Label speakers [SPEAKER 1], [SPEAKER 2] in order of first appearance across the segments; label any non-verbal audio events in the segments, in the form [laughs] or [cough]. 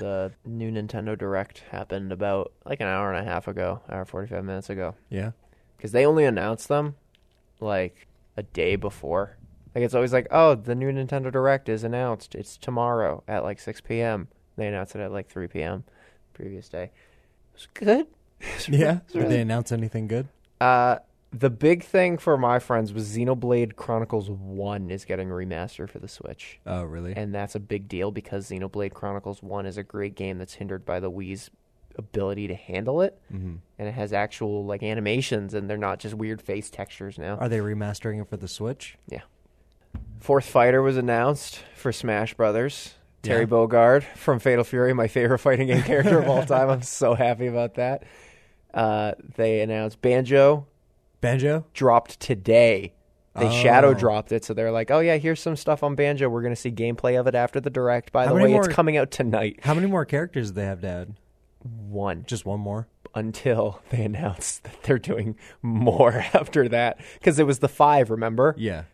[SPEAKER 1] The new Nintendo Direct happened about like an hour and a half ago, hour 45 minutes ago.
[SPEAKER 2] Yeah.
[SPEAKER 1] Because they only announce them like a day before. Like it's always like, oh, the new Nintendo Direct is announced. It's tomorrow at like 6 p.m. They announce it at like 3 p.m. previous day. It's good. It's
[SPEAKER 2] Yeah.
[SPEAKER 1] it's
[SPEAKER 2] Did they announce anything good?
[SPEAKER 1] uh, the big thing for my friends was Xenoblade Chronicles 1 is getting a remaster for the Switch.
[SPEAKER 2] Oh, really?
[SPEAKER 1] And that's a big deal because Xenoblade Chronicles 1 is a great game that's hindered by the Wii's ability to handle it. Mm-hmm. And it has actual like animations and they're not just weird face textures now.
[SPEAKER 2] Are they remastering it for the Switch?
[SPEAKER 1] Yeah. Fourth Fighter was announced for Smash Brothers. Terry
[SPEAKER 2] Yeah.
[SPEAKER 1] Bogard from Fatal Fury, my favorite [laughs] fighting game character of all time. I'm so happy about that. Uh, they announced Banjo
[SPEAKER 2] Banjo?
[SPEAKER 1] dropped today. They shadow
[SPEAKER 2] Oh.
[SPEAKER 1] dropped it, so they're like, "Oh yeah, here's some stuff on Banjo. We're gonna see gameplay of it after the direct. By the
[SPEAKER 2] How many
[SPEAKER 1] way, it's
[SPEAKER 2] more-
[SPEAKER 1] coming out tonight.
[SPEAKER 2] How many more characters do they have to add?
[SPEAKER 1] One
[SPEAKER 2] Just one more?
[SPEAKER 1] until [laughs] they announce that they're doing more [laughs] after that because it was the five, remember?
[SPEAKER 2] Yeah.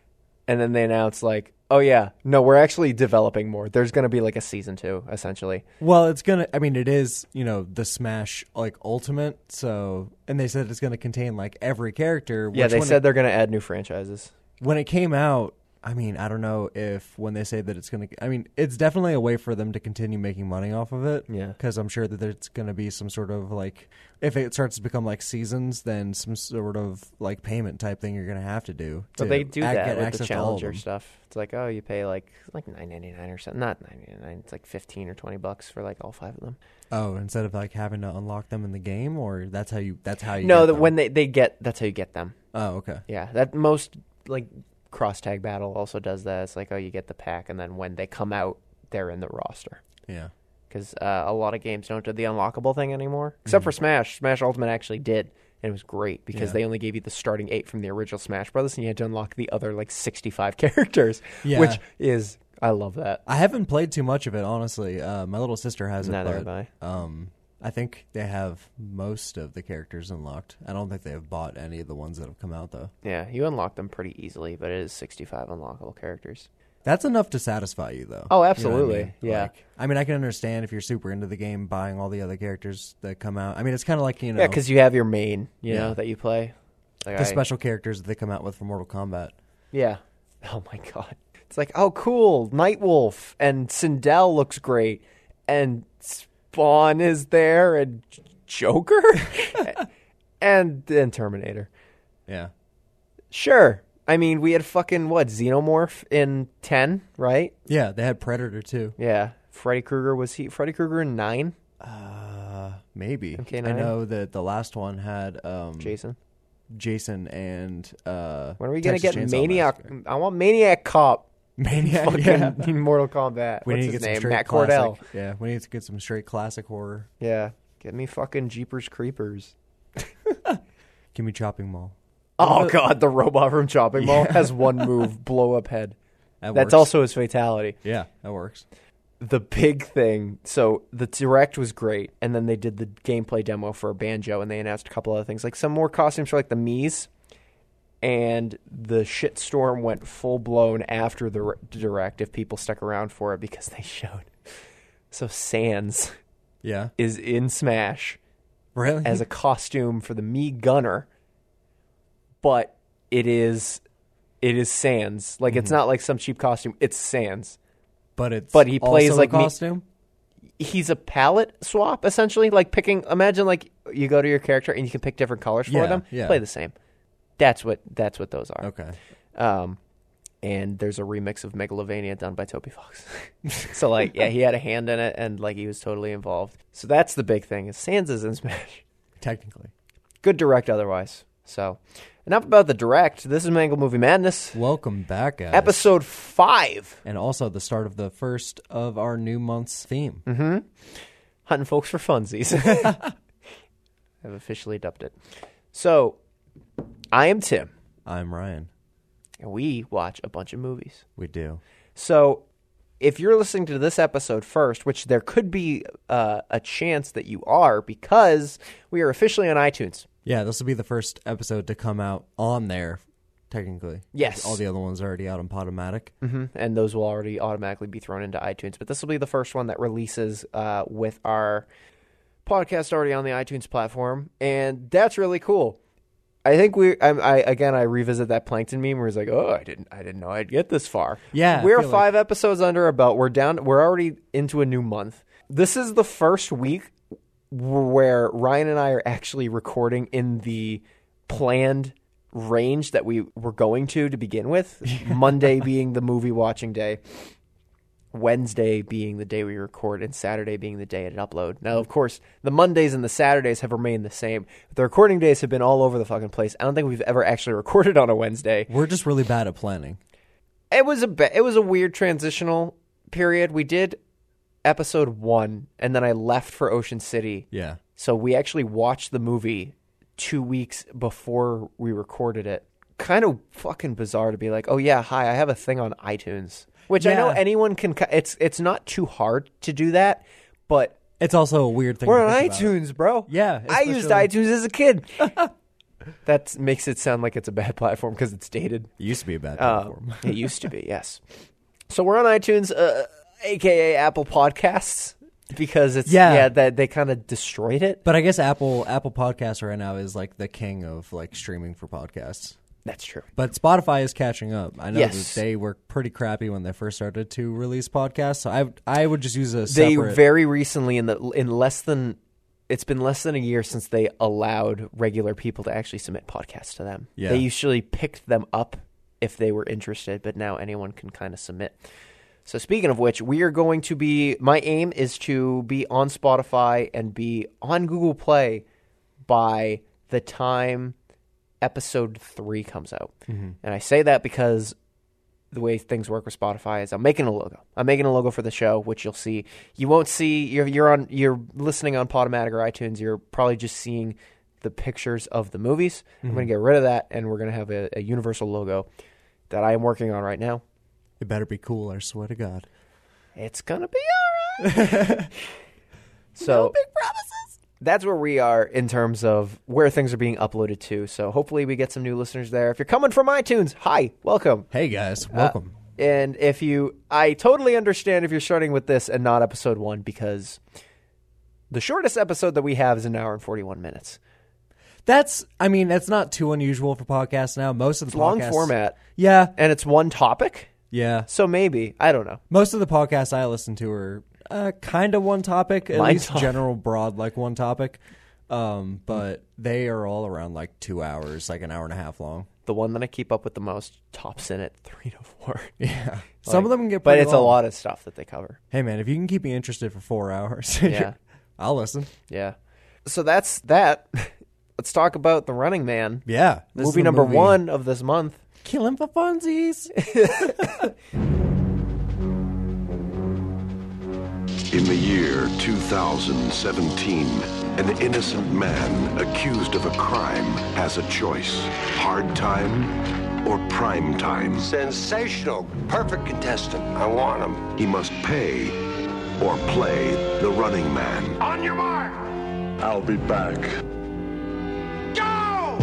[SPEAKER 1] And then they announced like, "Oh yeah, no, we're actually developing more. There's gonna be like a season two, essentially.
[SPEAKER 2] Well, it's gonna. I mean, it is. You know, the Smash like Ultimate. So, and they said it's gonna contain like every character.
[SPEAKER 1] yeah,
[SPEAKER 2] which
[SPEAKER 1] they
[SPEAKER 2] when
[SPEAKER 1] said
[SPEAKER 2] it,
[SPEAKER 1] they're gonna add new franchises.
[SPEAKER 2] when it came out. I mean, I don't know if when they say that it's gonna. I mean, it's definitely a way for them to continue making money off of it.
[SPEAKER 1] Yeah.
[SPEAKER 2] because I'm sure that there's gonna be some sort of like, if it starts to become like seasons, then some sort of like payment type thing you're gonna have to do.
[SPEAKER 1] But
[SPEAKER 2] to
[SPEAKER 1] they do that
[SPEAKER 2] ac- get
[SPEAKER 1] with the
[SPEAKER 2] access to all of
[SPEAKER 1] challenger
[SPEAKER 2] them.
[SPEAKER 1] stuff. It's like, oh, you pay like like nine ninety nine or something. Not nine ninety nine. It's like fifteen or twenty bucks for like all five of them.
[SPEAKER 2] Oh, instead of like having to unlock them in the game, or that's how you. That's how you.
[SPEAKER 1] No,
[SPEAKER 2] get
[SPEAKER 1] that
[SPEAKER 2] them.
[SPEAKER 1] when they, they get that's how you get them.
[SPEAKER 2] Oh, okay.
[SPEAKER 1] Yeah, that most like cross tag battle also does that. It's like oh, you get the pack, and then when they come out, they're in the roster.
[SPEAKER 2] Yeah.
[SPEAKER 1] Because uh, a lot of games don't do the unlockable thing anymore, except for Smash. Smash Ultimate actually did, and it was great because
[SPEAKER 2] Mm-hmm. Yeah.
[SPEAKER 1] they only gave you the starting eight from the original Smash Brothers, and you had to unlock the other like sixty five [laughs] characters,
[SPEAKER 2] Yeah.
[SPEAKER 1] which is I love that.
[SPEAKER 2] I haven't played too much of it, honestly. Uh, my little sister has it.
[SPEAKER 1] Neither
[SPEAKER 2] but,
[SPEAKER 1] have I.
[SPEAKER 2] Um, I think they have most of the characters unlocked. I don't think they have bought any of the ones that have come out though.
[SPEAKER 1] Yeah, you unlock them pretty easily, but it is sixty five unlockable characters.
[SPEAKER 2] That's enough to satisfy you though.
[SPEAKER 1] Oh,
[SPEAKER 2] You know what I
[SPEAKER 1] absolutely.
[SPEAKER 2] mean?
[SPEAKER 1] Yeah.
[SPEAKER 2] Like, I mean, I can understand if you're super into the game, buying all the other characters that come out. I mean, it's kind of like you know
[SPEAKER 1] Yeah, because you have your main, you know,
[SPEAKER 2] Yeah.
[SPEAKER 1] that you play. Like,
[SPEAKER 2] the
[SPEAKER 1] I-
[SPEAKER 2] special characters that they come out with for Mortal Kombat.
[SPEAKER 1] Yeah. [laughs] Oh my god. It's like, oh cool, Nightwolf and Sindel looks great, and Spawn is there, and J-
[SPEAKER 2] [laughs]
[SPEAKER 1] Joker, [laughs] and and Terminator.
[SPEAKER 2] Yeah.
[SPEAKER 1] Sure. I mean, we had fucking what Xenomorph in ten, right?
[SPEAKER 2] Yeah, they had Predator too.
[SPEAKER 1] Yeah. Freddy Krueger was he? Freddy Krueger in nine.
[SPEAKER 2] Uh, maybe. I
[SPEAKER 1] MK9?
[SPEAKER 2] know that the last one had um,
[SPEAKER 1] Jason.
[SPEAKER 2] Jason and uh,
[SPEAKER 1] When are we
[SPEAKER 2] Texas
[SPEAKER 1] gonna
[SPEAKER 2] Chainsaw
[SPEAKER 1] get Maniac?
[SPEAKER 2] Massacre. [laughs]
[SPEAKER 1] I want Maniac Cop.
[SPEAKER 2] Maniac.
[SPEAKER 1] Fucking
[SPEAKER 2] [laughs] yeah.
[SPEAKER 1] Mortal Kombat.
[SPEAKER 2] [laughs] We
[SPEAKER 1] What's
[SPEAKER 2] need to
[SPEAKER 1] his
[SPEAKER 2] get
[SPEAKER 1] name?
[SPEAKER 2] some straight
[SPEAKER 1] Matt
[SPEAKER 2] classic.
[SPEAKER 1] Cordell.
[SPEAKER 2] Yeah, we need to get some straight classic horror.
[SPEAKER 1] Yeah. Get me fucking Jeepers Creepers.
[SPEAKER 2] Give me Chopping Mall.
[SPEAKER 1] Oh god, the robot from Chopping Mall has one move, blow up head.
[SPEAKER 2] That
[SPEAKER 1] That's
[SPEAKER 2] works.
[SPEAKER 1] also his fatality.
[SPEAKER 2] Yeah, that works.
[SPEAKER 1] The big thing, so the direct was great, and then they did the gameplay demo for Banjo, and they announced a couple other things, like some more costumes for like the Mii's, and the shitstorm went full blown after the r- direct if people stuck around for it because they showed. So Sans
[SPEAKER 2] Yeah,
[SPEAKER 1] is in Smash.
[SPEAKER 2] really.
[SPEAKER 1] as a costume for the me gunner but it is it is sans like
[SPEAKER 2] Mm-hmm.
[SPEAKER 1] it's not like some cheap costume it's sans
[SPEAKER 2] but it's
[SPEAKER 1] but he plays
[SPEAKER 2] also
[SPEAKER 1] like
[SPEAKER 2] a
[SPEAKER 1] me-
[SPEAKER 2] costume.
[SPEAKER 1] he's a palette swap essentially like picking imagine like you go to your character and you can pick different colors
[SPEAKER 2] Yeah,
[SPEAKER 1] for them
[SPEAKER 2] yeah.
[SPEAKER 1] play the same That's what that's what those are.
[SPEAKER 2] Okay.
[SPEAKER 1] Um, and there's a remix of Megalovania done by Toby Fox. [laughs] so like, yeah, he had a hand in it, and like he was totally involved. So that's the big thing. Is Sans is in Smash.
[SPEAKER 2] Technically.
[SPEAKER 1] Good direct otherwise. So enough about the direct. This is Mangle Movie Madness,
[SPEAKER 2] Welcome back, guys.
[SPEAKER 1] episode five.
[SPEAKER 2] and also the start of the first of our new month's theme.
[SPEAKER 1] Mm-hmm. Hunting folks for funsies. [laughs] I've officially dubbed it. So I am Tim,
[SPEAKER 2] I'm Ryan.
[SPEAKER 1] and we watch a bunch of movies.
[SPEAKER 2] We do.
[SPEAKER 1] So, if you're listening to this episode first, which there could be uh, a chance that you are, because we are officially on iTunes.
[SPEAKER 2] Yeah, this will be the first episode to come out on there, technically.
[SPEAKER 1] Yes.
[SPEAKER 2] All the other ones are already out on Podomatic.
[SPEAKER 1] hmm And those will already automatically be thrown into iTunes. But this will be the first one that releases uh, with our podcast already on the iTunes platform. And that's really cool. I think we, I, I again, I revisit that plankton meme where he's like, "Oh, I didn't, I didn't know I'd get this far."
[SPEAKER 2] Yeah, I
[SPEAKER 1] we're
[SPEAKER 2] feel like-
[SPEAKER 1] five episodes under our belt. We're down. We're already into a new month. This is the first week where Ryan and I are actually recording in the planned range that we were going to to begin
[SPEAKER 2] [laughs]
[SPEAKER 1] with. Monday being the movie watching day. Wednesday being the day we record and Saturday being the day it upload. Now, of course, the Mondays and the Saturdays have remained the same. The recording days have been all over the fucking place. I don't think we've ever actually [laughs] recorded on a Wednesday.
[SPEAKER 2] We're just really bad at planning.
[SPEAKER 1] It was a ba- it was a weird transitional period. We did episode 1 and then I left for Ocean City.
[SPEAKER 2] Yeah.
[SPEAKER 1] So we actually watched the movie 2 weeks before we recorded it. Kind of fucking bizarre to be like, "Oh yeah, hi, I have a thing on iTunes." Which I know
[SPEAKER 2] Yeah.
[SPEAKER 1] anyone can ki- it's it's not too hard to do that, but
[SPEAKER 2] It's also a weird thing.
[SPEAKER 1] we're
[SPEAKER 2] to
[SPEAKER 1] on
[SPEAKER 2] think about.
[SPEAKER 1] iTunes, bro.
[SPEAKER 2] Yeah,
[SPEAKER 1] I used
[SPEAKER 2] especially-
[SPEAKER 1] iTunes as a kid. [laughs] that makes it sound like it's a bad platform because it's dated.
[SPEAKER 2] It used to be a bad
[SPEAKER 1] Uh,
[SPEAKER 2] platform.
[SPEAKER 1] [laughs] it used to be, yes. So we're on iTunes, uh, aka Apple Podcasts, because it's yeah,
[SPEAKER 2] Yeah.
[SPEAKER 1] that they kind of destroyed it.
[SPEAKER 2] But I guess Apple Apple Podcasts right now is like the king of like streaming for podcasts.
[SPEAKER 1] That's true.
[SPEAKER 2] But Spotify is catching up. I know
[SPEAKER 1] Yes.
[SPEAKER 2] that they were pretty crappy when they first started to release podcasts. So I I would just use a
[SPEAKER 1] They
[SPEAKER 2] separate.
[SPEAKER 1] very recently, in the in less than it's been less than a year since they allowed regular people to actually submit podcasts to them.
[SPEAKER 2] Yeah.
[SPEAKER 1] They usually picked them up if they were interested, but now anyone can kind of submit. So speaking of which, we are going to be my aim is to be on Spotify and be on Google Play by the time episode 3 comes out.
[SPEAKER 2] Mm-hmm.
[SPEAKER 1] And I say that because the way things work with Spotify is I'm making a logo. I'm making a logo for the show, which you'll see. You won't see you're you're on you're listening on Podomatic or iTunes. You're probably just seeing the pictures of the movies. I'm going to get rid of that, and we're going to have a, a universal logo that I am working on right now.
[SPEAKER 2] it better be cool. I swear to God.
[SPEAKER 1] It's going to be all right. so big promises. That's where we are in terms of where things are being uploaded to. So hopefully we get some new listeners there. If you're coming from iTunes, hi, welcome.
[SPEAKER 2] Hey
[SPEAKER 1] Uh,
[SPEAKER 2] guys, welcome.
[SPEAKER 1] And if you, I totally understand if you're starting with this and not episode one because the shortest episode that we have is an hour and 41 minutes.
[SPEAKER 2] that's I mean that's not too unusual for podcasts now. Most of the
[SPEAKER 1] It's long
[SPEAKER 2] podcasts-
[SPEAKER 1] format
[SPEAKER 2] Yeah,
[SPEAKER 1] and it's one topic.
[SPEAKER 2] yeah.
[SPEAKER 1] So maybe, I don't know.
[SPEAKER 2] Most of the podcasts I listen to are uh, kind of one topic, at
[SPEAKER 1] Mine
[SPEAKER 2] least
[SPEAKER 1] top-
[SPEAKER 2] general, broad, like one topic. Um, but they are all around like two hours, like an hour and a half long.
[SPEAKER 1] The one that I keep up with the most tops in at three to four. [laughs]
[SPEAKER 2] Yeah, some of them get,
[SPEAKER 1] But
[SPEAKER 2] pretty
[SPEAKER 1] it's a
[SPEAKER 2] long.
[SPEAKER 1] lot of stuff that they cover.
[SPEAKER 2] Hey man, if you can keep me interested for four hours, [laughs]
[SPEAKER 1] Yeah.
[SPEAKER 2] I'll listen.
[SPEAKER 1] Yeah. So that's that. [laughs] Let's talk about The Running Man,
[SPEAKER 2] Yeah, this is
[SPEAKER 1] movie
[SPEAKER 2] the
[SPEAKER 1] number one of this month.
[SPEAKER 2] Kill him for funsies.
[SPEAKER 3] In the year 2017, an innocent man accused of a crime has a choice hard time or prime time.
[SPEAKER 4] Sensational. Perfect contestant. I want him.
[SPEAKER 3] He must pay or play the running man.
[SPEAKER 4] On your mark.
[SPEAKER 3] I'll be back.
[SPEAKER 4] Go!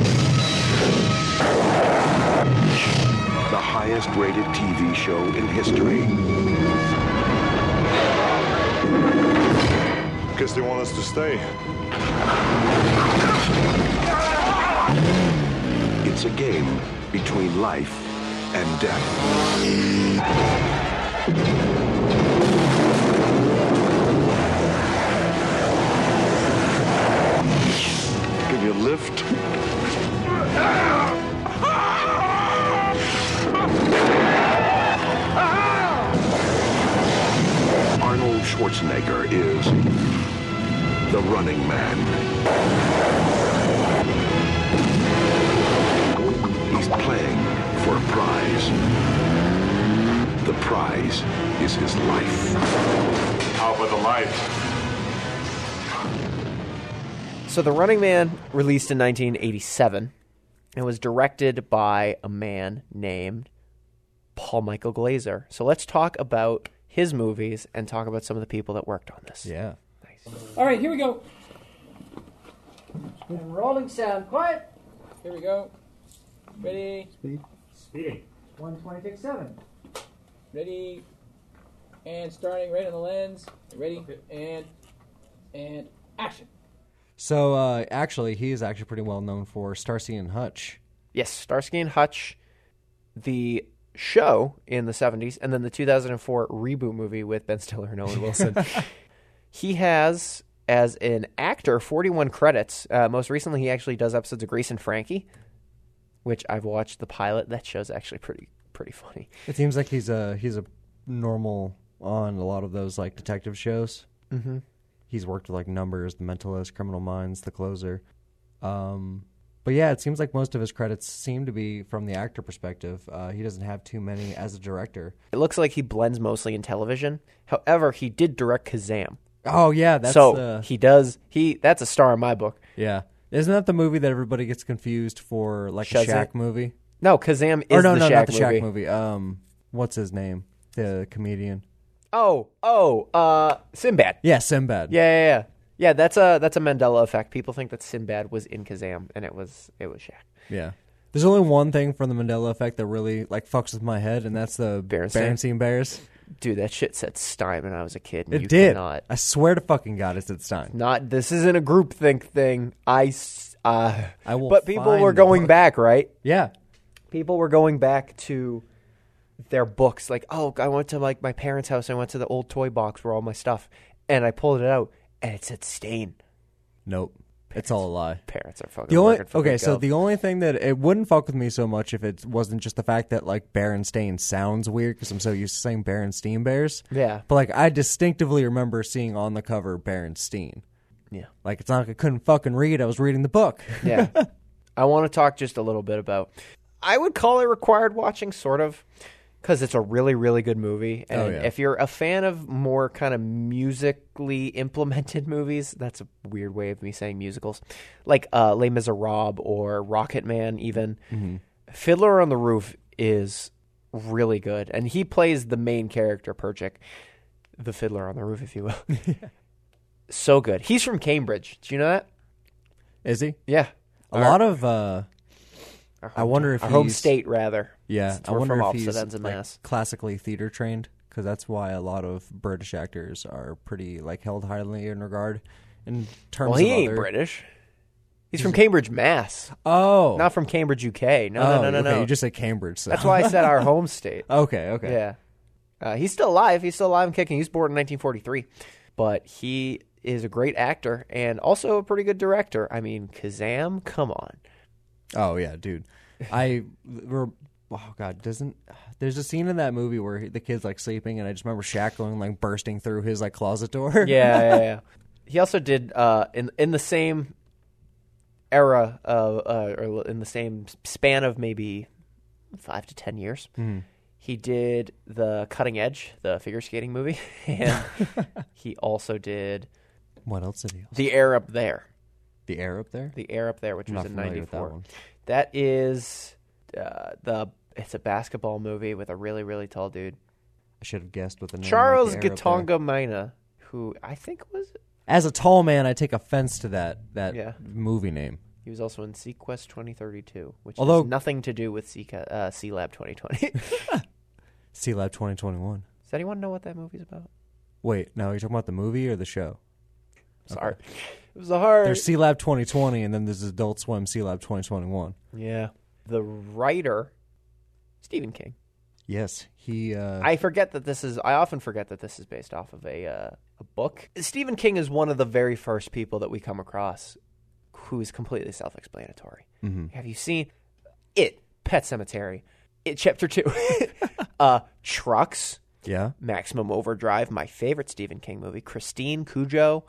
[SPEAKER 3] The highest rated TV show in history.
[SPEAKER 5] Guess they want us to stay.
[SPEAKER 3] It's a game between life and death.
[SPEAKER 5] Give you a lift.
[SPEAKER 3] running man. He's playing for a prize. The prize is his life.
[SPEAKER 5] Out with the light.
[SPEAKER 1] So, The Running Man released in 1987 and was directed by a man named Paul Michael Glazer. So, let's talk about his movies and talk about some of the people that worked on this.
[SPEAKER 2] Yeah.
[SPEAKER 6] All right, here we go.
[SPEAKER 7] And rolling sound, quiet.
[SPEAKER 6] Here we go. Ready,
[SPEAKER 5] Speeding.
[SPEAKER 7] 126.7.
[SPEAKER 6] ready, and starting right on the lens. Ready, and and action.
[SPEAKER 2] So uh, actually, he is actually pretty well known for Starcy and Hutch.
[SPEAKER 1] Yes, Starsky and Hutch, the show in the 70s, and then the 2004 reboot movie with Ben Stiller and Owen
[SPEAKER 2] [laughs]
[SPEAKER 1] Wilson. he has, as an actor, 41 credits. Uh, most recently, he actually does episodes of Grease and Frankie, which I've watched the pilot. That show's actually pretty pretty funny.
[SPEAKER 2] It seems like he's a he's a normal on a lot of those like detective shows. Mm-hmm. He's worked with like Numbers, The Mentalist, Criminal Minds, The Closer. Um, but yeah, it seems like most of his credits seem to be from the actor perspective. Uh, he doesn't have too many as a director.
[SPEAKER 1] It looks like he blends mostly in television. However, he did direct Kazam.
[SPEAKER 2] Oh yeah, that's
[SPEAKER 1] so
[SPEAKER 2] uh,
[SPEAKER 1] he does he that's a star in my book.
[SPEAKER 2] yeah. Isn't that the movie that everybody gets confused for, like
[SPEAKER 1] Shazam?
[SPEAKER 2] a Shaq movie?
[SPEAKER 1] No, Kazam is
[SPEAKER 2] or no,
[SPEAKER 1] the Shaq
[SPEAKER 2] no, not the Shaq
[SPEAKER 1] movie.
[SPEAKER 2] movie. Um, what's his name? The comedian.
[SPEAKER 1] Oh, oh, uh Sinbad.
[SPEAKER 2] Yeah, Sinbad.
[SPEAKER 1] Yeah, yeah, yeah. Yeah, that's a that's a Mandela effect. People think that Sinbad was in Kazam, and it was it was Shaq.
[SPEAKER 2] Yeah. There's only one thing from the Mandela effect that really like fucks with my head, and that's the
[SPEAKER 1] Berenstain?
[SPEAKER 2] Berenstain Bears.
[SPEAKER 1] Dude, that shit said Stein when I was a kid. And
[SPEAKER 2] It
[SPEAKER 1] you
[SPEAKER 2] did.
[SPEAKER 1] Cannot,
[SPEAKER 2] I swear to fucking God, it's it's time.
[SPEAKER 1] not this isn't a group think thing. I s- uh,
[SPEAKER 2] I will
[SPEAKER 1] But people
[SPEAKER 2] find
[SPEAKER 1] were
[SPEAKER 2] the
[SPEAKER 1] going
[SPEAKER 2] book.
[SPEAKER 1] back, right?
[SPEAKER 2] Yeah.
[SPEAKER 1] People were going back to their books. Like, oh, I went to like my parents' house. I went to the old toy box where all my stuff, and I pulled it out, and it said Stain.
[SPEAKER 2] Nope. It's all a lie.
[SPEAKER 1] Parents are fucking
[SPEAKER 2] The only
[SPEAKER 1] working for
[SPEAKER 2] okay,
[SPEAKER 1] good
[SPEAKER 2] so
[SPEAKER 1] gov.
[SPEAKER 2] the only thing that it wouldn't fuck with me so much if it wasn't just the fact that like Berenstain sounds weird because I'm so used to saying Berenstain Bears.
[SPEAKER 1] Yeah.
[SPEAKER 2] but like I distinctively remember seeing on the cover Berenstain.
[SPEAKER 1] Yeah.
[SPEAKER 2] like it's not like I couldn't fucking read. I was reading the book.
[SPEAKER 1] [laughs] Yeah. I want to talk just a little bit about. I would call it required watching, sort of, because it's a really, really good movie. And
[SPEAKER 2] Oh, yeah.
[SPEAKER 1] if you're a fan of more kind of musically implemented [laughs] movies, that's a weird way of me saying musicals, like uh, Les Miserables or Rocket Man, even.
[SPEAKER 2] Mm-hmm.
[SPEAKER 1] Fiddler on the Roof is really good. And he plays the main character, Perchik, the fiddler on the roof, if you will.
[SPEAKER 2] [laughs]
[SPEAKER 1] So good. He's from Cambridge. Do you know that?
[SPEAKER 2] Is he?
[SPEAKER 1] Yeah.
[SPEAKER 2] A lot of uh, I wonder if
[SPEAKER 1] our home
[SPEAKER 2] he's-
[SPEAKER 1] state rather.
[SPEAKER 2] Yeah,
[SPEAKER 1] Since
[SPEAKER 2] I
[SPEAKER 1] we're
[SPEAKER 2] wonder
[SPEAKER 1] from
[SPEAKER 2] if
[SPEAKER 1] opposite
[SPEAKER 2] he's
[SPEAKER 1] ends of
[SPEAKER 2] like,
[SPEAKER 1] Mass.
[SPEAKER 2] classically theater trained because that's why a lot of British actors are pretty like held highly in regard in terms
[SPEAKER 1] Well, he
[SPEAKER 2] of
[SPEAKER 1] ain't
[SPEAKER 2] other.
[SPEAKER 1] British. He's from Cambridge, Mass,
[SPEAKER 2] Oh,
[SPEAKER 1] not from Cambridge, UK. No, no,
[SPEAKER 2] oh,
[SPEAKER 1] no, no,
[SPEAKER 2] okay,
[SPEAKER 1] no.
[SPEAKER 2] You just said Cambridge. So.
[SPEAKER 1] That's why I said our home state.
[SPEAKER 2] [laughs] okay, okay.
[SPEAKER 1] Yeah, uh, he's still alive. He's still alive and kicking. He's born in 1943, but he is a great actor and also a pretty good director. I mean, Kazam, come on.
[SPEAKER 2] Oh yeah, dude. I re- oh god, doesn't there's a scene in that movie where he, the kid's like sleeping, and I just remember Shaq going like bursting through his like closet door.
[SPEAKER 1] Yeah, yeah, yeah. He also did uh, in in the same era of, uh, or in the same span of maybe five to ten years.
[SPEAKER 2] Mm-hmm.
[SPEAKER 1] He did the Cutting Edge, the figure skating movie, [laughs]
[SPEAKER 2] [laughs]
[SPEAKER 1] and he also did
[SPEAKER 2] [laughs] What else did he?
[SPEAKER 1] the Air Up There,
[SPEAKER 2] The air up there.
[SPEAKER 1] the Air Up There, which
[SPEAKER 2] I'm
[SPEAKER 1] was
[SPEAKER 2] not
[SPEAKER 1] in
[SPEAKER 2] familiar with that
[SPEAKER 1] '94.
[SPEAKER 2] one.
[SPEAKER 1] That is uh, the it's a basketball movie with a really really tall dude,
[SPEAKER 2] I should have guessed with the name. like
[SPEAKER 1] Charles
[SPEAKER 2] the Air Up There.
[SPEAKER 1] Gatonga Mina, who I think was
[SPEAKER 2] As a tall man, I take offense to that that
[SPEAKER 1] Yeah.
[SPEAKER 2] movie name.
[SPEAKER 1] He was also in Sequest 2032, which
[SPEAKER 2] Although-
[SPEAKER 1] has nothing to do with Seca, uh, C Lab [laughs] 2020.
[SPEAKER 2] C Lab 2021.
[SPEAKER 1] Does anyone know what that movie's about?
[SPEAKER 2] Wait, no, you're talking about the movie or the show?
[SPEAKER 1] Sorry, it was a hard.
[SPEAKER 2] There's C Lab 2020, and then there's Adult Swim C Lab 2021.
[SPEAKER 1] yeah, the writer Stephen King.
[SPEAKER 2] Yes, he. Uh,
[SPEAKER 1] I forget that this is. I often forget that this is based off of a uh, a book. Stephen King is one of the very first people that we come across who is completely self-explanatory.
[SPEAKER 2] Mm-hmm.
[SPEAKER 1] Have you seen it? Pet Cemetery, it chapter two, [laughs] uh, trucks.
[SPEAKER 2] yeah,
[SPEAKER 1] Maximum Overdrive, my favorite Stephen King movie, Christine Cujo,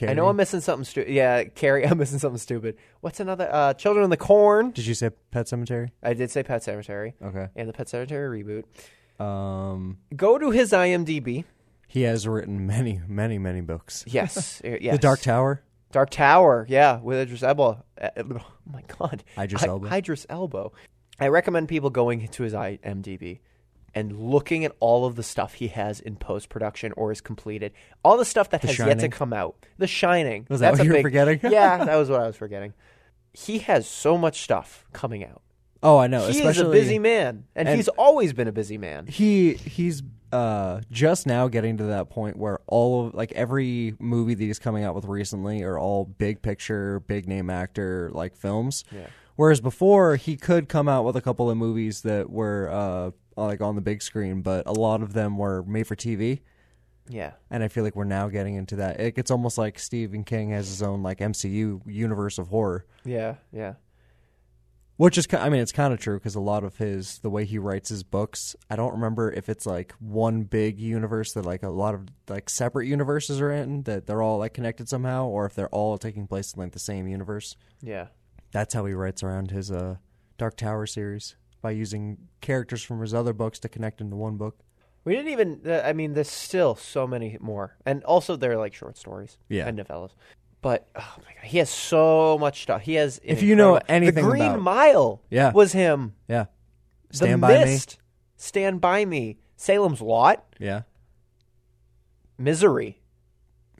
[SPEAKER 1] I know I'm missing something stupid. Yeah, Carrie, [laughs] I'm missing something stupid. What's another? Uh, Children in the Corn.
[SPEAKER 2] Did you say Pet Cemetery?
[SPEAKER 1] I did say Pet Cemetery
[SPEAKER 2] Okay.
[SPEAKER 1] and the Pet Cemetery reboot.
[SPEAKER 2] Um,
[SPEAKER 1] Go to his IMDb.
[SPEAKER 2] he has written many, many, many books. [laughs]
[SPEAKER 1] Yes, er, yes.
[SPEAKER 2] The Dark Tower.
[SPEAKER 1] Dark Tower. Yeah, with Idris Elba. Uh, [laughs] Oh my God,
[SPEAKER 2] Idris
[SPEAKER 1] I-
[SPEAKER 2] Elba.
[SPEAKER 1] Idris Elba. I recommend people going to his IMDb and looking at all of the stuff he has in post production or is completed. All the stuff that has yet to
[SPEAKER 2] Shining?
[SPEAKER 1] come out. The Shining.
[SPEAKER 2] Was that
[SPEAKER 1] That's a
[SPEAKER 2] what you were
[SPEAKER 1] big-
[SPEAKER 2] forgetting?
[SPEAKER 1] [laughs]
[SPEAKER 2] [laughs]
[SPEAKER 1] yeah, that was what I was forgetting. He has so much stuff coming out.
[SPEAKER 2] Oh, I know.
[SPEAKER 1] he is
[SPEAKER 2] especially
[SPEAKER 1] a busy man, and,
[SPEAKER 2] and-
[SPEAKER 1] he's always been a busy
[SPEAKER 2] [laughs]
[SPEAKER 1] man.
[SPEAKER 2] he he's uh just now getting to that point where all of like every movie that he's coming out with recently are all big picture big name actor like films yeah. whereas before he could come out with a couple of movies that were uh like on the big screen but a lot of them were made for tv
[SPEAKER 1] Yeah,
[SPEAKER 2] and i feel like we're now getting into that it, it's almost like stephen king has his own like mcu universe of horror
[SPEAKER 1] yeah, yeah.
[SPEAKER 2] which is, ki- I mean, it's kind of true because a lot of his, the way he writes his books, I don't remember if it's like one big universe that like a lot of like separate universes are in that they're all like connected somehow, or if they're all taking place in like the same universe.
[SPEAKER 1] Yeah.
[SPEAKER 2] That's how he writes around his uh, Dark Tower series by using characters from his other books to connect into one book.
[SPEAKER 1] We didn't even, uh, I mean, there's still so many more. And also, they're like short stories
[SPEAKER 2] Yeah.
[SPEAKER 1] and novellas. But, oh my God, he has so much stuff. He has. an
[SPEAKER 2] If you know
[SPEAKER 1] incredible-
[SPEAKER 2] anything
[SPEAKER 1] The Green
[SPEAKER 2] about-
[SPEAKER 1] Mile
[SPEAKER 2] Yeah.
[SPEAKER 1] was him.
[SPEAKER 2] Yeah, Stand
[SPEAKER 1] the
[SPEAKER 2] by
[SPEAKER 1] Mist, Stand By Me, Salem's Lot,
[SPEAKER 2] me. Yeah,
[SPEAKER 1] Misery.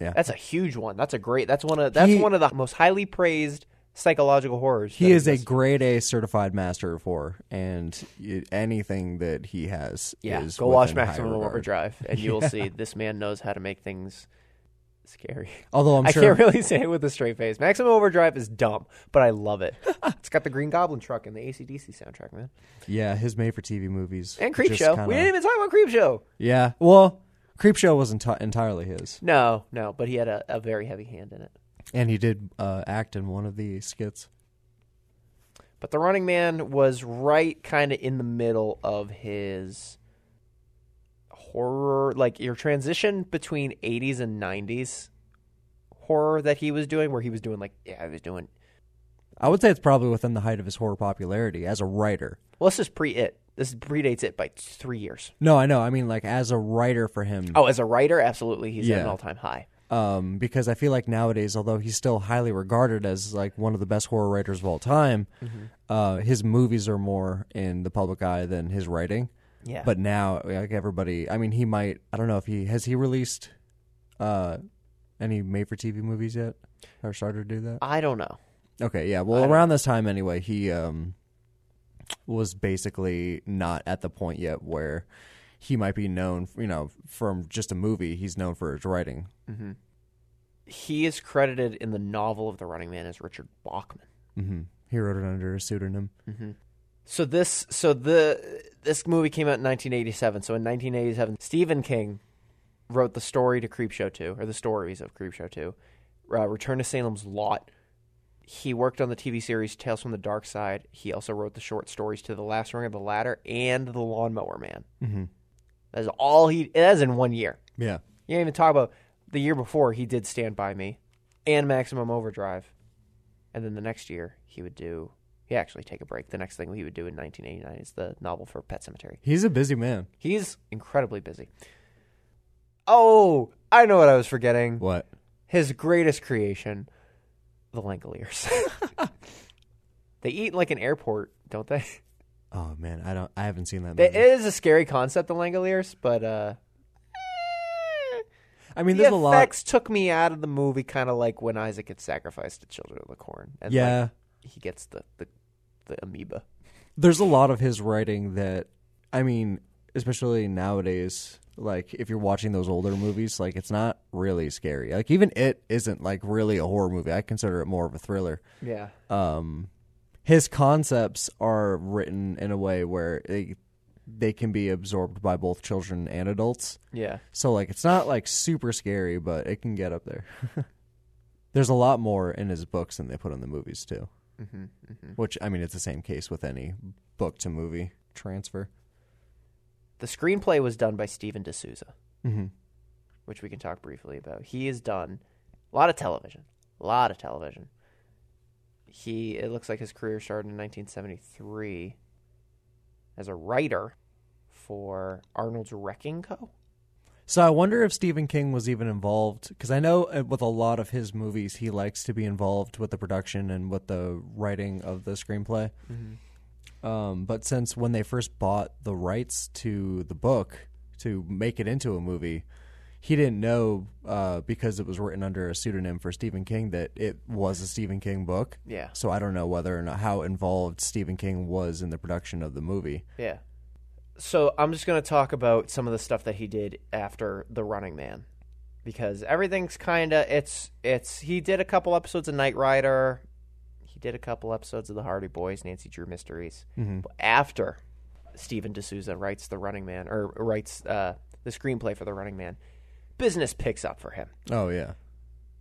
[SPEAKER 2] yeah.
[SPEAKER 1] That's a huge one. That's a great, that's one of, that's
[SPEAKER 2] He-
[SPEAKER 1] one of the most highly praised psychological horrors.
[SPEAKER 2] He
[SPEAKER 1] that
[SPEAKER 2] is a
[SPEAKER 1] exists.
[SPEAKER 2] grade A certified master of horror, and y anything that he has
[SPEAKER 1] Yeah,
[SPEAKER 2] is
[SPEAKER 1] go watch
[SPEAKER 2] within high
[SPEAKER 1] Maximum
[SPEAKER 2] regard.
[SPEAKER 1] Overdrive, and you will
[SPEAKER 2] [laughs]
[SPEAKER 1] see this man knows how to make things scary.
[SPEAKER 2] Although I'm
[SPEAKER 1] I
[SPEAKER 2] sure
[SPEAKER 1] can't really say it with a straight face. Maximum Overdrive is dumb, but I love it. [laughs] it's got the Green Goblin truck and the ACDC soundtrack, man.
[SPEAKER 2] Yeah, his made for TV movies
[SPEAKER 1] And
[SPEAKER 2] just
[SPEAKER 1] Creepshow. We
[SPEAKER 2] kinda-
[SPEAKER 1] didn't even talk about Creepshow.
[SPEAKER 2] Yeah, well, Creepshow wasn't entirely his,
[SPEAKER 1] No, no, but he had a, a very heavy hand in it.
[SPEAKER 2] and he did uh, act in one of the skits.
[SPEAKER 1] But The Running Man was right kind of in the middle of his horror, like your transition between 80s and 90s horror that he was doing, where he was doing like, yeah, he was doing,
[SPEAKER 2] I would say it's probably within the height of his horror popularity as a writer.
[SPEAKER 1] well, this is pre it. This predates it by three years.
[SPEAKER 2] No, I know. I mean, like as a writer for him,
[SPEAKER 1] Oh, as a writer, absolutely, he's at an
[SPEAKER 2] Yeah.
[SPEAKER 1] all time high.
[SPEAKER 2] um, because I feel like nowadays, although he's still highly regarded as like one of the best horror writers of all time,
[SPEAKER 1] Mm-hmm.
[SPEAKER 2] uh, his movies are more in the public eye than his writing.
[SPEAKER 1] Yeah.
[SPEAKER 2] But now, like everybody, I mean, he might. I don't know if he has he released uh, any made for TV movies yet, or started to do that.
[SPEAKER 1] I don't know.
[SPEAKER 2] Okay, yeah. Well, around this time anyway, he um was basically not at the point yet where he might be known, you know, from just a movie. He's known for his writing.
[SPEAKER 1] He is credited in the novel of The Running Man as Richard Bachman.
[SPEAKER 2] hmm He wrote it under a pseudonym.
[SPEAKER 1] So this so the this movie came out in 1987. So in 1987, Stephen King wrote the story to Creepshow 2 or the stories of Creepshow 2, uh, Return to Salem's Lot. He worked on the TV series Tales from the Dark Side. He also wrote the short stories to The Last Ring of the Ladder and The Lawnmower Man. Mm-hmm. That's all he. That's in one year.
[SPEAKER 2] Yeah.
[SPEAKER 1] You didn't even talk about the year before he did Stand By Me and Maximum Overdrive. And then the next year he would do he actually take a break. The next thing he would do in 1989 is the novel for Pet Cemetery.
[SPEAKER 2] He's a busy man.
[SPEAKER 1] He's incredibly busy. Oh, I know what I was forgetting.
[SPEAKER 2] What?
[SPEAKER 1] His greatest creation, the Langoliers. [laughs] they eat like an airport, don't they?
[SPEAKER 2] Oh man, I don't I haven't seen that
[SPEAKER 1] It
[SPEAKER 2] movie.
[SPEAKER 1] is a scary concept, the Langoliers, but uh
[SPEAKER 2] I mean,
[SPEAKER 1] the
[SPEAKER 2] there's a lot.
[SPEAKER 1] effects took me out of the movie, kind of like when Isaac gets sacrificed to Children of the Corn, and
[SPEAKER 2] Yeah.
[SPEAKER 1] like, he gets the, the the amoeba.
[SPEAKER 2] there's a lot of his writing that I mean, especially nowadays, like if you're watching those older movies, like it's not really scary. Like even it isn't like really a horror movie. I consider it more of a thriller.
[SPEAKER 1] Yeah,
[SPEAKER 2] Um his concepts are written in a way where they they can be absorbed by both children and adults.
[SPEAKER 1] yeah,
[SPEAKER 2] So like it's not like super scary, but it can get up there. [laughs] There's a lot more in his books than they put in the movies too. Which I mean, it's the same case with any book to movie transfer.
[SPEAKER 1] The screenplay was done by Stephen D'Souza,
[SPEAKER 2] Mhm.
[SPEAKER 1] which we can talk briefly about. He has done A lot of television. A lot of television. He it looks like his career started in 1973 as a writer for Arnold's Wrecking Co.
[SPEAKER 2] So I wonder if Stephen King was even involved because I know uh, with a lot of his movies he likes to be involved with the production and with the writing of the screenplay. Um, but since when they first bought the rights to the book to make it into a movie, he didn't know uh, because it was written under a pseudonym for Stephen King that it was a Stephen King book.
[SPEAKER 1] Yeah.
[SPEAKER 2] So I don't know whether or not how involved Stephen King was in the production of the movie.
[SPEAKER 1] Yeah. So I'm just going to talk about some of the stuff that he did after The Running Man because everything's kind of it's it's he did a couple episodes of Knight Rider. He did a couple episodes of The Hardy Boys, Nancy Drew Mysteries. But after Stephen D'Souza writes The Running Man or writes uh, the screenplay for The Running Man, business picks up for him.
[SPEAKER 2] Oh yeah.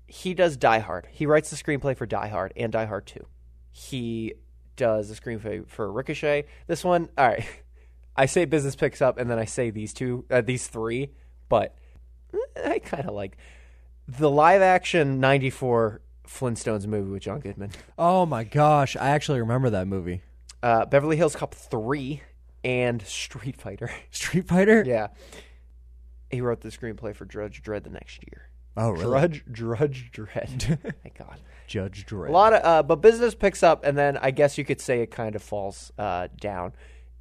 [SPEAKER 1] He does Die Hard. He writes the screenplay for Die Hard and Die Hard 2. He does the screenplay for Ricochet. This one, all right. [laughs] I say business picks up, and then I say these two, uh, these three, but eh, I kind of like the live action '94 Flintstones movie with John Goodman,
[SPEAKER 2] Oh my gosh, I actually remember that movie.
[SPEAKER 1] uh, Beverly Hills Cop three, and Street Fighter. [laughs]
[SPEAKER 2] Street Fighter?
[SPEAKER 1] yeah, he wrote the screenplay for Drudge Dredd the next year.
[SPEAKER 2] Oh, really?
[SPEAKER 1] Drudge Drudge Dredd. [laughs] My God.
[SPEAKER 2] Judge Dredd.
[SPEAKER 1] A lot of, uh, but business picks up, and then I guess you could say it kind of falls uh, down,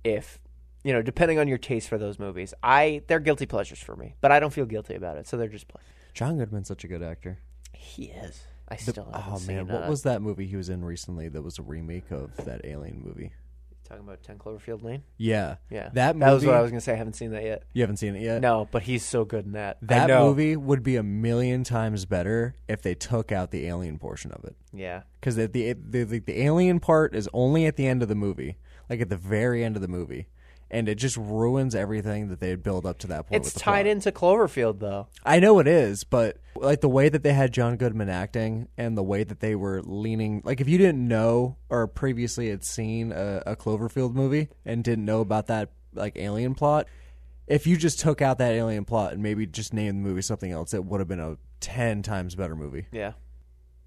[SPEAKER 1] if you know, depending on your taste for those movies. I they're guilty pleasures for me, but I don't feel guilty about it, so they're just play.
[SPEAKER 2] John Goodman's such a good actor.
[SPEAKER 1] He is. I
[SPEAKER 2] The-
[SPEAKER 1] still haven't
[SPEAKER 2] oh
[SPEAKER 1] seen.
[SPEAKER 2] man, what
[SPEAKER 1] uh,
[SPEAKER 2] was that movie he was in recently that was a remake of that Alien movie?
[SPEAKER 1] talking about? Ten Cloverfield Lane.
[SPEAKER 2] Yeah,
[SPEAKER 1] Yeah,
[SPEAKER 2] That movie.
[SPEAKER 1] that was what I was gonna say. I haven't seen that yet.
[SPEAKER 2] You haven't seen it yet.
[SPEAKER 1] No, but he's so good in that. I
[SPEAKER 2] that
[SPEAKER 1] know.
[SPEAKER 2] movie would be a million times better if they took out the alien portion of it.
[SPEAKER 1] Yeah,
[SPEAKER 2] because the the, the the the alien part is only at the end of the movie, like at the very end of the movie, and it just ruins everything that they had built up to that point.
[SPEAKER 1] it's
[SPEAKER 2] with the
[SPEAKER 1] tied
[SPEAKER 2] plot.
[SPEAKER 1] into Cloverfield though.
[SPEAKER 2] I know it is, but like the way that they had John Goodman acting and the way that they were leaning, like if you didn't know or previously had seen a, a Cloverfield movie and didn't know about that like alien plot, if you just took out that alien plot and maybe just named the movie something else, it would have been a ten times better movie.
[SPEAKER 1] Yeah,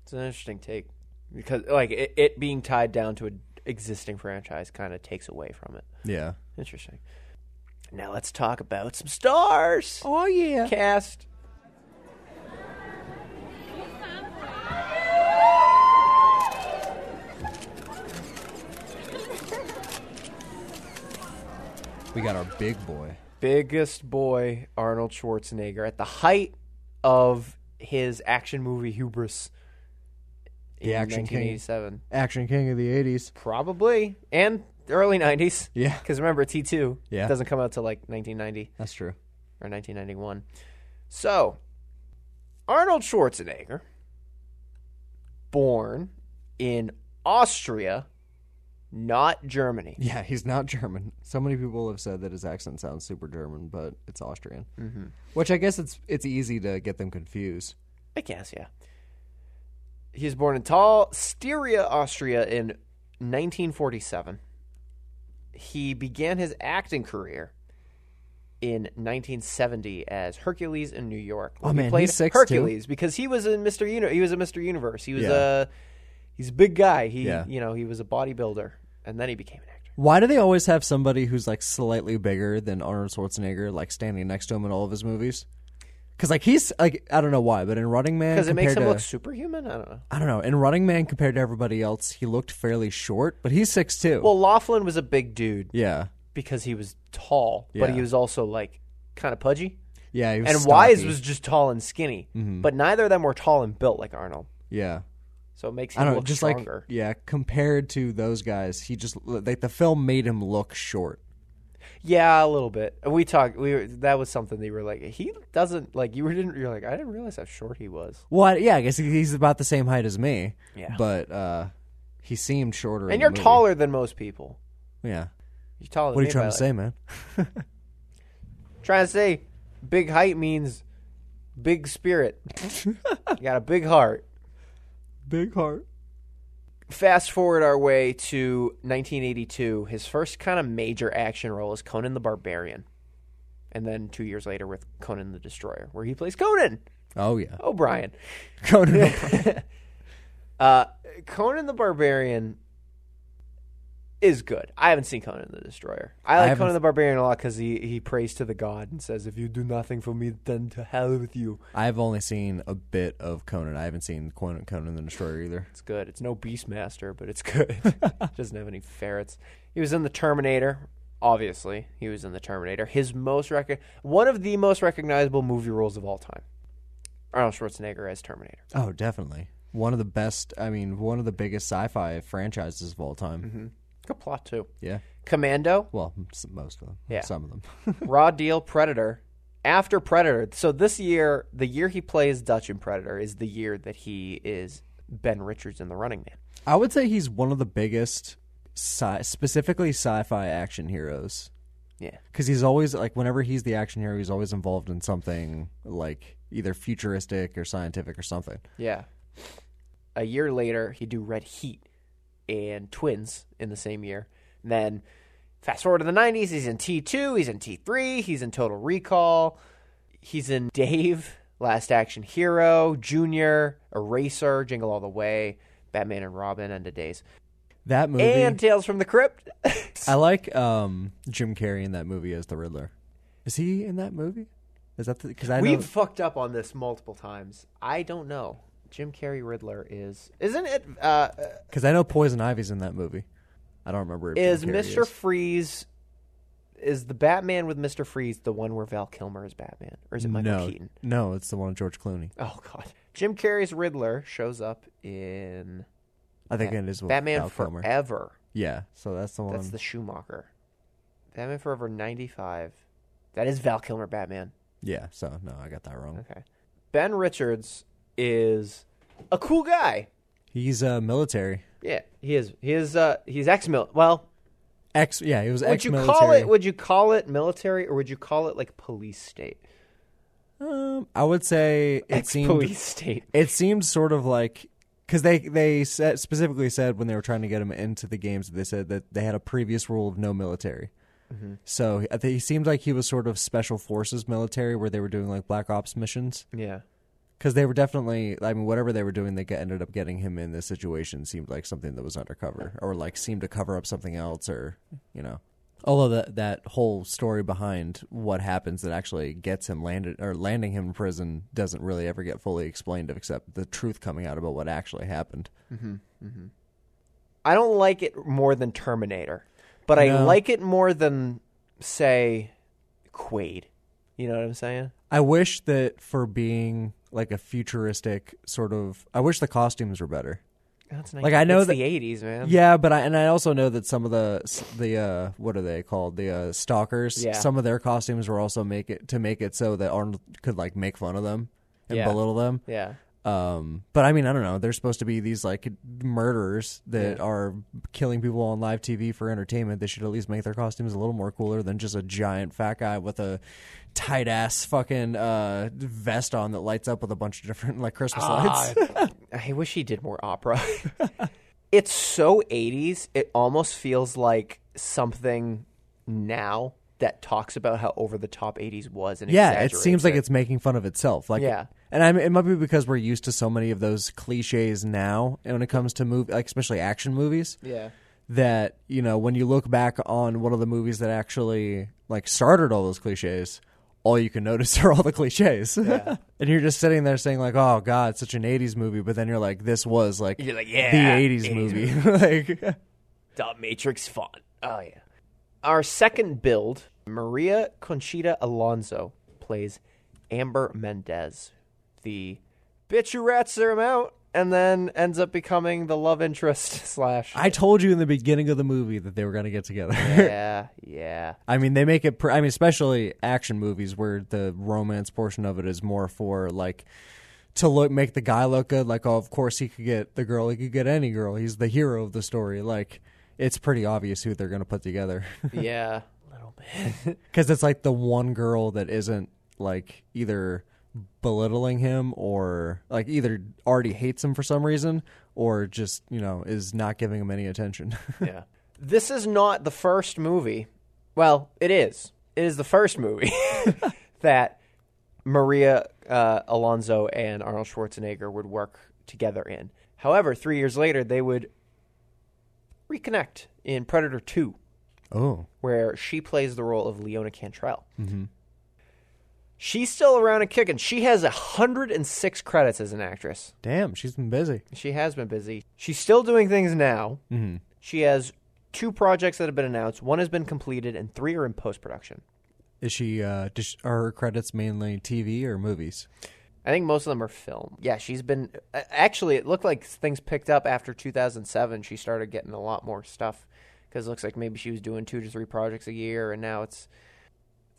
[SPEAKER 1] it's an interesting take because like it, it being tied down to an existing franchise kind of takes away from it.
[SPEAKER 2] Yeah.
[SPEAKER 1] Interesting. Now let's talk about some stars.
[SPEAKER 2] Oh yeah.
[SPEAKER 1] Cast.
[SPEAKER 2] We got our big boy.
[SPEAKER 1] Biggest boy, Arnold Schwarzenegger, at the height of his action movie hubris.
[SPEAKER 2] The
[SPEAKER 1] in
[SPEAKER 2] action king.
[SPEAKER 1] 1987.
[SPEAKER 2] Action King of the 80s.
[SPEAKER 1] Probably. And the early 90s. [laughs]
[SPEAKER 2] Yeah.
[SPEAKER 1] Because remember, T2
[SPEAKER 2] Yeah.
[SPEAKER 1] doesn't come out till like 1990.
[SPEAKER 2] That's true.
[SPEAKER 1] or 1991. So, Arnold Schwarzenegger, born in Austria, not Germany.
[SPEAKER 2] Yeah, he's not German. So many people have said that his accent sounds super German, but it's Austrian. Mm-hmm. Which I guess it's it's easy to get them confused.
[SPEAKER 1] I guess, yeah. He was born in Tal, Styria, Austria in 1947. He began his acting career in 1970 as Hercules in New York.
[SPEAKER 2] Oh,
[SPEAKER 1] He
[SPEAKER 2] man,
[SPEAKER 1] played
[SPEAKER 2] he's six, too?
[SPEAKER 1] Hercules because he was in Mr. Uni- he was a Mr. Universe. He was
[SPEAKER 2] Yeah.
[SPEAKER 1] a he's a big guy. He
[SPEAKER 2] Yeah.
[SPEAKER 1] you know, he was a bodybuilder and then he became an actor.
[SPEAKER 2] Why do they always have somebody who's like slightly bigger than Arnold Schwarzenegger like standing next to him in all of his movies? Cuz like he's like I don't know why, but in Running Man
[SPEAKER 1] Cuz it makes him
[SPEAKER 2] compared to-
[SPEAKER 1] look superhuman, I don't know.
[SPEAKER 2] I don't know. In Running Man compared to everybody else, he looked fairly short, but he's 6'2.
[SPEAKER 1] Well, Laughlin was a big dude
[SPEAKER 2] yeah.
[SPEAKER 1] because he was tall,
[SPEAKER 2] Yeah.
[SPEAKER 1] but he was also like kind of pudgy.
[SPEAKER 2] Yeah, he was
[SPEAKER 1] and Wise
[SPEAKER 2] stocky. Mm-hmm.
[SPEAKER 1] was just tall and skinny, but neither of them were tall and built like Arnold,
[SPEAKER 2] Yeah.
[SPEAKER 1] so it makes him
[SPEAKER 2] I don't know,
[SPEAKER 1] look
[SPEAKER 2] just
[SPEAKER 1] stronger.
[SPEAKER 2] like yeah, compared to those guys, he just like the film made him look short.
[SPEAKER 1] yeah, a little bit. We talked. We were, that was something that you were like, he doesn't like. You were didn't. You're like, I didn't realize how short he was.
[SPEAKER 2] Well, I- yeah, I guess he- he's about the same height as me.
[SPEAKER 1] Yeah.
[SPEAKER 2] but uh, he seemed shorter. in
[SPEAKER 1] And
[SPEAKER 2] the
[SPEAKER 1] you're
[SPEAKER 2] movie.
[SPEAKER 1] taller than most people.
[SPEAKER 2] Yeah.
[SPEAKER 1] You're taller.
[SPEAKER 2] What
[SPEAKER 1] than
[SPEAKER 2] are you trying
[SPEAKER 1] me
[SPEAKER 2] to
[SPEAKER 1] by,
[SPEAKER 2] say, man?
[SPEAKER 1] like- Trying to say, big height means big spirit.
[SPEAKER 2] [laughs]
[SPEAKER 1] you got a big heart.
[SPEAKER 2] Big heart.
[SPEAKER 1] Fast forward our way to 1982. His first kind of major action role is Conan the Barbarian, and then two years later with Conan the Destroyer, where he plays Conan.
[SPEAKER 2] Oh yeah,
[SPEAKER 1] O'Brien.
[SPEAKER 2] [laughs] Conan O'Brien.
[SPEAKER 1] [laughs] Uh, Conan the Barbarian is good. I haven't seen Conan the Destroyer. I like
[SPEAKER 2] haven't-
[SPEAKER 1] Conan the Barbarian a lot because he, he prays to the god and says, "If you do nothing for me, then to hell with you."
[SPEAKER 2] I've only seen a bit of Conan. I haven't seen Conan, Conan the Destroyer either.
[SPEAKER 1] It's good. It's no Beastmaster, but it's [laughs] good. It Doesn't have any ferrets. He was in the Terminator. Obviously, he was in the Terminator. His most rec- one of the most recognizable movie roles of all time. Arnold Schwarzenegger as Terminator.
[SPEAKER 2] Oh, definitely one of the best. I mean, one of the biggest sci-fi franchises of all time.
[SPEAKER 1] Mm-hmm. Good plot too.
[SPEAKER 2] Yeah.
[SPEAKER 1] Commando,
[SPEAKER 2] Well, s- most of them.
[SPEAKER 1] Yeah.
[SPEAKER 2] Some of them.
[SPEAKER 1] [laughs]
[SPEAKER 2] [laughs]
[SPEAKER 1] Raw Deal, Predator. After Predator, so this year, the year he plays Dutch in Predator is the year that he is Ben Richards in The Running Man.
[SPEAKER 2] I would say he's one of the biggest, sci- specifically sci-fi action heroes.
[SPEAKER 1] Yeah.
[SPEAKER 2] because he's always like whenever he's the action hero, he's always involved in something like either futuristic or scientific or something.
[SPEAKER 1] Yeah. A year later, he'd do Red Heat and Twins in the same year. And then fast forward to the 90s, he's in T2, he's in T3, he's in Total Recall, he's in Dave, Last Action Hero, Junior, Eraser, Jingle All the Way, Batman and Robin, End of Days,
[SPEAKER 2] That movie,
[SPEAKER 1] and Tales from the Crypt.
[SPEAKER 2] [laughs] I like um, Jim Carrey in that movie as the Riddler. Is he in that movie? Is that because
[SPEAKER 1] [laughs]
[SPEAKER 2] I
[SPEAKER 1] We've
[SPEAKER 2] know
[SPEAKER 1] fucked up on this multiple times. I don't know. Jim Carrey Riddler is isn't it uh,
[SPEAKER 2] because I know Poison Ivy's in that movie. I don't remember. If
[SPEAKER 1] is
[SPEAKER 2] Jim Carrey
[SPEAKER 1] Mr.
[SPEAKER 2] is.
[SPEAKER 1] Freeze is the Batman with Mr. Freeze the one where Val Kilmer is Batman or is it Michael
[SPEAKER 2] no,
[SPEAKER 1] Keaton?
[SPEAKER 2] no, it's the one with George Clooney.
[SPEAKER 1] Oh god. Jim Carrey's Riddler shows up in
[SPEAKER 2] I think it is with
[SPEAKER 1] Batman
[SPEAKER 2] Val Kilmer. Um,
[SPEAKER 1] Forever.
[SPEAKER 2] Yeah, so that's the one.
[SPEAKER 1] That's the Schumacher. Batman Forever 95. That is Val Kilmer Batman.
[SPEAKER 2] Yeah, so no, I got that wrong.
[SPEAKER 1] Okay. Ben Richards is a cool guy.
[SPEAKER 2] He's uh, military.
[SPEAKER 1] Yeah, he is. He is. Uh, he's ex-mil. Well,
[SPEAKER 2] Ex, yeah, he was
[SPEAKER 1] would you
[SPEAKER 2] ex-military.
[SPEAKER 1] call it? Would you call it military, or would you call it like police state?
[SPEAKER 2] um, I would say it seemed
[SPEAKER 1] Ex-police state.
[SPEAKER 2] It seemed sort of like because they they said, specifically said when they were trying to get him into the games, they said that they had a previous rule of no military. So I think he seemed like he was sort of special forces military, where they were doing like black ops missions.
[SPEAKER 1] Yeah.
[SPEAKER 2] Because they were definitely, I mean, whatever they were doing, they got, ended up getting him in this situation. Seemed like something that was undercover, or like seemed to cover up something else, or you know. Although that that whole story behind what happens that actually gets him landed or landing him in prison doesn't really ever get fully explained, except the truth coming out about what actually happened.
[SPEAKER 1] I don't like it more than Terminator, but I
[SPEAKER 2] No.
[SPEAKER 1] like it more than say Quaid. You know what I'm saying?
[SPEAKER 2] I wish that for being like a futuristic sort of, I wish the costumes were better.
[SPEAKER 1] That's
[SPEAKER 2] Like, I know
[SPEAKER 1] it's
[SPEAKER 2] that-
[SPEAKER 1] the '80s, man.
[SPEAKER 2] Yeah, but I and I also know that some of the the uh, what are they called the uh, stalkers?
[SPEAKER 1] Yeah.
[SPEAKER 2] Some of their costumes were also make it to make it so that Arnold could like make fun of them and
[SPEAKER 1] Yeah.
[SPEAKER 2] belittle them.
[SPEAKER 1] Yeah.
[SPEAKER 2] Um, but I mean, I don't know. They're supposed to be these like murderers that are killing people on live TV for entertainment. They should at least make their costumes a little more cooler than just a giant fat guy with a tight ass fucking uh, vest on that lights up with a bunch of different like Christmas
[SPEAKER 1] Ah,
[SPEAKER 2] lights.
[SPEAKER 1] I wish he did more opera. [laughs] it's so 80s, it almost feels like something now that talks about how over the top 80s was. And
[SPEAKER 2] yeah it
[SPEAKER 1] exaggerates
[SPEAKER 2] seems like it's making fun of itself like
[SPEAKER 1] Yeah.
[SPEAKER 2] and I mean, it might be because we're used to so many of those cliches now and when it comes to movie like especially action movies
[SPEAKER 1] Yeah.
[SPEAKER 2] that you know when you look back on one of the movies that actually like started all those cliches all you can notice [laughs] are all the cliches [laughs] and you're just sitting there saying like oh god it's such an 80s movie but then you're like this was like,
[SPEAKER 1] You're like, yeah,
[SPEAKER 2] the 80s,
[SPEAKER 1] 80s
[SPEAKER 2] movie [laughs] like
[SPEAKER 1] Dot Matrix font. Oh, yeah. Our second build, Maria Conchita Alonso plays Amber Mendez, the bitch who rats her out and then ends up becoming the love interest [laughs] slash.
[SPEAKER 2] i told you in the beginning of the movie that they were going to get together [laughs]
[SPEAKER 1] yeah, yeah.
[SPEAKER 2] I mean, they make it. Pr- I mean, especially action movies where the romance portion of it is more for like to look, make the guy look good. Like, oh, of course he could get the girl. He could get any girl. He's the hero of the story. Like, it's pretty obvious who they're going to put together [laughs]
[SPEAKER 1] Yeah. Little bit.
[SPEAKER 2] because it's like the one girl that isn't like either belittling him or like either already hates him for some reason or just you know is not giving him any attention. [laughs]
[SPEAKER 1] yeah. This is not the first movie. [laughs] Well, it is. It is the first movie that Maria uh, Alonzo and Arnold Schwarzenegger would work together in. However, three years later, they would reconnect in Predator 2,
[SPEAKER 2] Oh,
[SPEAKER 1] where she plays the role of Leona Cantrell. She's still around and kicking. She has 106 credits as an actress.
[SPEAKER 2] damn, she's been busy.
[SPEAKER 1] She has been busy. She's still doing things now.
[SPEAKER 2] Mhm.
[SPEAKER 1] She has two projects that have been announced. One has been completed, and three are in post production.
[SPEAKER 2] Is she? Uh, does she- are her credits mainly TV or movies?
[SPEAKER 1] I think most of them are film. Yeah, she's been. a- Actually, it looked like things picked up after 2007. She started getting a lot more stuff because it looks like maybe she was doing two to three projects a year, and now it's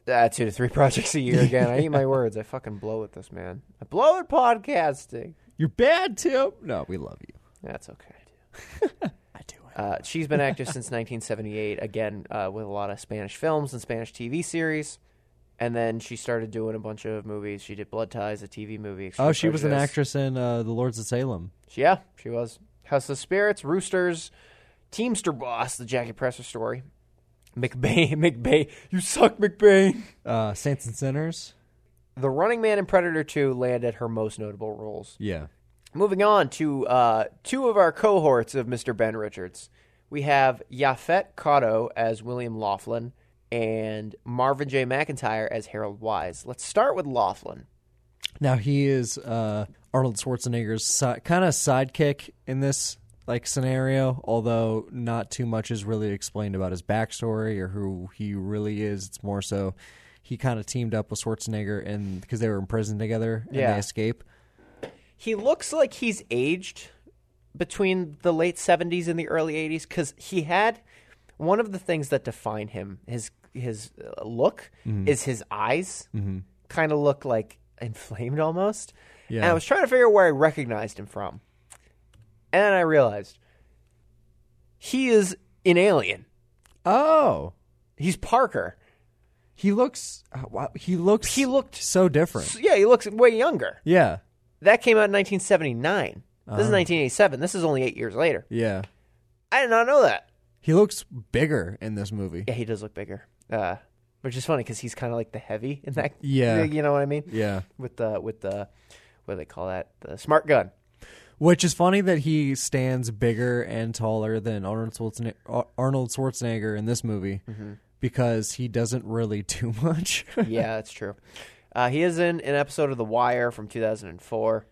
[SPEAKER 1] uh, two to three [laughs] projects a year again. I eat my words. I fucking blow at this, man. I blow at podcasting.
[SPEAKER 2] You're bad, Tim. No, we love you.
[SPEAKER 1] That's okay. [laughs]
[SPEAKER 2] I do.
[SPEAKER 1] Uh, she's been
[SPEAKER 2] [laughs]
[SPEAKER 1] active since 1978, again, uh, with a lot of Spanish films and Spanish TV series. And then she started doing a bunch of movies. She did Blood Ties, a TV movie. Extreme
[SPEAKER 2] Oh, she was an
[SPEAKER 1] Prejudice.
[SPEAKER 2] actress in uh, The Lords of Salem.
[SPEAKER 1] She- Yeah, she was. House of Spirits, Roosters, Teamster Boss, the Jackie Presser story. McBain, [laughs] McBain, you suck, McBain.
[SPEAKER 2] Uh, Saints and Sinners.
[SPEAKER 1] The Running Man and Predator 2 landed her most notable roles.
[SPEAKER 2] Yeah.
[SPEAKER 1] Moving on to uh, two of our cohorts of Mr. Ben Richards. We have Yafet Cotto as William Laughlin and Marvin J. McIntyre as Harold Wise. Let's start with Laughlin.
[SPEAKER 2] Now he is uh, Arnold Schwarzenegger's si- kind of sidekick in this like scenario, although not too much is really explained about his backstory or who he really is. It's more so he kind of teamed up with Schwarzenegger and because they were in prison together and
[SPEAKER 1] Yeah.
[SPEAKER 2] they escape.
[SPEAKER 1] He looks like he's aged between the late 70s and the early 80s because he had one of the things that define him, his, his uh, look, is his eyes kind of look like [laughs] inflamed almost. And I
[SPEAKER 2] Yeah.
[SPEAKER 1] was trying to figure out where I recognized him from. And then I realized he is an alien.
[SPEAKER 2] Oh,
[SPEAKER 1] He's Parker.
[SPEAKER 2] he looks uh, wow, he looks
[SPEAKER 1] He looked-
[SPEAKER 2] so different.
[SPEAKER 1] So, yeah, he looks way younger.
[SPEAKER 2] yeah.
[SPEAKER 1] That came out in 1979. This is 1987. This is only eight years later.
[SPEAKER 2] Yeah.
[SPEAKER 1] I did not know that.
[SPEAKER 2] He looks bigger in this movie.
[SPEAKER 1] Yeah, he does look bigger, uh, which is funny because he's kind of like the heavy in that.
[SPEAKER 2] Yeah.
[SPEAKER 1] you know what I mean.
[SPEAKER 2] Yeah.
[SPEAKER 1] With the with the what do they call that? The smart gun.
[SPEAKER 2] Which is funny that he stands bigger and taller than Arnold Schwarzenegger, uh, Arnold Schwarzenegger in this movie because he doesn't really [laughs] do much.
[SPEAKER 1] Mm-hmm. yeah, [laughs] that's true. Uh, he is in an episode of The Wire from 2004.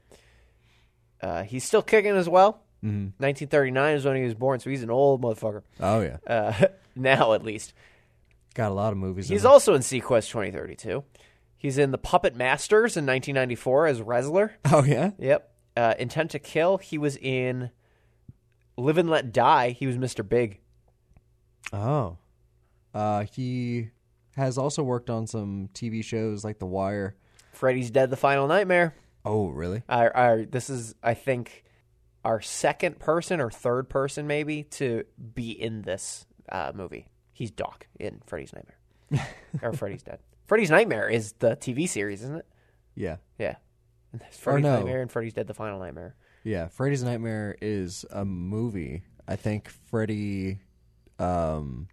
[SPEAKER 1] Uh, he's still kicking as well. Mm-hmm. 1939 is when he was born, so he's an old motherfucker.
[SPEAKER 2] oh yeah,
[SPEAKER 1] Uh, now, at least.
[SPEAKER 2] got a lot of movies.
[SPEAKER 1] He's
[SPEAKER 2] in him.
[SPEAKER 1] also in Sequest 2032. He's in The Puppet Masters in 1994 as Resler.
[SPEAKER 2] oh yeah,
[SPEAKER 1] Yep. Uh, Intent to Kill, he was in Live and Let Die. He was Mr. Big.
[SPEAKER 2] oh. Uh, he has also worked on some TV shows like The Wire.
[SPEAKER 1] Freddy's Dead, The Final Nightmare.
[SPEAKER 2] Oh really?
[SPEAKER 1] our, our this is I think our second person or third person maybe to be in this uh, movie. He's Doc in Freddy's Nightmare or Freddy's Dead. Freddy's Nightmare is the TV series, isn't it?
[SPEAKER 2] Yeah,
[SPEAKER 1] Yeah. And there's Freddy's
[SPEAKER 2] no.
[SPEAKER 1] Nightmare and Freddy's Dead: The Final Nightmare.
[SPEAKER 2] yeah. Freddy's Nightmare is a movie. I think Freddy, um,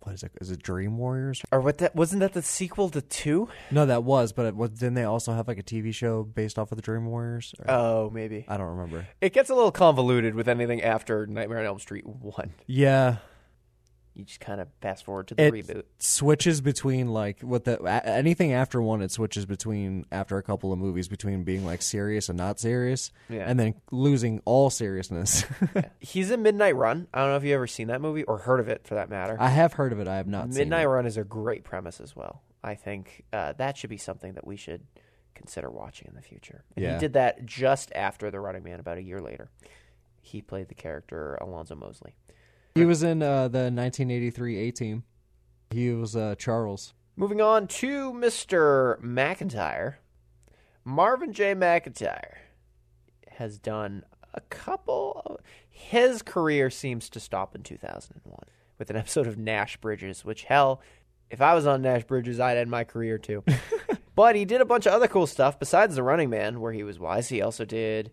[SPEAKER 2] what is it? Is it Dream Warriors?
[SPEAKER 1] Or what? That wasn't that the sequel to two?
[SPEAKER 2] No, that was, but it was, didn't they also have like a TV show based off of the Dream Warriors? Or-
[SPEAKER 1] Oh, maybe.
[SPEAKER 2] I don't remember.
[SPEAKER 1] It gets a little convoluted with anything after Nightmare on Elm Street one.
[SPEAKER 2] Yeah,
[SPEAKER 1] You just kind of fast forward to the
[SPEAKER 2] it
[SPEAKER 1] reboot.
[SPEAKER 2] [laughs] switches between like what the a- anything after one, it switches between after a couple of movies between being like serious and not serious,
[SPEAKER 1] Yeah.
[SPEAKER 2] and then losing all seriousness. [laughs]
[SPEAKER 1] He's in Midnight Run. I don't know if you've ever seen that movie or heard of it for that matter.
[SPEAKER 2] I have heard of it. I have not seen
[SPEAKER 1] Midnight
[SPEAKER 2] it.
[SPEAKER 1] Run is a great premise as well. I think uh, that should be something that we should consider watching in the future. And
[SPEAKER 2] Yeah.
[SPEAKER 1] He did that just after The Running Man, about a year later. He played the character Alonzo Mosley.
[SPEAKER 2] He was in uh, the 1983 A Team. He was uh, Charles.
[SPEAKER 1] Moving on to Mr. McIntyre. Marvin J. McIntyre has done a couple. Of, his career seems to stop in 2001 with an episode of Nash Bridges, which, hell, if I was on Nash Bridges, I'd end my career too. but he did a bunch of other cool stuff besides The Running Man, where he was wise. He also did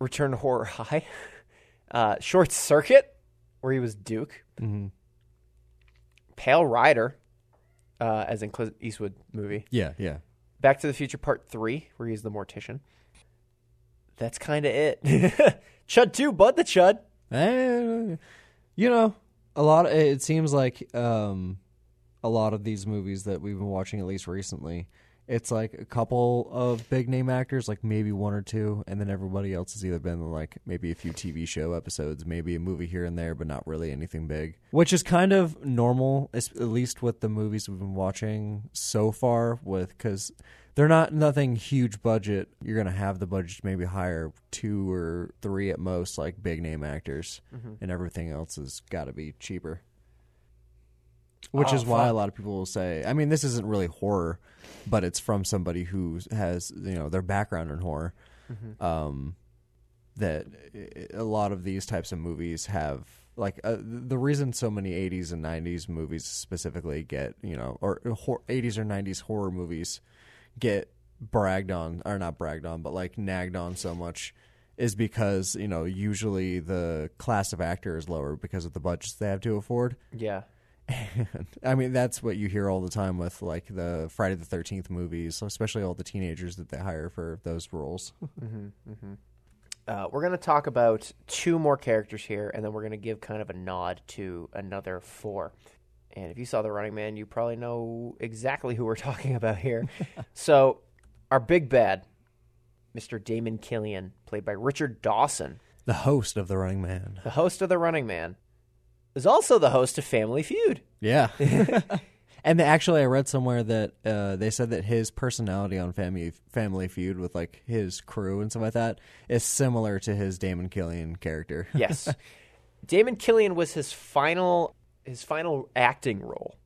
[SPEAKER 1] Return to Horror High, [laughs] uh, Short Circuit, where he was Duke, Pale Rider, uh, as in Clint Eastwood movie.
[SPEAKER 2] Yeah, yeah.
[SPEAKER 1] Back to the Future Part 3, where he's the mortician. That's kind of it. [laughs] Chud 2, Bud the Chud.
[SPEAKER 2] Eh, you know, a lot. Of, it seems like um, a lot of these movies that we've been watching, at least recently, it's like a couple of big name actors, like maybe one or two, and then everybody else has either been like maybe a few TV show episodes, maybe a movie here and there, but not really anything big, which is kind of normal, es- at least with the movies we've been watching so far, with because. They're not nothing huge budget. You're gonna have the budget maybe higher two or three at most, like big name actors, and everything else has got to be cheaper. Which is why a lot of people will say, I mean, this isn't really horror, but it's from somebody who has you know their background in horror. Um, that i- a lot of these types of movies have like uh, the reason so many 80s and 90s movies specifically get you know or hor- 80s or 90s horror movies get bragged on or not bragged on but like nagged on so much is because you know usually the class of actor is lower because of the budgets they have to afford
[SPEAKER 1] Yeah.
[SPEAKER 2] and I mean, that's what you hear all the time with like the Friday the Thirteenth movies, especially all the teenagers that they hire for those roles.
[SPEAKER 1] Uh, we're going to talk about two more characters here, and then we're going to give kind of a nod to another four. And if you saw The Running Man, you probably know exactly who we're [laughs] talking about here. so, our big bad, Mr. Damon Killian, played by Richard Dawson,
[SPEAKER 2] [laughs] The host of The Running Man.
[SPEAKER 1] the host of The Running Man, is also the host of Family Feud.
[SPEAKER 2] [laughs] Yeah. and actually, I read somewhere that uh, they said that his personality on Family Family Feud with like his crew and stuff like that is similar to his Damon Killian character. [laughs]
[SPEAKER 1] Yes. Damon Killian was his final his final acting role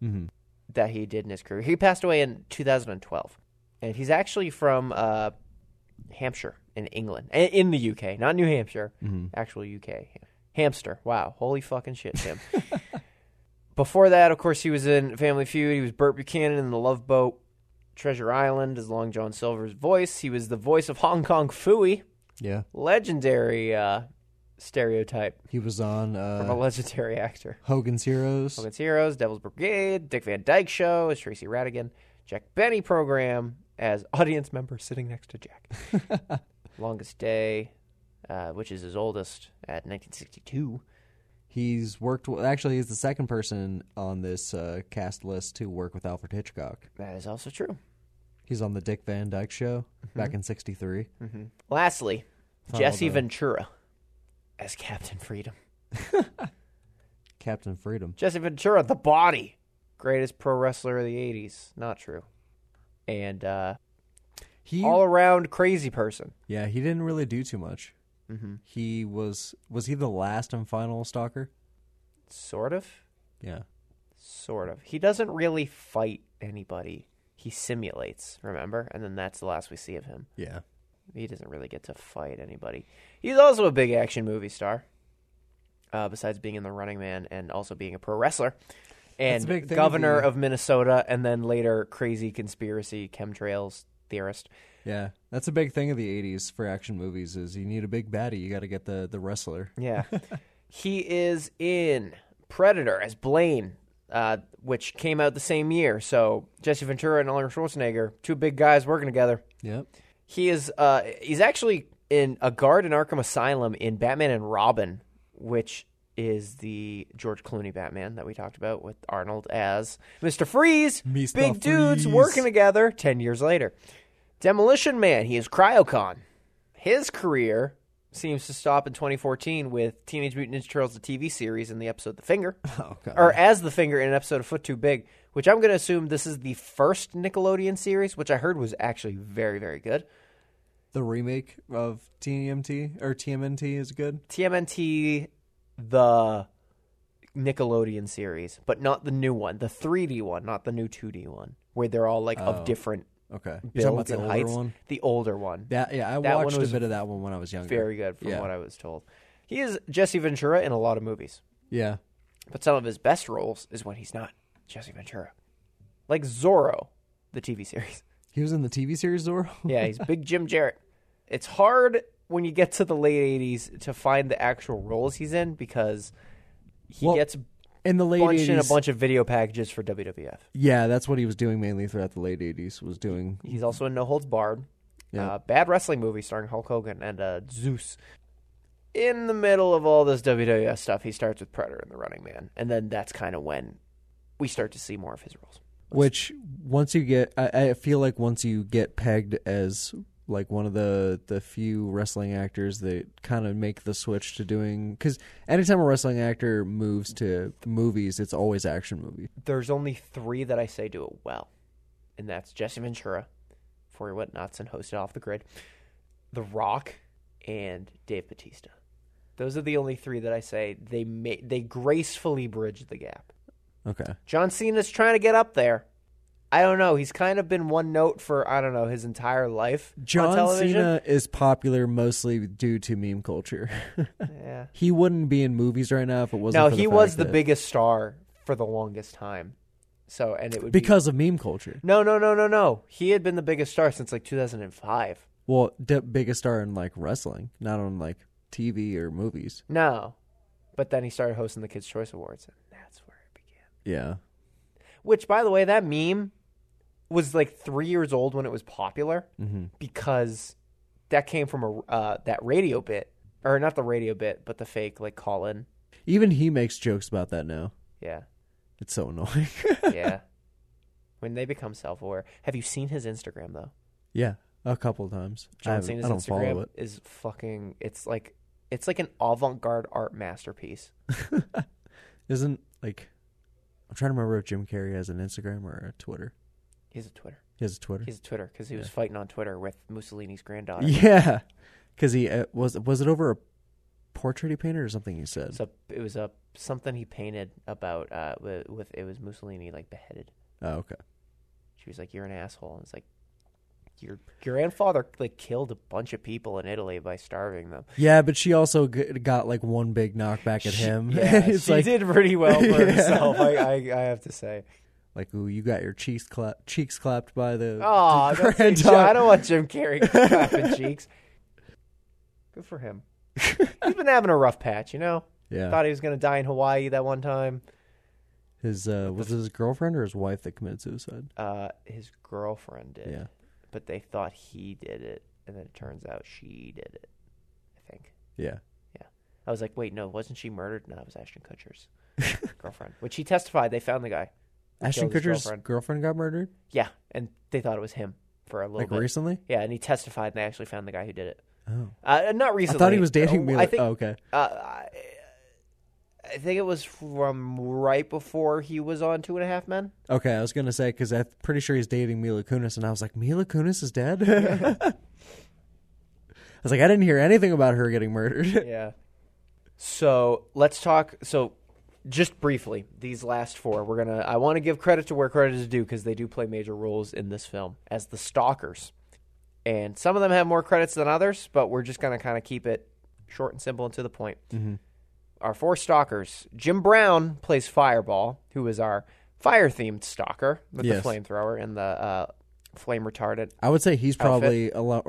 [SPEAKER 1] that he did in his career. He passed away in 2012, and he's actually from uh, Hampshire in England, I- in the UK, not New Hampshire, actual UK. Hamster. Wow, holy fucking shit, Tim. [laughs] Before that, of course, he was in Family Feud. He was Burt Buchanan in The Love Boat, Treasure Island as Long John Silver's voice. He was the voice of Hong Kong Fooey,
[SPEAKER 2] yeah.
[SPEAKER 1] legendary uh, stereotype
[SPEAKER 2] He was on
[SPEAKER 1] from a
[SPEAKER 2] uh,
[SPEAKER 1] legendary actor.
[SPEAKER 2] Hogan's Heroes.
[SPEAKER 1] Hogan's Heroes, Devil's Brigade, Dick Van Dyke Show as Tracy Radigan, Jack Benny Program as [laughs] audience member sitting next to Jack. Longest Day, uh, which is his oldest, at 1962.
[SPEAKER 2] He's worked. With, actually, he's the second person on this uh, cast list to work with Alfred Hitchcock.
[SPEAKER 1] That is also true.
[SPEAKER 2] He's on the Dick Van Dyke Show
[SPEAKER 1] Mm-hmm.
[SPEAKER 2] back in '63.
[SPEAKER 1] Lastly,
[SPEAKER 2] Follow
[SPEAKER 1] Jesse
[SPEAKER 2] the-
[SPEAKER 1] Ventura as Captain Freedom.
[SPEAKER 2] Captain Freedom.
[SPEAKER 1] Jesse Ventura, the body. Greatest pro wrestler of the 80s. Not true. And uh,
[SPEAKER 2] He
[SPEAKER 1] all around crazy person.
[SPEAKER 2] yeah, he didn't really do too much.
[SPEAKER 1] Mm-hmm.
[SPEAKER 2] He was was he the last and final stalker?
[SPEAKER 1] Sort of.
[SPEAKER 2] Yeah,
[SPEAKER 1] Sort of. He doesn't really fight anybody. He simulates, remember? And then that's the last we see of him.
[SPEAKER 2] yeah.
[SPEAKER 1] He doesn't really get to fight anybody. He's also a big action movie star, uh, besides being in The Running Man and also being a pro wrestler
[SPEAKER 2] That's a
[SPEAKER 1] and
[SPEAKER 2] big thing
[SPEAKER 1] governor
[SPEAKER 2] with the-
[SPEAKER 1] of Minnesota, and then later crazy conspiracy chemtrails theorist.
[SPEAKER 2] Yeah, that's a big thing of the '80s for action movies. Is you need a big baddie, you got to get the the wrestler. [laughs]
[SPEAKER 1] Yeah. [laughs] he is in Predator as Blaine, uh, which came out the same year. So Jesse Ventura and Arnold Schwarzenegger, two big guys working together.
[SPEAKER 2] Yep.
[SPEAKER 1] He is uh he's actually in a guard in Arkham Asylum in Batman and Robin, which is the George Clooney Batman that we talked about with Arnold as Mr. Freeze,
[SPEAKER 2] Mr.
[SPEAKER 1] big dudes
[SPEAKER 2] Freeze.
[SPEAKER 1] working together 10 years later. Demolition Man, he is Cryocon. His career seems to stop in 2014 with Teenage Mutant Ninja Turtles the TV series and the episode The Finger
[SPEAKER 2] [laughs] Oh god.
[SPEAKER 1] or as the finger in an episode of Foot Too Big, which I'm going to assume this is the first Nickelodeon series, which I heard was actually very, very good.
[SPEAKER 2] The remake of TMT or TMNT is good.
[SPEAKER 1] TMNT, the Nickelodeon series, but not the new one, the 3D one, not the new 2D one, where they're all like of different
[SPEAKER 2] Okay. Oh. You're talking about
[SPEAKER 1] builds
[SPEAKER 2] the
[SPEAKER 1] and
[SPEAKER 2] older
[SPEAKER 1] heights.
[SPEAKER 2] one.
[SPEAKER 1] The older one,
[SPEAKER 2] That yeah, I
[SPEAKER 1] That one
[SPEAKER 2] watched a
[SPEAKER 1] was
[SPEAKER 2] bit of that one when I was younger.
[SPEAKER 1] very good from
[SPEAKER 2] yeah.
[SPEAKER 1] what I was told. He is Jesse Ventura in a lot of movies,
[SPEAKER 2] Yeah.
[SPEAKER 1] but some of his best roles is when he's not Jesse Ventura, like Zorro, the TV series. [laughs]
[SPEAKER 2] He was in the TV series Zorro.
[SPEAKER 1] Yeah, he's big Jim Jarrett. It's hard when you get to the late 80s to find the actual roles he's in because he
[SPEAKER 2] Well-
[SPEAKER 1] gets
[SPEAKER 2] in the late
[SPEAKER 1] Bunched in a
[SPEAKER 2] 80s.
[SPEAKER 1] bunch of video packages for WWF.
[SPEAKER 2] Yeah, that's what he was doing mainly throughout the late 80s was doing.
[SPEAKER 1] He's also in No Holds Barred.
[SPEAKER 2] Yeah.
[SPEAKER 1] Uh, bad wrestling movie starring Hulk Hogan and uh, Zeus. In the middle of all this WWF stuff, he starts with Predator and The Running Man, and then that's kind of when we start to see more of his roles.
[SPEAKER 2] Which once you get, I, I feel like once you get pegged as like one of the the few wrestling actors that kind of make the switch to doing because anytime a wrestling actor moves to movies, it's always action movie.
[SPEAKER 1] There's only three that I say do it well, and that's Jesse Ventura, before he went nuts and hosted Off the Grid, The Rock, and Dave Batista. Those are the only three that I say they ma- they gracefully bridge the gap.
[SPEAKER 2] Okay,
[SPEAKER 1] John Cena's trying to get up there. I don't know. He's kind of been one note for I don't know his entire life. on
[SPEAKER 2] John
[SPEAKER 1] television.
[SPEAKER 2] Cena is popular mostly due to meme culture. [laughs]
[SPEAKER 1] Yeah.
[SPEAKER 2] he wouldn't be in movies right now if it wasn't.
[SPEAKER 1] No,
[SPEAKER 2] for
[SPEAKER 1] he
[SPEAKER 2] fact
[SPEAKER 1] was the
[SPEAKER 2] that-
[SPEAKER 1] biggest star for the longest time. So and it would be-
[SPEAKER 2] because of meme culture.
[SPEAKER 1] no, no, no, no, no. He had been the biggest star since like 2005.
[SPEAKER 2] Well, the biggest star in like wrestling, not on like TV or movies.
[SPEAKER 1] No, but then he started hosting the Kids Choice Awards, and that's where it began.
[SPEAKER 2] Yeah.
[SPEAKER 1] Which, by the way, that meme was like three years old when it was popular
[SPEAKER 2] Mm-hmm.
[SPEAKER 1] because that came from a uh, that radio bit, or not the radio bit, but the fake like call in.
[SPEAKER 2] Even he makes jokes about that now.
[SPEAKER 1] Yeah,
[SPEAKER 2] It's so [laughs] annoying.
[SPEAKER 1] yeah. [laughs] when they become self aware, have you seen his Instagram though?
[SPEAKER 2] yeah, a couple of times. I
[SPEAKER 1] John
[SPEAKER 2] haven't-
[SPEAKER 1] Cena's
[SPEAKER 2] I don't follow
[SPEAKER 1] Instagram
[SPEAKER 2] it.
[SPEAKER 1] is fucking. It's like it's like an avant garde art masterpiece.
[SPEAKER 2] Isn't like I'm trying to remember if Jim Carrey has an Instagram or a Twitter.
[SPEAKER 1] He's a Twitter.
[SPEAKER 2] He has a Twitter.
[SPEAKER 1] He's a Twitter because he was fighting on Twitter with Mussolini's granddaughter.
[SPEAKER 2] yeah, because he uh, was was it over a portrait he painted or something? He said.
[SPEAKER 1] It's a, it was a something he painted about uh, with, with it was Mussolini like beheaded.
[SPEAKER 2] oh, okay.
[SPEAKER 1] She was like, "You're an asshole." And it's like,
[SPEAKER 2] [sighs]
[SPEAKER 1] your your grandfather like killed a bunch of people in Italy by starving them.
[SPEAKER 2] Yeah, but she also g- got like one big knockback at [laughs] him.
[SPEAKER 1] Yeah,
[SPEAKER 2] it's
[SPEAKER 1] she
[SPEAKER 2] like
[SPEAKER 1] did pretty well for
[SPEAKER 2] [laughs] Yeah.
[SPEAKER 1] herself. I, I I have to
[SPEAKER 2] [laughs]
[SPEAKER 1] say.
[SPEAKER 2] like ooh, you got your cheeks clap cheeks clapped by the [laughs]
[SPEAKER 1] Oh,
[SPEAKER 2] the
[SPEAKER 1] I
[SPEAKER 2] granddaughter.
[SPEAKER 1] don't want Jim
[SPEAKER 2] [laughs]
[SPEAKER 1] Carrey clapping cheeks. Good for him. He's been having a rough patch, you know.
[SPEAKER 2] Yeah.
[SPEAKER 1] Thought he was gonna die in Hawaii that one time.
[SPEAKER 2] His uh, was it his girlfriend or his wife that committed suicide?
[SPEAKER 1] Uh, his girlfriend did.
[SPEAKER 2] Yeah.
[SPEAKER 1] But they thought he did it, and then it turns out she did it. I think.
[SPEAKER 2] Yeah.
[SPEAKER 1] Yeah. I was like, wait, no, wasn't she murdered? No, it was Ashton
[SPEAKER 2] [laughs]
[SPEAKER 1] Kutcher's girlfriend. Which he testified. They found the guy. who
[SPEAKER 2] Ashton
[SPEAKER 1] killed his
[SPEAKER 2] Kutcher's girlfriend.
[SPEAKER 1] girlfriend.
[SPEAKER 2] got murdered
[SPEAKER 1] Yeah, and they thought it was him for a little
[SPEAKER 2] like
[SPEAKER 1] bit.
[SPEAKER 2] recently.
[SPEAKER 1] Yeah, and he testified, and they actually found the guy who did it.
[SPEAKER 2] Oh,
[SPEAKER 1] Uh, not
[SPEAKER 2] I
[SPEAKER 1] recently.
[SPEAKER 2] thought he was dating
[SPEAKER 1] Uh,
[SPEAKER 2] me.
[SPEAKER 1] I think.
[SPEAKER 2] oh, okay.
[SPEAKER 1] uh, I, I think it was from right before he was on Two and a Half Men.
[SPEAKER 2] Okay, I was gonna say because I'm pretty sure he's dating Mila Kunis, and I was like, Mila Kunis is dead. I was like, [laughs] I didn't hear anything about her getting murdered.
[SPEAKER 1] Yeah. So let's talk. So just briefly, these last four, we're gonna. I want to give credit to where credit is due because they do play major roles in this film as the stalkers, and some of them have more credits than others. But we're just gonna kind of keep it short and simple and to the point. Our four stalkers. Jim Brown plays Fireball, who is our fire-themed stalker with
[SPEAKER 2] Yes.
[SPEAKER 1] the flamethrower and the uh, flame retardant.
[SPEAKER 2] I would say he's probably a lot.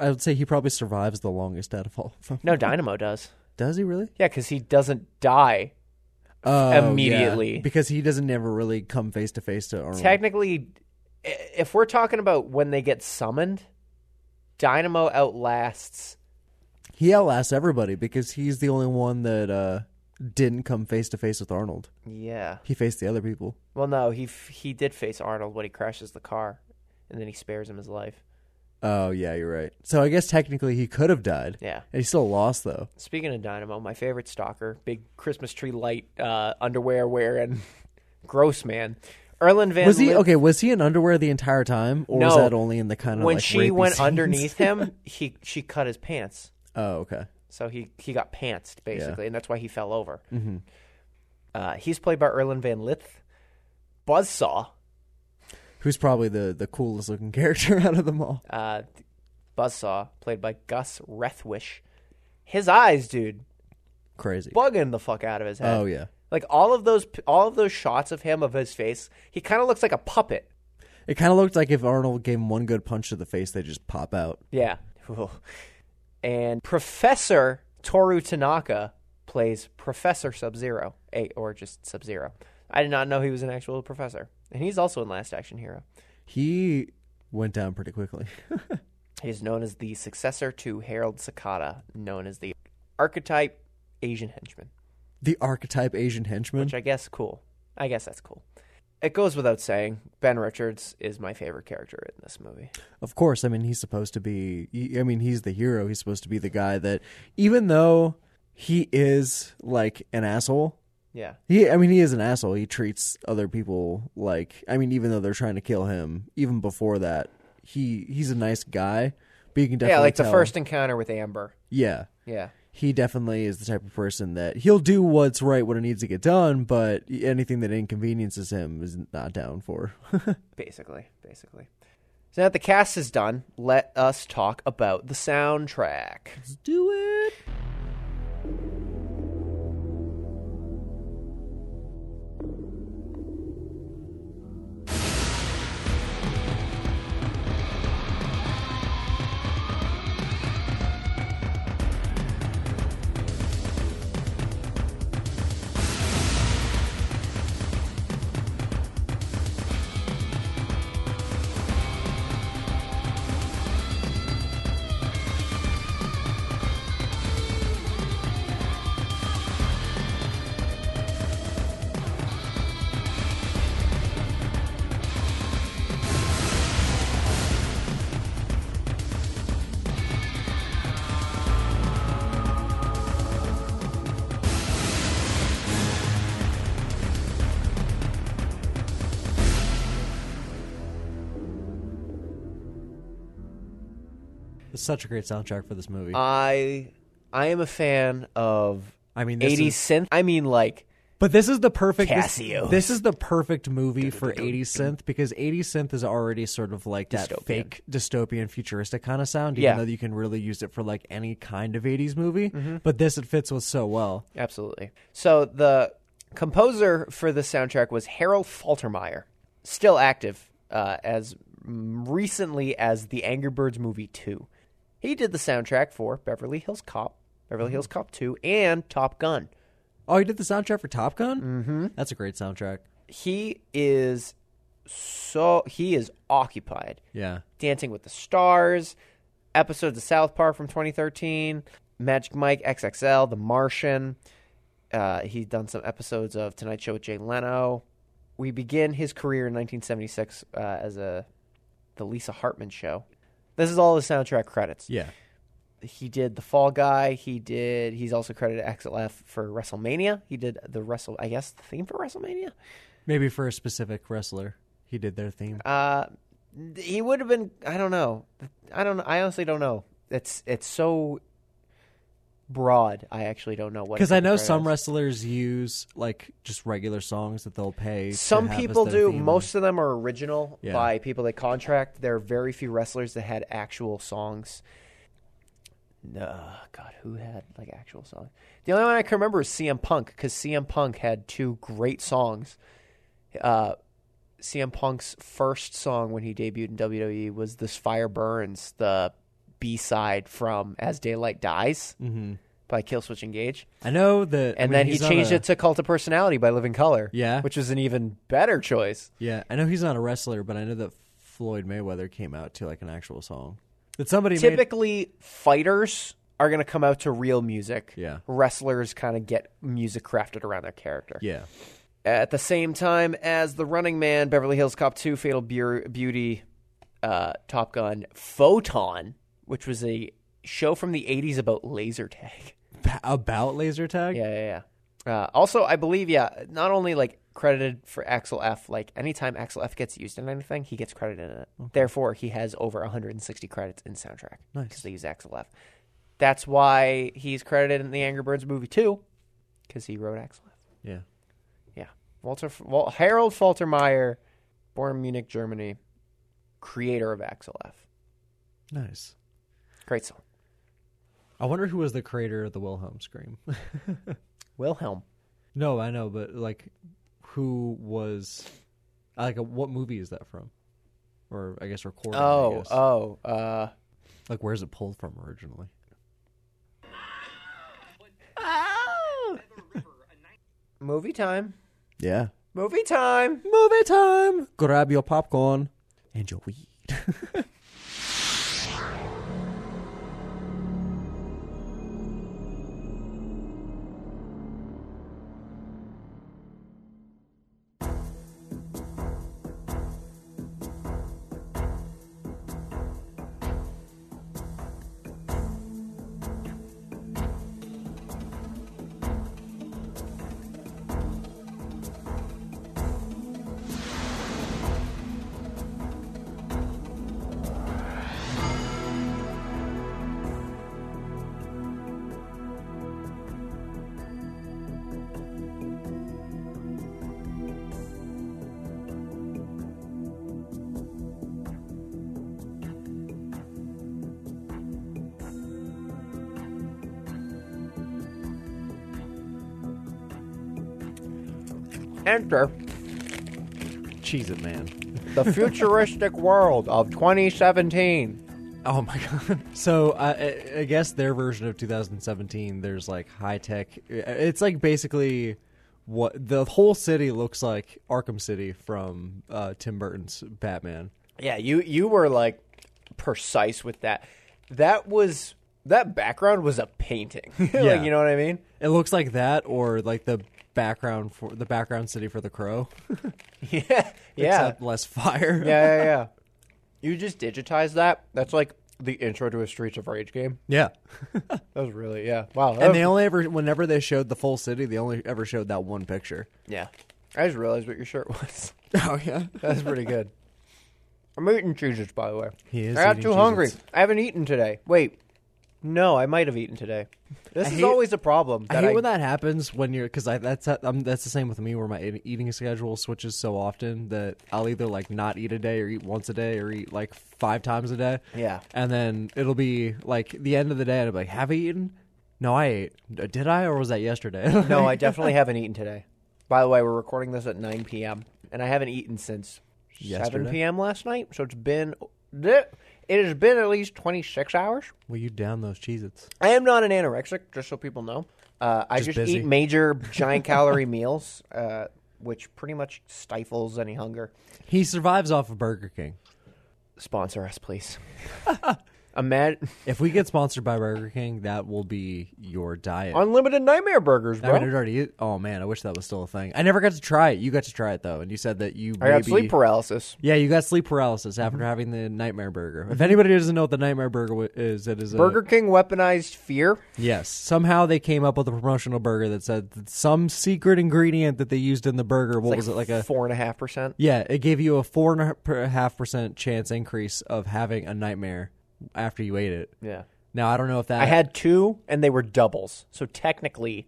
[SPEAKER 2] I would say he probably survives the longest out of all. of them.
[SPEAKER 1] No, Dynamo does.
[SPEAKER 2] Does he really?
[SPEAKER 1] Yeah, because he doesn't die
[SPEAKER 2] Oh, yeah.
[SPEAKER 1] Immediately.
[SPEAKER 2] because he doesn't ever really come face to face to Arnold.
[SPEAKER 1] technically i- if we're talking about when they get summoned dynamo outlasts
[SPEAKER 2] he outlasts everybody because he's the only one that uh, didn't come face to face with Arnold.
[SPEAKER 1] yeah
[SPEAKER 2] He faced the other people.
[SPEAKER 1] well no he f- he did face arnold when he crashes the car and then he spares him his life
[SPEAKER 2] Oh yeah, you're right. So I guess technically he could have died.
[SPEAKER 1] Yeah.
[SPEAKER 2] and he still lost though.
[SPEAKER 1] speaking of dynamo my favorite stalker big christmas tree light uh, underwear wearing [laughs] gross man erlen van
[SPEAKER 2] was he
[SPEAKER 1] Lin-
[SPEAKER 2] okay? Was he in underwear the entire time, or was
[SPEAKER 1] No.
[SPEAKER 2] that only in the kind of
[SPEAKER 1] when
[SPEAKER 2] like,
[SPEAKER 1] she
[SPEAKER 2] rapey
[SPEAKER 1] went
[SPEAKER 2] scenes?
[SPEAKER 1] underneath him he she cut his pants
[SPEAKER 2] [laughs] oh, okay.
[SPEAKER 1] So he, he got pantsed basically, and that's why he fell over.
[SPEAKER 2] Mm-hmm.
[SPEAKER 1] Uh, he's played by Erlen Van Lith. Buzzsaw,
[SPEAKER 2] Who's probably the the coolest looking [laughs] character out of them all?
[SPEAKER 1] uh, Buzzsaw, played by Gus Rethwish. His eyes, dude,
[SPEAKER 2] Crazy.
[SPEAKER 1] bugging the fuck out of his head.
[SPEAKER 2] oh yeah,
[SPEAKER 1] like all of those all of those shots of him of his face. He kind of looks like a puppet.
[SPEAKER 2] it kind of looked like if Arnold gave him one good punch to the face, they just
[SPEAKER 1] [laughs]
[SPEAKER 2] pop out.
[SPEAKER 1] Yeah. And Professor Toru Tanaka plays Professor Sub Zero, or just Sub Zero. I did not know he was an actual professor, and he's also in Last Action Hero.
[SPEAKER 2] He went down pretty quickly. [laughs]
[SPEAKER 1] He is known as the successor to Harold Sakata, known as the archetype Asian henchman,
[SPEAKER 2] the archetype Asian henchman.
[SPEAKER 1] which I guess cool. I guess that's cool. It goes without saying, Ben Richards is my favorite character in this movie.
[SPEAKER 2] Of course, I mean he's supposed to be. he- I mean he's the hero. He's supposed to be the guy that, even though he is like an asshole,
[SPEAKER 1] Yeah.
[SPEAKER 2] he. I mean he is an asshole. He treats other people like. I mean even though they're trying to kill him, even before that, he he's a nice guy. But you can definitely
[SPEAKER 1] yeah, like the
[SPEAKER 2] tell-
[SPEAKER 1] first encounter with Amber.
[SPEAKER 2] Yeah,
[SPEAKER 1] Yeah.
[SPEAKER 2] he definitely is the type of person that he'll do what's right when it needs to get done, but anything that inconveniences him is not down for. [laughs]
[SPEAKER 1] Basically, basically. So now that the cast is done, let us talk about the soundtrack.
[SPEAKER 2] do it. It's such a great soundtrack for this movie.
[SPEAKER 1] Uh, I I am a fan of
[SPEAKER 2] I mean, this
[SPEAKER 1] 80s
[SPEAKER 2] is-
[SPEAKER 1] synth. I mean like
[SPEAKER 2] But this is the perfect this-
[SPEAKER 1] Casio.
[SPEAKER 2] This, is the perfect movie for 80s synth because 80s synth is already sort of like that
[SPEAKER 1] Dystopian.
[SPEAKER 2] fake dystopian futuristic kind of sound, even
[SPEAKER 1] Yeah. Mm-hmm.
[SPEAKER 2] though you can really use it for like any kind of 80s movie. But this it fits with so well.
[SPEAKER 1] Absolutely. So the composer for the soundtrack was Harold Faltermeyer, still active uh, as mm, recently as the Angry Birds movie 2. He did the soundtrack for Beverly Hills Cop, Beverly Hills Cop 2, and Top Gun.
[SPEAKER 2] Oh, you did the soundtrack for Top Gun? Mm-hmm. That's a great soundtrack.
[SPEAKER 1] He is so he is occupied.
[SPEAKER 2] Yeah.
[SPEAKER 1] Dancing with the Stars, episodes of South Park from 2013, Magic Mike XXL, The Martian. Uh, he's done some episodes of Tonight Show with Jay Leno. We begin his career in 1976 uh, as a the Lisa Hartman show. This is all the soundtrack credits.
[SPEAKER 2] Yeah.
[SPEAKER 1] He did The Fall Guy. He did. He's also credited XLF for WrestleMania. He did the Wrestle. I guess the theme for WrestleMania.
[SPEAKER 2] Maybe for a specific wrestler, he did their theme.
[SPEAKER 1] Uh, he would have been. I don't know. I don't. I honestly don't know. It's it's so broad. I actually don't know what.
[SPEAKER 2] Because I know some
[SPEAKER 1] wrestlers.
[SPEAKER 2] wrestlers use like just regular songs that they'll pay. to
[SPEAKER 1] some
[SPEAKER 2] have as
[SPEAKER 1] people
[SPEAKER 2] their
[SPEAKER 1] do.
[SPEAKER 2] theme.
[SPEAKER 1] Most of them are original
[SPEAKER 2] Yeah.
[SPEAKER 1] by people they contract. There are very few wrestlers that had actual songs. No, God, who had like actual songs? The only one I can remember is CM Punk because CM Punk had two great songs. Uh, CM Punk's first song when he debuted in WWE was "This Fire Burns," the B side from "As Daylight Dies"
[SPEAKER 2] Mm-hmm.
[SPEAKER 1] by Killswitch Engage,
[SPEAKER 2] I know that, I
[SPEAKER 1] and
[SPEAKER 2] mean,
[SPEAKER 1] then he
[SPEAKER 2] he's not
[SPEAKER 1] changed
[SPEAKER 2] a-
[SPEAKER 1] it to "Cult of Personality" by Living Color.
[SPEAKER 2] Yeah.
[SPEAKER 1] which was an even better choice.
[SPEAKER 2] Yeah, I know he's not a wrestler, but I know that Floyd Mayweather came out to like an actual song that somebody made.
[SPEAKER 1] typically fighters are going to come out to real music.
[SPEAKER 2] Yeah.
[SPEAKER 1] Wrestlers kind of get music crafted around their character.
[SPEAKER 2] Yeah,
[SPEAKER 1] At the same time as The Running Man, Beverly Hills Cop 2, Fatal Bu- Beauty, uh, Top Gun, Photon, which was a show from the 80s about laser tag.
[SPEAKER 2] Ba- about laser tag.
[SPEAKER 1] Yeah, yeah, yeah. Uh, also, I believe, yeah, not only like credited for Axel F, like anytime Axel F gets used in anything, he gets credited in it. Therefore, he has over 160 credits in soundtrack. Nice. Because they use Axel F. That's why he's credited in the Angry Birds movie too, because he wrote Axel F.
[SPEAKER 2] yeah.
[SPEAKER 1] Yeah. Walter, F- Wal- Harold Faltermeyer, born in Munich, Germany, creator of Axel F.
[SPEAKER 2] Nice.
[SPEAKER 1] Great song.
[SPEAKER 2] I wonder who was the creator of the Wilhelm scream. [laughs]
[SPEAKER 1] Wilhelm.
[SPEAKER 2] no, I know, but like, who was like uh, what movie is that from? Or I guess recording. I
[SPEAKER 1] Oh,
[SPEAKER 2] guess.
[SPEAKER 1] oh, uh,
[SPEAKER 2] like where's it pulled from originally?
[SPEAKER 1] Movie time.
[SPEAKER 2] Yeah.
[SPEAKER 1] Movie time.
[SPEAKER 2] Movie time. Grab your popcorn and your weed.
[SPEAKER 1] Enter
[SPEAKER 2] Cheese it, man.
[SPEAKER 1] the futuristic [laughs] world of 2017.
[SPEAKER 2] Oh my god. [laughs] So I I I guess their version of 2017. There's like high tech. It's like basically what the whole city looks like Arkham City from uh, Tim Burton's Batman.
[SPEAKER 1] Yeah, you you were like precise with that. That was that background was a painting. [laughs]
[SPEAKER 2] Yeah.
[SPEAKER 1] like you know what I mean? [laughs]
[SPEAKER 2] It looks like that, or like the background for the background city for the Crow.
[SPEAKER 1] Yeah. Yeah.
[SPEAKER 2] except less fire.
[SPEAKER 1] yeah, yeah, yeah. You just digitize that. That's like the intro to a Streets of Rage game.
[SPEAKER 2] [laughs] yeah.
[SPEAKER 1] That was really yeah. Wow. that
[SPEAKER 2] And
[SPEAKER 1] was-
[SPEAKER 2] they only ever, whenever they showed the full city, they only ever showed that one picture.
[SPEAKER 1] yeah. I just realized what your shirt [laughs] was.
[SPEAKER 2] Oh yeah,
[SPEAKER 1] That's pretty good. [laughs] I'm eating cheeses, by the way.
[SPEAKER 2] He is
[SPEAKER 1] I got
[SPEAKER 2] eating
[SPEAKER 1] too hungry.
[SPEAKER 2] Cheez-Its.
[SPEAKER 1] I haven't eaten today. Wait, no, I might have eaten today. This
[SPEAKER 2] I
[SPEAKER 1] is
[SPEAKER 2] hate-
[SPEAKER 1] always a problem.
[SPEAKER 2] I
[SPEAKER 1] that
[SPEAKER 2] hate when that happens when you're because I that's um, that's the same with me where my eat- eating schedule switches so often that I'll either like not eat a day or eat once a day or eat like five times a day.
[SPEAKER 1] Yeah.
[SPEAKER 2] and then it'll be like the end of the day and I'll be like, have I eaten? No, I ate. Uh, Did I or was that yesterday? [laughs]
[SPEAKER 1] No, I definitely haven't eaten today. By the way, we're recording this at 9 p.m. and I haven't eaten since 7
[SPEAKER 2] Yesterday?
[SPEAKER 1] p.m. last night. So it's been it has been at least 26 hours.
[SPEAKER 2] Will you down those Cheez-Its?
[SPEAKER 1] I am not an anorexic, just so people know. Uh, I
[SPEAKER 2] Just
[SPEAKER 1] just
[SPEAKER 2] busy.
[SPEAKER 1] eat major giant
[SPEAKER 2] [laughs]
[SPEAKER 1] calorie meals, uh, which pretty much stifles any hunger.
[SPEAKER 2] He survives off of Burger King.
[SPEAKER 1] Sponsor us, please. [laughs] Imagine
[SPEAKER 2] If we get sponsored by Burger King, that will be your diet.
[SPEAKER 1] unlimited nightmare burgers,
[SPEAKER 2] I
[SPEAKER 1] bro.
[SPEAKER 2] mean, it already is- Oh man, I wish that was still a thing. I never got to try it. You got to try it though, and you said that you.
[SPEAKER 1] I got
[SPEAKER 2] maybe-
[SPEAKER 1] sleep paralysis.
[SPEAKER 2] Yeah, you got sleep paralysis after
[SPEAKER 1] Mm-hmm.
[SPEAKER 2] having the nightmare burger. If anybody doesn't know what the nightmare burger wi- is, it is a
[SPEAKER 1] Burger King weaponized fear.
[SPEAKER 2] Yes, somehow they came up with a promotional burger that said that some secret ingredient that they used in the burger. What was it like a?
[SPEAKER 1] four and a half percent?
[SPEAKER 2] Yeah, it gave you a four and a per- half percent chance increase of having a nightmare after you ate it.
[SPEAKER 1] Yeah,
[SPEAKER 2] Now I don't know if that
[SPEAKER 1] I had two, and they were doubles. So technically,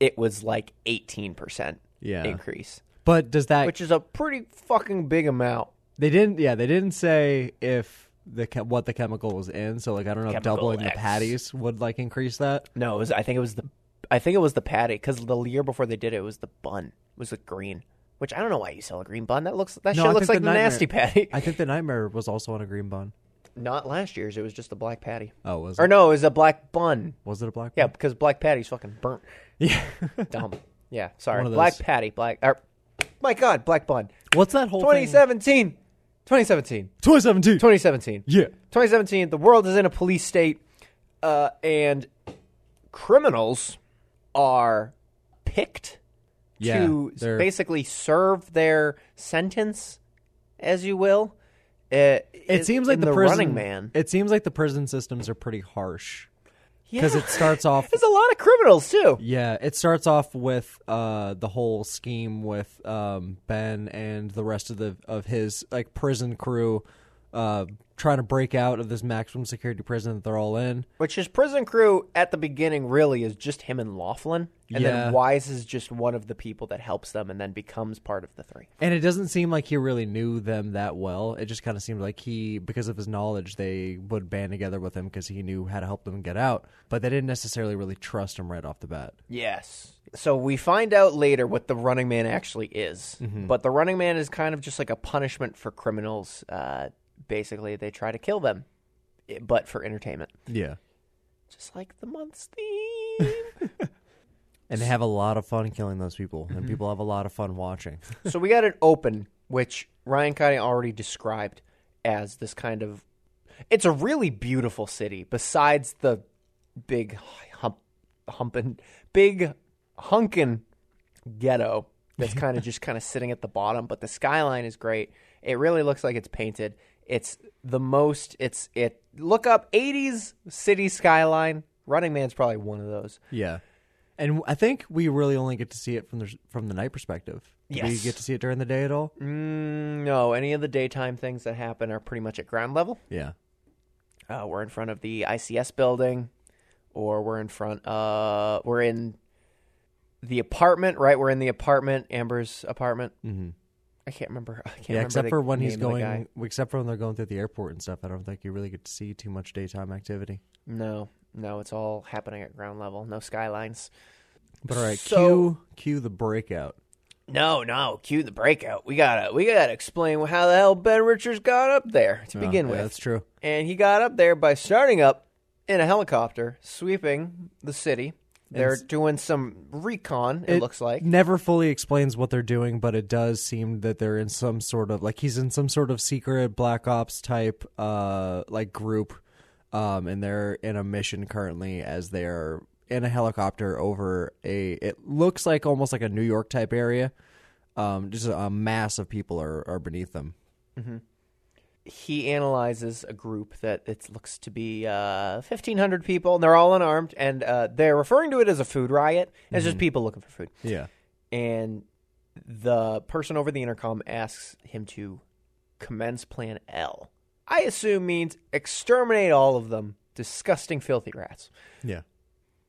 [SPEAKER 1] it was like eighteen percent
[SPEAKER 2] Yeah.
[SPEAKER 1] increase,
[SPEAKER 2] but does that
[SPEAKER 1] which is a pretty fucking big amount.
[SPEAKER 2] They didn't. Yeah, they didn't say if the chem- what the chemical was in. So like, I don't know if
[SPEAKER 1] Chemical
[SPEAKER 2] doubling the
[SPEAKER 1] X.
[SPEAKER 2] patties would like increase that.
[SPEAKER 1] No, it was, I think it was the I think it was the patty because the year before they did it, it was the bun. It was the green, which I don't know why you sell a green bun. That looks that
[SPEAKER 2] No, I
[SPEAKER 1] shit looks
[SPEAKER 2] think
[SPEAKER 1] like
[SPEAKER 2] the
[SPEAKER 1] the
[SPEAKER 2] nightmare-
[SPEAKER 1] nasty patty.
[SPEAKER 2] I think the nightmare was also on a green bun.
[SPEAKER 1] Not last year's. It was just a black patty.
[SPEAKER 2] Oh, was
[SPEAKER 1] Or
[SPEAKER 2] it?
[SPEAKER 1] no, it was a black bun.
[SPEAKER 2] Was it a black?
[SPEAKER 1] Yeah,
[SPEAKER 2] bun?
[SPEAKER 1] because black patty's fucking burnt.
[SPEAKER 2] Yeah.
[SPEAKER 1] [laughs] Dumb. Yeah, sorry.
[SPEAKER 2] One of those.
[SPEAKER 1] Black patty. Black. Er, my God, black bun.
[SPEAKER 2] [laughs] What's that whole
[SPEAKER 1] Twenty seventeen. Twenty seventeen.
[SPEAKER 2] Twenty seventeen.
[SPEAKER 1] 2017.
[SPEAKER 2] Yeah.
[SPEAKER 1] 2017. The world is in a police state, uh, and criminals are picked
[SPEAKER 2] Yeah,
[SPEAKER 1] to
[SPEAKER 2] they're-
[SPEAKER 1] basically serve their sentence, as you will. Uh,
[SPEAKER 2] It seems like
[SPEAKER 1] in
[SPEAKER 2] the,
[SPEAKER 1] the
[SPEAKER 2] prison,
[SPEAKER 1] Running
[SPEAKER 2] [laughs]
[SPEAKER 1] Man.
[SPEAKER 2] It seems like the prison systems are pretty harsh
[SPEAKER 1] Yeah.
[SPEAKER 2] because it
[SPEAKER 1] [laughs]
[SPEAKER 2] starts off.
[SPEAKER 1] There's a lot of criminals too.
[SPEAKER 2] Yeah, it starts off with uh, the whole scheme with um, Ben and the rest of the of his like prison crew uh, trying to break out of this maximum security prison that they're all in.
[SPEAKER 1] Which his prison crew at the beginning really is just him and Laughlin, and
[SPEAKER 2] Yeah.
[SPEAKER 1] then Wise is just one of the people that helps them, and then becomes part of the three.
[SPEAKER 2] And it doesn't seem like he really knew them that well. It just kind of seemed like he, because of his knowledge, they would band together with him because he knew how to help them get out. But they didn't necessarily really trust him right off the bat.
[SPEAKER 1] Yes. So we find out later what the Running Man actually is. But the Running Man is kind of just like a punishment for criminals. Uh, basically, they try to kill them, i- but for entertainment.
[SPEAKER 2] Yeah.
[SPEAKER 1] Just like the month's theme.
[SPEAKER 2] and they have a lot of fun killing those people, and people have a lot of fun watching.
[SPEAKER 1] so we got an open, which Ryan Cotting already described as this kind of. It's a really beautiful city. Besides the big hump, humping, big hunkin ghetto that's kind of just kind of sitting at the bottom, but the skyline is great. It really looks like it's painted. It's the most. It's it. Look up '80s city skyline. Running Man's probably one of those.
[SPEAKER 2] [laughs] Yeah, and I think we really only get to see it from the from the night perspective. Do we
[SPEAKER 1] Yes.
[SPEAKER 2] get to see it during the day at all?
[SPEAKER 1] Mm, no, any of the daytime things that happen are pretty much at ground level.
[SPEAKER 2] Yeah,
[SPEAKER 1] uh, we're in front of the ICS building, or we're in front. Uh, we're in the apartment, right? We're in the apartment, Amber's apartment. Mm-hmm. I can't remember. I can't
[SPEAKER 2] yeah.
[SPEAKER 1] remember
[SPEAKER 2] Except
[SPEAKER 1] the
[SPEAKER 2] for when he's
[SPEAKER 1] name of the guy.
[SPEAKER 2] going, except for when they're going through the airport and stuff. I don't think you really get to see too much daytime activity.
[SPEAKER 1] No, no, it's all happening at ground level. No skylines.
[SPEAKER 2] But all right,
[SPEAKER 1] So-
[SPEAKER 2] cue cue the breakout.
[SPEAKER 1] No, no. Cue the breakout. We gotta, we gotta explain how the hell Ben Richards got up there to begin
[SPEAKER 2] Oh, yeah,
[SPEAKER 1] with.
[SPEAKER 2] that's true.
[SPEAKER 1] And he got up there by starting up in a helicopter, sweeping the city. They're doing some recon. It, looks like.
[SPEAKER 2] never fully explains what they're doing, but it does seem that they're in some sort of like he's in some sort of secret black ops type uh like group, um, and they're in a mission currently as they are in a helicopter over a it looks like almost like a New York type area. Um, just a mass of people are, are beneath them.
[SPEAKER 1] he analyzes a group that it looks to be uh, 1,500 people, and they're all unarmed, and uh, they're referring to it as a food riot. and
[SPEAKER 2] Mm-hmm.
[SPEAKER 1] It's just people looking for food.
[SPEAKER 2] Yeah.
[SPEAKER 1] And the person over the intercom asks him to commence plan L. I assume means exterminate all of them, disgusting, filthy rats.
[SPEAKER 2] Yeah.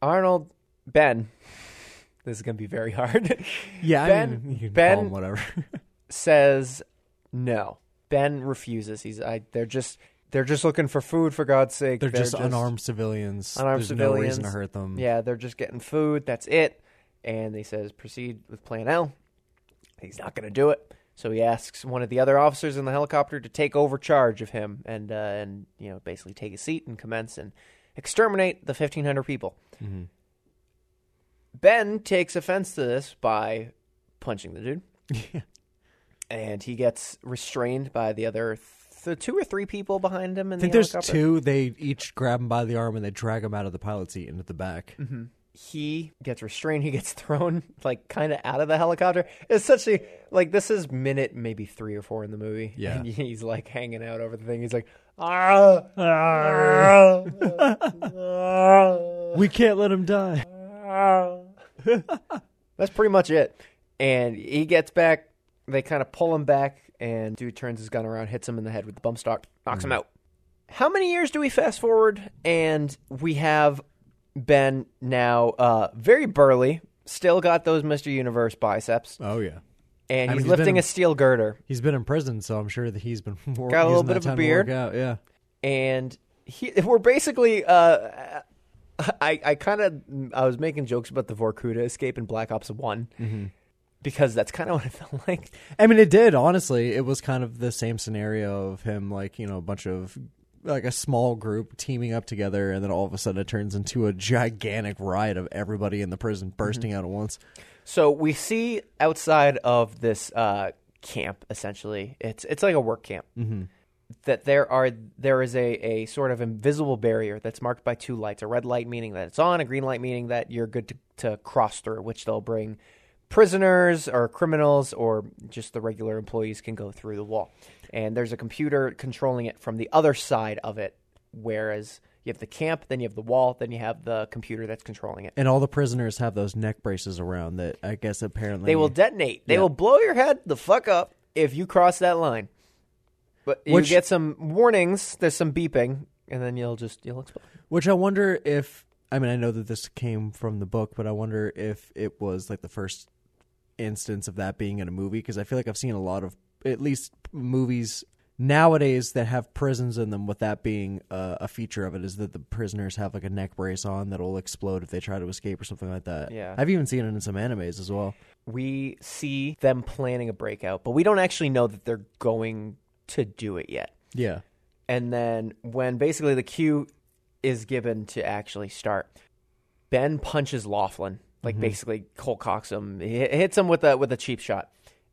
[SPEAKER 1] Arnold, Ben, [laughs] this is going to be very hard, [laughs]
[SPEAKER 2] Yeah,
[SPEAKER 1] Ben-
[SPEAKER 2] I mean, you can
[SPEAKER 1] Ben-
[SPEAKER 2] call him whatever. [laughs]
[SPEAKER 1] says no. Ben refuses. He's I, they're just they're just looking for food for God's sake.
[SPEAKER 2] They're, just, unarmed civilians.
[SPEAKER 1] unarmed
[SPEAKER 2] There's
[SPEAKER 1] civilians.
[SPEAKER 2] no reason to hurt them.
[SPEAKER 1] Yeah, they're just getting food. That's it. And he says, proceed with plan L. He's not going to do it. So he asks one of the other officers in the helicopter to take over charge of him and, uh, and you know, basically take a seat and commence and exterminate the 1,500 people.
[SPEAKER 2] Mm-hmm.
[SPEAKER 1] Ben takes offense to this by punching the
[SPEAKER 2] [laughs]
[SPEAKER 1] dude. And he gets restrained by the other th- two or three people behind him. In
[SPEAKER 2] I think
[SPEAKER 1] the
[SPEAKER 2] there's
[SPEAKER 1] helicopter.
[SPEAKER 2] two. They each grab him by the arm and they drag him out of the pilot seat into the back.
[SPEAKER 1] Mm-hmm. he gets restrained he gets thrown like kind of out of the helicopter it's such a like this is minute maybe three or four in the movie
[SPEAKER 2] Yeah.
[SPEAKER 1] and he's like hanging out over the thing he's like ah, ah, ah,
[SPEAKER 2] We can't let him die.
[SPEAKER 1] ah." that's pretty much it and he gets back they kind of pull him back and dude turns his gun around hits him in the head with the bump stock knocks
[SPEAKER 2] Mm.
[SPEAKER 1] him out how many years do we fast forward and we have Ben now uh, very burly, still got those Mr. Universe biceps,
[SPEAKER 2] Oh yeah,
[SPEAKER 1] and he's
[SPEAKER 2] I mean, he's been
[SPEAKER 1] lifting
[SPEAKER 2] in-
[SPEAKER 1] a steel girder,
[SPEAKER 2] he's been in prison, so I'm sure that he's been [laughs] wor-
[SPEAKER 1] Got a little
[SPEAKER 2] using
[SPEAKER 1] bit
[SPEAKER 2] that
[SPEAKER 1] of a
[SPEAKER 2] time to
[SPEAKER 1] beard.
[SPEAKER 2] work out, Yeah,
[SPEAKER 1] and he, we're basically. Uh, [laughs] I, I kind of I was making jokes about the Vorkuta escape in Black Ops One
[SPEAKER 2] Mm-hmm.
[SPEAKER 1] because that's kind of [laughs] what it felt like.
[SPEAKER 2] I mean, it did honestly. It was kind of the same scenario of him, like you know, a bunch of like a small group teaming up together, and then all of a sudden it turns into a gigantic riot of everybody in the prison
[SPEAKER 1] Mm-hmm.
[SPEAKER 2] bursting out at once.
[SPEAKER 1] So we see outside of this uh, camp, essentially, it's it's like a work camp. Mm-hmm. That there are there is a, a sort of invisible barrier that's marked by two lights. A red light meaning that it's on, a green light meaning that you're good to, to cross through, which they'll bring prisoners or criminals or just the regular employees can go through the wall. And there's a computer controlling it from the other side of it. Whereas you have the camp, then you have the wall, then you have the computer that's controlling it.
[SPEAKER 2] And all the prisoners have those neck braces around that I guess apparently
[SPEAKER 1] They will detonate. They will blow your head the fuck up if you cross that line. But you
[SPEAKER 2] Which-
[SPEAKER 1] get some warnings. There's some beeping, and then you'll just you'll explode.
[SPEAKER 2] Which I wonder if I mean I know that this came from the book, but I wonder if it was like the first instance of that being in a movie because I feel like I've seen a lot of at least movies nowadays that have prisons in them with that being uh, a feature of it is that the prisoners have like a neck brace on that'll explode if they try to escape or something like that.
[SPEAKER 1] Yeah.
[SPEAKER 2] I've even seen it in some animes as well.
[SPEAKER 1] We see them planning a breakout, but we don't actually know that they're going to do it yet.
[SPEAKER 2] Yeah.
[SPEAKER 1] And then when basically the cue is given to actually start, Ben punches Laughlin like basically Cole Cox him, He hit- hits him with a with a cheap shot,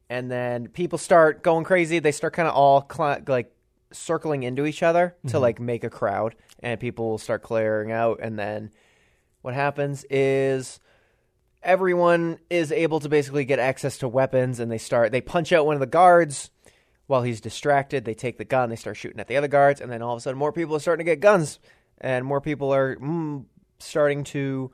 [SPEAKER 1] and then people start going crazy. They start kind of all cl- like circling into each other to like make a crowd, and people will start clearing out. And then what happens is everyone is able to basically get access to weapons, and they start they punch out one of the guards. While he's distracted, they take the gun, they start shooting at the other guards, and then all of a sudden, more people are starting to get guns, and more people are mm, starting to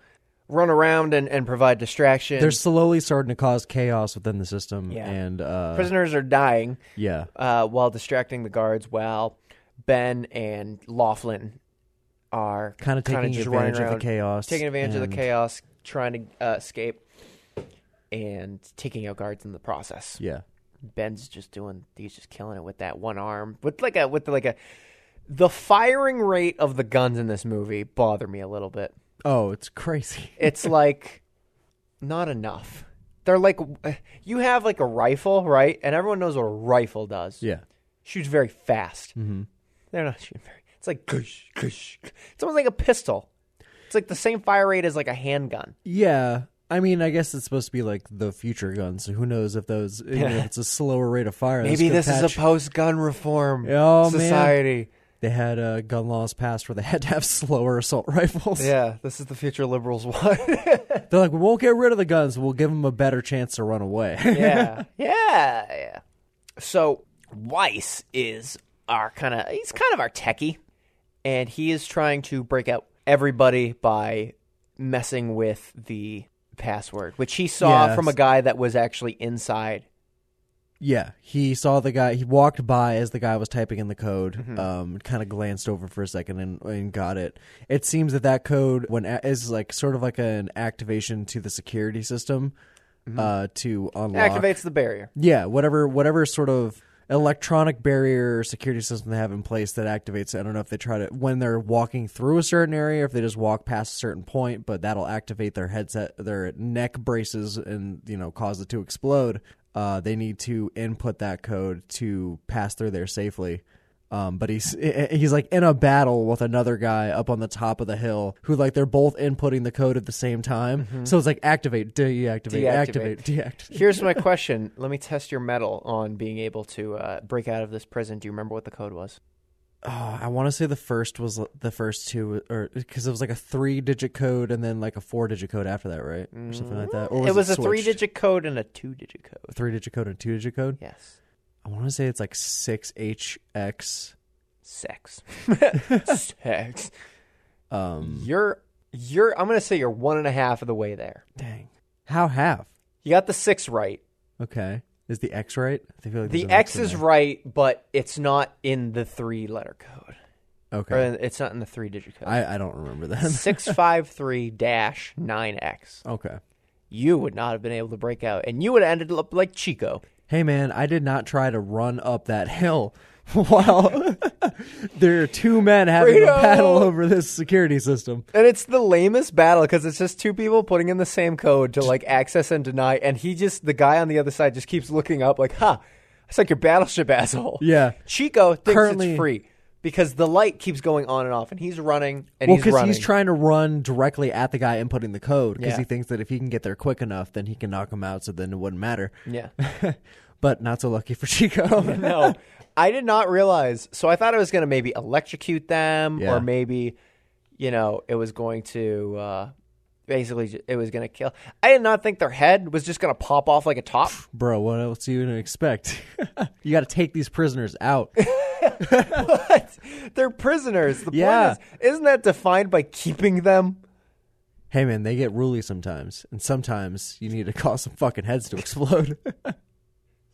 [SPEAKER 1] run around and, and provide distraction.
[SPEAKER 2] They're slowly starting to cause chaos within the system,
[SPEAKER 1] Yeah.
[SPEAKER 2] and uh,
[SPEAKER 1] prisoners are dying
[SPEAKER 2] yeah,
[SPEAKER 1] uh, while distracting the guards. While Ben and Laughlin are
[SPEAKER 2] kind of
[SPEAKER 1] kinda
[SPEAKER 2] taking
[SPEAKER 1] just running
[SPEAKER 2] advantage of the
[SPEAKER 1] around,
[SPEAKER 2] chaos,
[SPEAKER 1] taking advantage of the
[SPEAKER 2] and-
[SPEAKER 1] chaos, trying to uh, escape, and taking out guards in the process.
[SPEAKER 2] Yeah,
[SPEAKER 1] Ben's just doing he's just killing it with that one arm. With like a with like a the firing rate of the guns in this movie bother me a little bit.
[SPEAKER 2] oh, it's crazy. [laughs]
[SPEAKER 1] It's like not enough. They're like you have like a rifle, right? And everyone knows what a rifle does.
[SPEAKER 2] Yeah,
[SPEAKER 1] Shoots very fast. Mm-hmm. They're not shooting very. It's like kush, kush. kush. It's almost like a pistol. It's like the same fire rate as like a handgun.
[SPEAKER 2] yeah. I mean, I guess it's supposed to be like the future gun, so who knows if those? You know, if it's a slower rate of fire.
[SPEAKER 1] Maybe
[SPEAKER 2] could
[SPEAKER 1] this is
[SPEAKER 2] patch-
[SPEAKER 1] a post-gun reform
[SPEAKER 2] Oh, man.
[SPEAKER 1] society.
[SPEAKER 2] They had uh, gun laws passed where they had to have [laughs] slower assault rifles.
[SPEAKER 1] Yeah, this is the future liberals [laughs] want.
[SPEAKER 2] They're like, we won't get rid of the guns. We'll give them a better chance to run away. [laughs]
[SPEAKER 1] yeah, yeah, yeah. So Weiss is our kind of he's kind of our techie, and he is trying to break out everybody by messing with the password, which he saw
[SPEAKER 2] Yes.
[SPEAKER 1] from a guy that was actually inside.
[SPEAKER 2] yeah. He saw the guy. He walked by as the guy was typing in the code.
[SPEAKER 1] Mm-hmm.
[SPEAKER 2] Um, kind of glanced over for a second and, and got it. It seems that that code when a- is like sort of like an activation to the security system
[SPEAKER 1] Mm-hmm.
[SPEAKER 2] uh, to unlock
[SPEAKER 1] Activates the barrier.
[SPEAKER 2] Yeah, whatever whatever sort of electronic barrier or security system they have in place that activates I don't know if they try to when they're walking through a certain area if they just walk past a certain point, but that'll activate their headset their neck braces and you know cause it to explode. Uh, they need to input that code to pass through there safely. Um, but he's he's like in a battle with another guy up on the top of the hill who like they're both inputting the code at the same time. So it's like activate, deactivate,
[SPEAKER 1] Deactivate.
[SPEAKER 2] activate, deactivate.
[SPEAKER 1] Here's my [laughs] question. Let me test your metal on being able to uh, break out of this prison. Do you remember what the code was?
[SPEAKER 2] Oh, I want to say the first was the first two, or because it was like a three-digit code and then like a four-digit code after that, right, or something like that. Or
[SPEAKER 1] Mm-hmm. it was a
[SPEAKER 2] switched?
[SPEAKER 1] three-digit code and a two-digit code.
[SPEAKER 2] three-digit code and two-digit code.
[SPEAKER 1] Yes.
[SPEAKER 2] I want to say it's like six HX. [laughs]
[SPEAKER 1] sex. sex.
[SPEAKER 2] Um,
[SPEAKER 1] You're you're I'm gonna say you're one and a half of the way there.
[SPEAKER 2] dang, how half?
[SPEAKER 1] You got the six right.
[SPEAKER 2] Okay, is the X right? I feel like
[SPEAKER 1] The
[SPEAKER 2] there's an
[SPEAKER 1] X
[SPEAKER 2] in
[SPEAKER 1] is
[SPEAKER 2] there.
[SPEAKER 1] right, but it's not in the three letter code. Or
[SPEAKER 2] Okay,
[SPEAKER 1] it's not in the three digit code.
[SPEAKER 2] I, [laughs] I don't remember that. [laughs]
[SPEAKER 1] Six five three dash nine X.
[SPEAKER 2] okay,
[SPEAKER 1] You would not have been able to break out, and you would have ended up like Chico.
[SPEAKER 2] hey man, I did not try to run up that hill. [laughs] While [laughs] there are two men having
[SPEAKER 1] Freedom!
[SPEAKER 2] a battle over this security system.
[SPEAKER 1] And it's the lamest battle because it's just two people putting in the same code to like access and deny, and he just the guy on the other side just keeps looking up like, "Huh, it's like your battleship [laughs] asshole."
[SPEAKER 2] Yeah.
[SPEAKER 1] Chico thinks
[SPEAKER 2] Currently-
[SPEAKER 1] it's free because the light keeps going on and off, and he's running and
[SPEAKER 2] Well,
[SPEAKER 1] he's
[SPEAKER 2] because
[SPEAKER 1] running.
[SPEAKER 2] he's, trying to run directly at the guy inputting the code because
[SPEAKER 1] Yeah.
[SPEAKER 2] he thinks that if he can get there quick enough, then he can knock him out. So then it wouldn't matter.
[SPEAKER 1] yeah.
[SPEAKER 2] [laughs] But not so lucky
[SPEAKER 1] [laughs]
[SPEAKER 2] for [laughs] Chico.
[SPEAKER 1] No, I did not realize. So I thought it was going to maybe electrocute them,
[SPEAKER 2] Yeah.
[SPEAKER 1] or maybe, you know, it was going to uh, basically ju- it was going to kill. I did not think their head was just going to pop off like a top.
[SPEAKER 2] Bro, what else do you gonna expect? [laughs] you got to take these prisoners
[SPEAKER 1] [laughs]
[SPEAKER 2] out.
[SPEAKER 1] They're prisoners. The
[SPEAKER 2] Yeah.
[SPEAKER 1] point is, isn't that defined by keeping them?
[SPEAKER 2] hey, man, they get ruly sometimes, and sometimes you need to [laughs] cause some fucking heads to explode.
[SPEAKER 1] [laughs]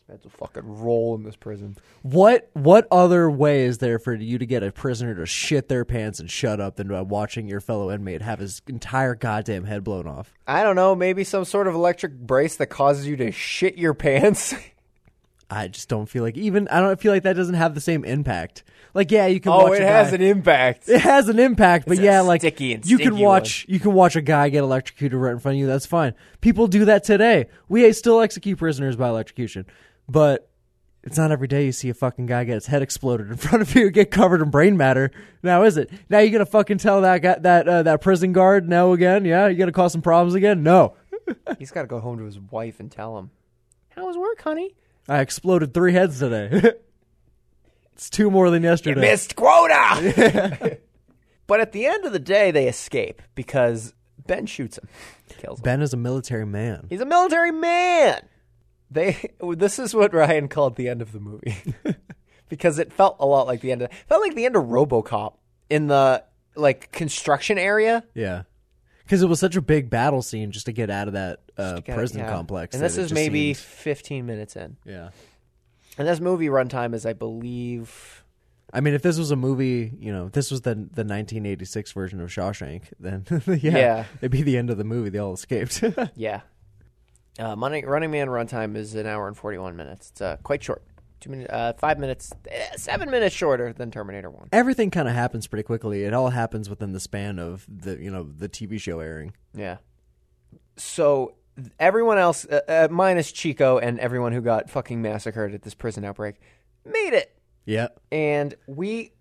[SPEAKER 1] That's a fucking roll in this prison.
[SPEAKER 2] what What other way is there for you to get a prisoner to shit their pants and shut up than by watching your fellow inmate have his entire goddamn head blown off?
[SPEAKER 1] I don't know, maybe some sort of electric brace that causes you to shit your pants. [laughs]
[SPEAKER 2] I just don't feel like even I don't feel like that doesn't have the same impact. Like yeah, you can.
[SPEAKER 1] oh,
[SPEAKER 2] watch
[SPEAKER 1] it
[SPEAKER 2] a
[SPEAKER 1] has
[SPEAKER 2] guy-
[SPEAKER 1] an impact.
[SPEAKER 2] [laughs] It has an impact, but
[SPEAKER 1] It's a
[SPEAKER 2] yeah, like
[SPEAKER 1] sticky and
[SPEAKER 2] you can
[SPEAKER 1] stinky
[SPEAKER 2] watch you can watch a guy get electrocuted right in front of you. That's fine. People do that today. We still execute prisoners by electrocution, but it's not every day you see a fucking guy get his head exploded in [laughs] front of you, get covered in brain matter. Now is it? Now you gonna fucking tell that guy, that uh, that prison guard no again? Yeah, you gonna cause some problems again? No.
[SPEAKER 1] He's got to go home to his wife and tell him, "How was work, honey?
[SPEAKER 2] I exploded three heads today. [laughs] it's two more than yesterday.
[SPEAKER 1] Missed quota." [laughs] but at the end of the day, they escape because Ben shoots him, kills him.
[SPEAKER 2] Ben is a military man.
[SPEAKER 1] He's a military man. They this is what Ryan called the end of the movie [laughs] because it felt a lot like the end of felt like the end of RoboCop in the like construction area
[SPEAKER 2] Yeah. Because it was such a big battle scene just to get out of that uh, prison
[SPEAKER 1] Yeah.
[SPEAKER 2] complex.
[SPEAKER 1] And
[SPEAKER 2] that
[SPEAKER 1] this
[SPEAKER 2] it
[SPEAKER 1] is
[SPEAKER 2] just
[SPEAKER 1] maybe
[SPEAKER 2] seemed-
[SPEAKER 1] 15 minutes in.
[SPEAKER 2] yeah.
[SPEAKER 1] And this movie runtime is I believe
[SPEAKER 2] I mean, if this was a movie, you know, if this was the the 1986 version of Shawshank, then [laughs] yeah,
[SPEAKER 1] Yeah.
[SPEAKER 2] it'd be the end of the movie. They all escaped. [laughs]
[SPEAKER 1] yeah. Uh, Running, Running Man runtime is an hour and 41 minutes. It's uh, quite short. 2 minutes uh, 5 minutes eh, 7 minutes shorter than Terminator 1.
[SPEAKER 2] Everything kind of happens pretty quickly. It all happens within the span of the you know the TV show airing.
[SPEAKER 1] Yeah. So th- everyone else, uh, uh, minus Chico and everyone who got fucking massacred at this prison outbreak, made it.
[SPEAKER 2] Yeah,
[SPEAKER 1] And we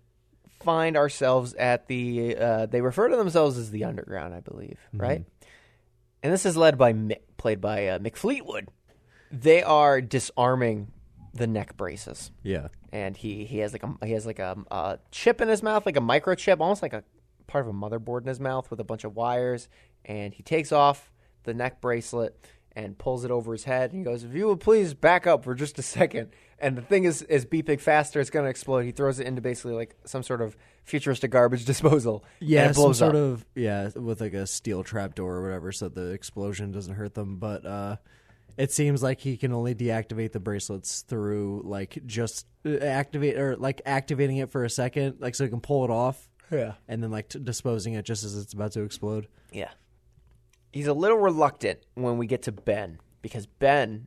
[SPEAKER 1] find ourselves at the, uh, they refer to themselves as the underground, I believe, right? And this is led by Mick, played by uh, Mick Fleetwood. They are disarming the neck braces.
[SPEAKER 2] yeah.
[SPEAKER 1] And he, he has like a he has like a, a chip in his mouth, like a microchip, almost like a part of a motherboard in his mouth with a bunch of wires. And he takes off the neck bracelet and pulls it over his head. And he goes, "If you would please back up for just a second. And the thing is is beeping faster. It's going to explode. He throws it into basically like some sort of futuristic garbage [laughs] disposal.
[SPEAKER 2] Yeah,
[SPEAKER 1] and it blows
[SPEAKER 2] some
[SPEAKER 1] up.
[SPEAKER 2] sort of yeah, with like a steel trapdoor or whatever, so the explosion doesn't hurt them. But uh, it seems like he can only deactivate the bracelets through like just uh, activate or like activating it for a second, like so he can pull it off.
[SPEAKER 1] Yeah.
[SPEAKER 2] and then like t- disposing it just as it's about to explode.
[SPEAKER 1] Yeah. He's a little reluctant when we get to Ben because Ben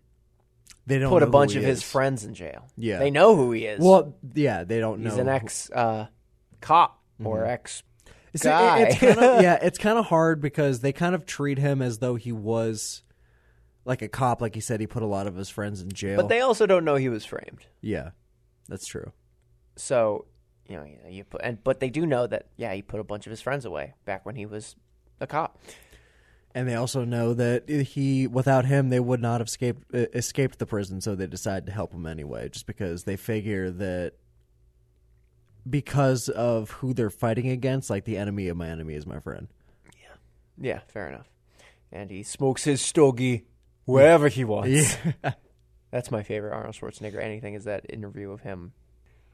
[SPEAKER 2] They don't
[SPEAKER 1] put a
[SPEAKER 2] know who
[SPEAKER 1] bunch
[SPEAKER 2] he
[SPEAKER 1] of his
[SPEAKER 2] is.
[SPEAKER 1] friends in jail.
[SPEAKER 2] Yeah.
[SPEAKER 1] They know who he is.
[SPEAKER 2] Well, yeah, they don't know.
[SPEAKER 1] He's an ex uh, cop or ex
[SPEAKER 2] It's- it-
[SPEAKER 1] guy. [laughs]
[SPEAKER 2] it's kind of yeah, it's kind of hard because they kind of treat him as though he was like a cop, like he said he put a lot of his friends in jail.
[SPEAKER 1] but they also don't know he was framed.
[SPEAKER 2] yeah, that's true.
[SPEAKER 1] So you know, you, you put, and but they do know that yeah, he put a bunch of his friends away back when he was a cop.
[SPEAKER 2] And they also know that he, without him, they would not have escaped uh, escaped the prison. So they decide to help him anyway, just because they figure that because of who they're fighting against, like the enemy of my enemy is my friend.
[SPEAKER 1] Yeah, fair enough. And he smokes his stogie wherever he wants. That's my favorite Arnold Schwarzenegger. Anything is that interview of him.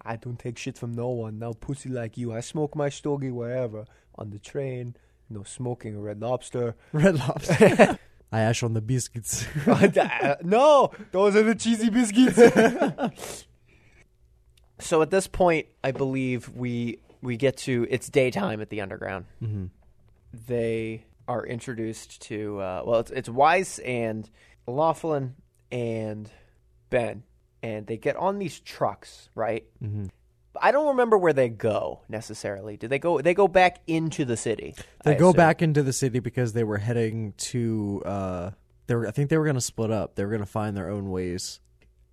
[SPEAKER 1] I don't take shit from no one. Now pussy like you, I smoke my stogie wherever on the train. No smoking a red [laughs] lobster.
[SPEAKER 2] [laughs] Red Lobster. I ash on the biscuits.
[SPEAKER 1] uh, no, those are the cheesy [laughs] biscuits. so at this point, I believe we we get to it's daytime at the underground. Mm-hmm. They are introduced to uh, well, it's it's Weiss and Laughlin and Ben, and they get on these trucks, right? Mm-hmm. I don't remember where they go necessarily. Do they go? They go back into the city.
[SPEAKER 2] they
[SPEAKER 1] I
[SPEAKER 2] go
[SPEAKER 1] assume.
[SPEAKER 2] back into the city because they were heading to. Uh, they were, I think they were going to split up. They were going to find their own ways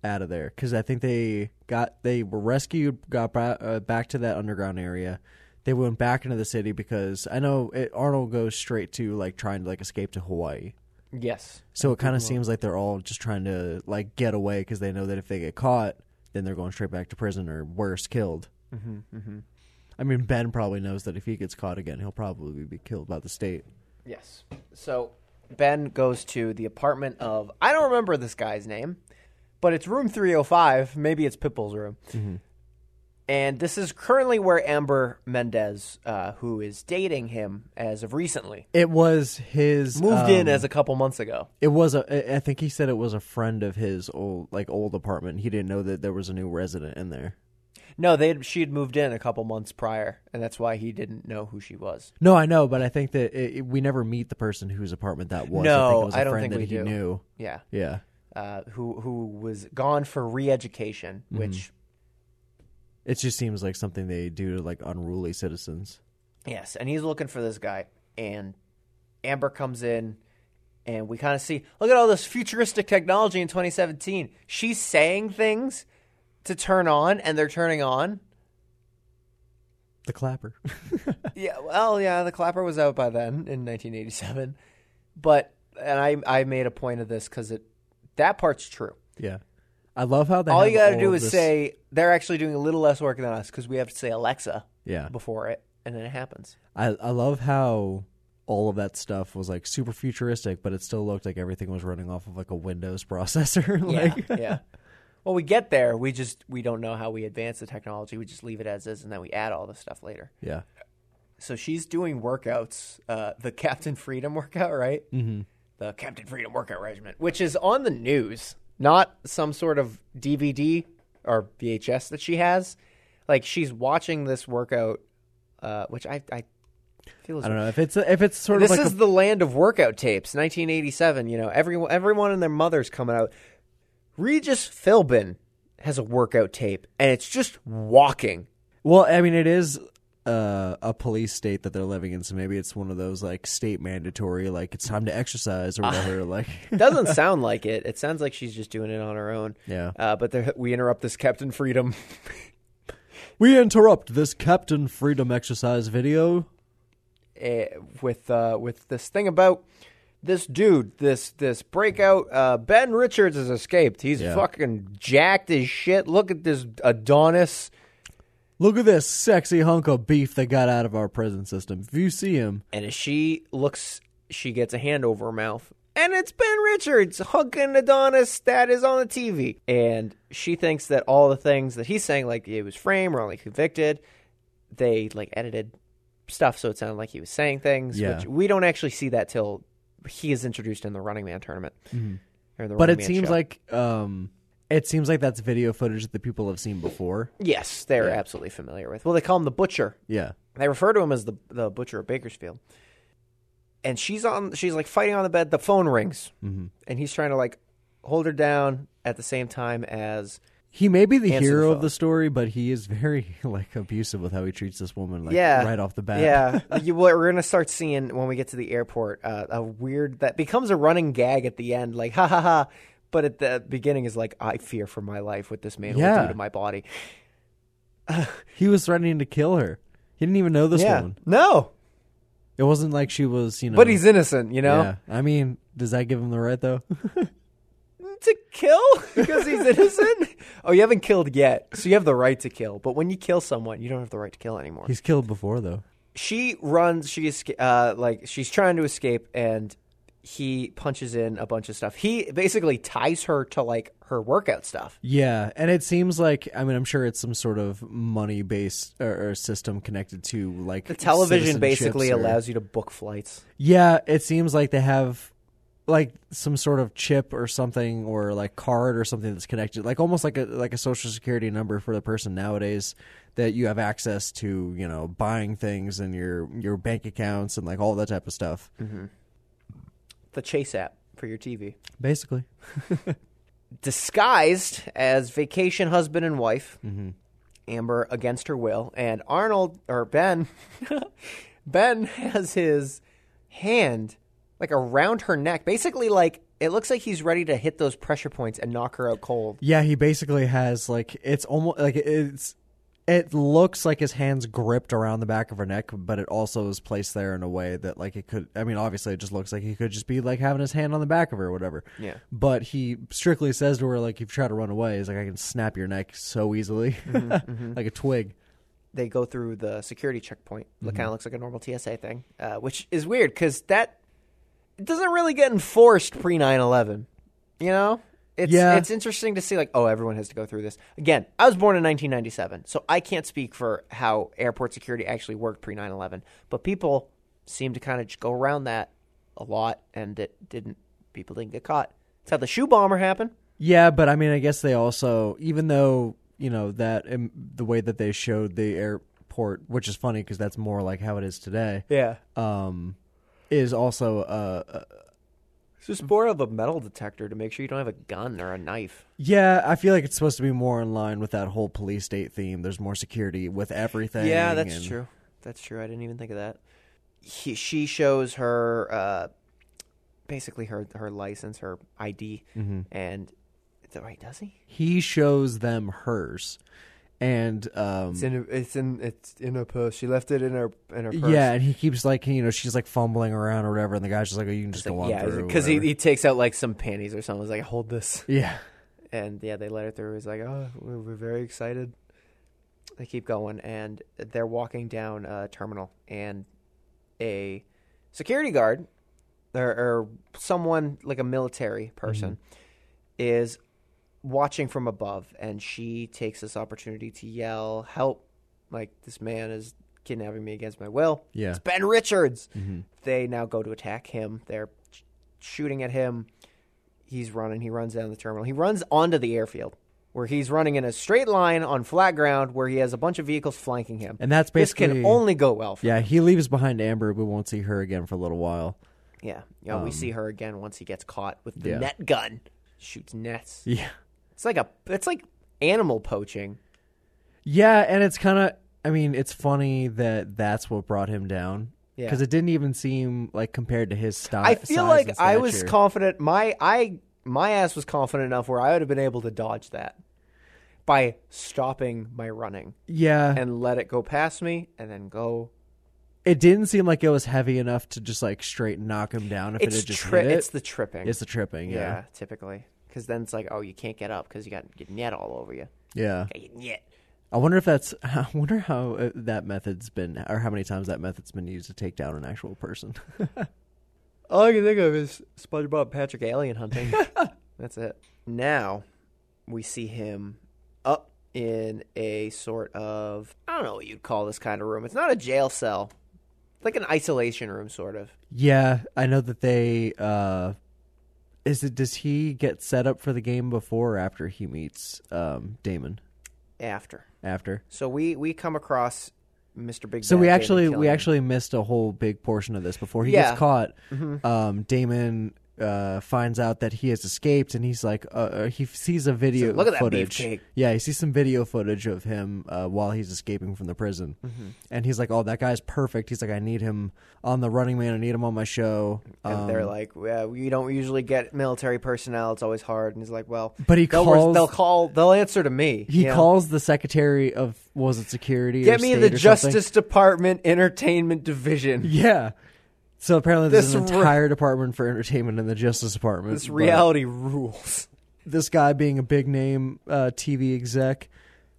[SPEAKER 2] out of there because I think they got they were rescued, got ba- uh, back to that underground area. They went back into the city because I know it, Arnold goes straight to like trying to like escape to Hawaii.
[SPEAKER 1] Yes.
[SPEAKER 2] So it kind of seems like they're all just trying to like get away because they know that if they get caught, then they're going straight back to prison or worse, killed. Mm-hmm, I mean, Ben probably knows that if he gets caught again, he'll probably be killed by the state.
[SPEAKER 1] Yes. So Ben goes to the apartment of I don't remember this guy's name, but it's room 305. Maybe it's Pitbull's room.
[SPEAKER 2] Mm-hmm.
[SPEAKER 1] And this is currently where Amber Mendez, uh, who is dating him as of recently,
[SPEAKER 2] It was his
[SPEAKER 1] moved in
[SPEAKER 2] um,
[SPEAKER 1] as a couple months ago.
[SPEAKER 2] it was a. I- I think he said it was a friend of his old like old apartment. He didn't know that there was a new resident in there.
[SPEAKER 1] No, they she had moved in a couple months prior, and that's why he didn't know who she was.
[SPEAKER 2] No, I know, but I think that it, it- we never meet the person whose apartment that was. I think
[SPEAKER 1] No,
[SPEAKER 2] it was a
[SPEAKER 1] I don't
[SPEAKER 2] friend
[SPEAKER 1] think we
[SPEAKER 2] that he
[SPEAKER 1] do.
[SPEAKER 2] knew.
[SPEAKER 1] Yeah,
[SPEAKER 2] Yeah,
[SPEAKER 1] uh, who who was gone for re-education,
[SPEAKER 2] Mm-hmm.
[SPEAKER 1] which
[SPEAKER 2] it just seems like something they do to like unruly citizens.
[SPEAKER 1] Yes, and he's looking for this guy, and Amber comes in, and we kind of see look at all this futuristic technology in 2017. She's saying things to turn on, and they're turning on.
[SPEAKER 2] The clapper. [laughs]
[SPEAKER 1] Yeah, well, yeah, the clapper was out by then in 1987, but and I I made a point of this because it that part's true.
[SPEAKER 2] Yeah. I love how they
[SPEAKER 1] All you
[SPEAKER 2] got
[SPEAKER 1] got
[SPEAKER 2] to
[SPEAKER 1] to do is say they're actually doing a little less work than us because we have to say Alexa
[SPEAKER 2] Yeah.
[SPEAKER 1] before it, and then it happens.
[SPEAKER 2] I, I love how all of that stuff was like super futuristic, but it still looked like everything was running off of like a Windows [laughs] processor.
[SPEAKER 1] Yeah,
[SPEAKER 2] like,
[SPEAKER 1] yeah. Well, we get there. We just we don't know how we advance the technology. We just leave it as is, and then we add all this stuff later.
[SPEAKER 2] [laughs] yeah.
[SPEAKER 1] So she's doing workouts, uh, the [laughs] Captain Freedom workout, right? Mm-hmm. The Captain Freedom workout regimen, which is on the news, not some sort of DVD or VHS that she has. Like she's watching this workout, uh, which I, I feel is
[SPEAKER 2] I don't know if it's if it's sort
[SPEAKER 1] this
[SPEAKER 2] of like
[SPEAKER 1] is
[SPEAKER 2] a,
[SPEAKER 1] the land of workout tapes, 1987. You know, everyone, everyone and their mother's coming out. Regis Philbin has a workout tape, and it's just walking.
[SPEAKER 2] well, I mean, it is uh, a police state that they're living in, so maybe it's one of those like state mandatory, like it's time to
[SPEAKER 1] [laughs]
[SPEAKER 2] exercise or whatever. like, [laughs]
[SPEAKER 1] Doesn't sound like it. It sounds like she's just doing it on her own.
[SPEAKER 2] Yeah.
[SPEAKER 1] Uh, but there, we interrupt this Captain Freedom. [laughs]
[SPEAKER 2] we interrupt this Captain Freedom exercise video.
[SPEAKER 1] eh, with uh, with this thing about this dude, this this breakout. Uh, ben Richards has escaped. He's
[SPEAKER 2] Yeah.
[SPEAKER 1] fucking jacked as shit. Look at this Adonis.
[SPEAKER 2] Look at this sexy hunk of beef that got out of our prison system. If you see him,
[SPEAKER 1] And as she looks, she gets a hand over her mouth. And it's Ben Richards hugging Adonis that is on the TV. And she thinks that all the things that he's saying, like it was framed, wrongly convicted, they like edited stuff so it sounded like he was saying things.
[SPEAKER 2] Yeah.
[SPEAKER 1] Which we don't actually see that till he is introduced in the Running Man tournament. Or the
[SPEAKER 2] Mm-hmm. but
[SPEAKER 1] Running
[SPEAKER 2] it
[SPEAKER 1] Man
[SPEAKER 2] seems
[SPEAKER 1] show.
[SPEAKER 2] like um, it seems like that's video footage that the people have seen before.
[SPEAKER 1] yes, they're absolutely familiar with. Well, they call him the Butcher
[SPEAKER 2] Yeah.
[SPEAKER 1] They refer to him as the the butcher of Bakersfield. And she's on she's like fighting on the bed. The phone rings, mm-hmm. and he's trying to like hold her down at the same time as
[SPEAKER 2] He may be the
[SPEAKER 1] Answer the
[SPEAKER 2] hero of
[SPEAKER 1] phone.
[SPEAKER 2] the story, but he is very [laughs] like abusive with how he treats this woman. Like,
[SPEAKER 1] yeah
[SPEAKER 2] right off the bat. [laughs]
[SPEAKER 1] yeah. you, we're gonna start seeing when we get to the airport uh, a weird that becomes a running gag at the end, like [laughs] ha ha ha. But at the beginning is like I fear for my life what this man will
[SPEAKER 2] Yeah.
[SPEAKER 1] do to my body.
[SPEAKER 2] he was threatening to kill her. He didn't even know this woman.
[SPEAKER 1] no,
[SPEAKER 2] It wasn't like she was, you know.
[SPEAKER 1] but he's innocent, you know.
[SPEAKER 2] Yeah. I mean, does that give him the right
[SPEAKER 1] [laughs]
[SPEAKER 2] though?
[SPEAKER 1] to kill [laughs] because he's innocent? oh, you haven't killed yet, so you have the right to kill. But when you kill someone, you don't have the right to kill anymore.
[SPEAKER 2] he's killed before though.
[SPEAKER 1] she runs. She esca- uh, like she's trying to escape, and he punches in a bunch of stuff. He basically ties her to like her workout stuff.
[SPEAKER 2] Yeah, and it seems like I mean I'm sure it's some sort of money based or, or system connected to like
[SPEAKER 1] The television
[SPEAKER 2] citizenships
[SPEAKER 1] basically
[SPEAKER 2] or-
[SPEAKER 1] allows you to book flights.
[SPEAKER 2] Yeah, it seems like they have like some sort of chip or something or like card or something that's connected like almost like a like a social security number for the person nowadays that you have access to you know buying things and your your bank accounts and like all that type of stuff
[SPEAKER 1] The Chase app for your TV.
[SPEAKER 2] basically
[SPEAKER 1] disguised as vacation husband and wife, Amber against her will, and Arnold or Ben, [laughs] Ben has his hand like around her neck, basically like it looks like he's ready to hit those pressure points and knock her out cold.
[SPEAKER 2] yeah he basically has like it's almost like it's it looks like his hands gripped around the back of her neck but it also is placed there in a way that like it could i mean obviously it just looks like he could just be like having his hand on the back of her or whatever
[SPEAKER 1] Yeah.
[SPEAKER 2] but he strictly says to her like if you try to run away he's like i can snap your neck so easily
[SPEAKER 1] Mm-hmm,
[SPEAKER 2] [laughs] like a twig
[SPEAKER 1] They go through the security checkpoint. It kind of looks like a normal TSA thing, uh, which is weird because that it doesn't really get enforced pre 9-11. You know, it's
[SPEAKER 2] Yeah.
[SPEAKER 1] it's interesting to see like oh everyone has to go through this again. I was born in 1997, so I can't speak for how airport security actually worked pre 9-11. But people seem to kind of just go around that a lot, and it didn't. People didn't get caught. That's how the shoe bomber happened.
[SPEAKER 2] yeah but i mean i guess they also even though you know that um, the way that they showed the airport which is funny because that's more like how it is today
[SPEAKER 1] Yeah,
[SPEAKER 2] um is also uh
[SPEAKER 1] it's just more of a metal detector to make sure you don't have a gun or a knife.
[SPEAKER 2] Yeah, I feel like it's supposed to be more in line with that whole police state theme. There's more security with everything.
[SPEAKER 1] Yeah, that's
[SPEAKER 2] and-
[SPEAKER 1] true. That's true. I didn't even think of that. He, she shows her uh, basically her her license, her
[SPEAKER 2] Mm-hmm.
[SPEAKER 1] ID, and wait, does he?
[SPEAKER 2] He shows them hers. and um,
[SPEAKER 1] It's in. A, it's in. It's in her purse. She left it in her in her purse.
[SPEAKER 2] yeah, and he keeps like you know she's like fumbling around or whatever, and the guy's just like, oh, you can just go on
[SPEAKER 1] yeah,
[SPEAKER 2] through.
[SPEAKER 1] because he,
[SPEAKER 2] whatever.
[SPEAKER 1] he takes out like some panties or something. He's like, hold this,
[SPEAKER 2] [laughs] yeah,
[SPEAKER 1] and yeah, they let her through. He's like, oh, we're, we're very excited. They keep going, and they're walking down a terminal, and a security guard or, or someone like a military person is watching from above, and she takes this opportunity to yell, "Help! Like this man is kidnapping me against my will."
[SPEAKER 2] Yeah.
[SPEAKER 1] it's Ben Richards. They now go to attack him. They're sh- shooting at him. He's running. He runs down the terminal. He runs onto the airfield. Where he's running in a straight line on flat ground, where he has a bunch of vehicles flanking him,
[SPEAKER 2] And that's
[SPEAKER 1] this can
[SPEAKER 2] basically-
[SPEAKER 1] only go well. For
[SPEAKER 2] yeah. He leaves behind Amber. We won't see her again for a little while. [laughs]
[SPEAKER 1] Yeah. Yeah, we see her again once he gets caught with the
[SPEAKER 2] Um, Yeah.
[SPEAKER 1] net gun. Shoots nets.
[SPEAKER 2] Yeah,
[SPEAKER 1] It's like a it's like animal poaching.
[SPEAKER 2] yeah, and it's kind of. I mean, it's funny that that's what brought him down.
[SPEAKER 1] Yeah.
[SPEAKER 2] Because it didn't even seem like compared to his style.
[SPEAKER 1] I feel like I was confident my I my ass was confident enough where I would have been able to dodge that by stopping my running
[SPEAKER 2] yeah.
[SPEAKER 1] and let it go past me and then go
[SPEAKER 2] it didn't seem like it was heavy enough to just like straight knock him down if it
[SPEAKER 1] it's
[SPEAKER 2] had just
[SPEAKER 1] tri-
[SPEAKER 2] hit it.
[SPEAKER 1] it's the tripping.
[SPEAKER 2] It's the tripping.
[SPEAKER 1] yeah,
[SPEAKER 2] Yeah.
[SPEAKER 1] typically. Cuz then it's like, oh, you can't get up cuz you got your net all over you.
[SPEAKER 2] Yeah.
[SPEAKER 1] Got your net.
[SPEAKER 2] I wonder if that's. [laughs] I wonder how uh, that method's been, or how many times that method's been used to take down an actual person. [laughs]
[SPEAKER 1] All I can think of is SpongeBob Patrick alien [laughs] hunting. That's it. Now we see him up in a sort of I don't know what you'd call this kind of room. It's not a jail cell. It's like an isolation room sort of.
[SPEAKER 2] yeah, I know that they. uh Is it? Does he get set up for the game before or after he meets um Damon?
[SPEAKER 1] After.
[SPEAKER 2] After.
[SPEAKER 1] So we we come across Mr. Big
[SPEAKER 2] So
[SPEAKER 1] Bad
[SPEAKER 2] we
[SPEAKER 1] David
[SPEAKER 2] actually we
[SPEAKER 1] Killian.
[SPEAKER 2] actually missed a whole big portion of this before he
[SPEAKER 1] Yeah. Mm-hmm.
[SPEAKER 2] gets caught. Um, Damon uh, finds out that he has escaped, and he's like, uh, uh, he f- sees a video.
[SPEAKER 1] He's like, "Look at that
[SPEAKER 2] footage.
[SPEAKER 1] beefcake."
[SPEAKER 2] Yeah, he sees some video footage of him uh, while he's escaping from the prison,
[SPEAKER 1] Mm-hmm.
[SPEAKER 2] and he's like, "Oh, that guy's perfect." He's like, "I need him on the Running Man. I need him on my show."
[SPEAKER 1] and
[SPEAKER 2] Um,
[SPEAKER 1] they're like, yeah, we don't usually get military personnel. It's always hard. And he's like, well,
[SPEAKER 2] But he
[SPEAKER 1] they'll,
[SPEAKER 2] calls-
[SPEAKER 1] they'll call, they'll answer to me.
[SPEAKER 2] he
[SPEAKER 1] you know?
[SPEAKER 2] calls the secretary of what was it security?
[SPEAKER 1] Get
[SPEAKER 2] or
[SPEAKER 1] me
[SPEAKER 2] state
[SPEAKER 1] the
[SPEAKER 2] or something.
[SPEAKER 1] Justice Department Entertainment Division.
[SPEAKER 2] Yeah. So apparently, there's
[SPEAKER 1] This
[SPEAKER 2] an
[SPEAKER 1] re-
[SPEAKER 2] entire department for entertainment in the Justice Department.
[SPEAKER 1] This
[SPEAKER 2] but-
[SPEAKER 1] reality rules.
[SPEAKER 2] this guy being a big name uh, TV exec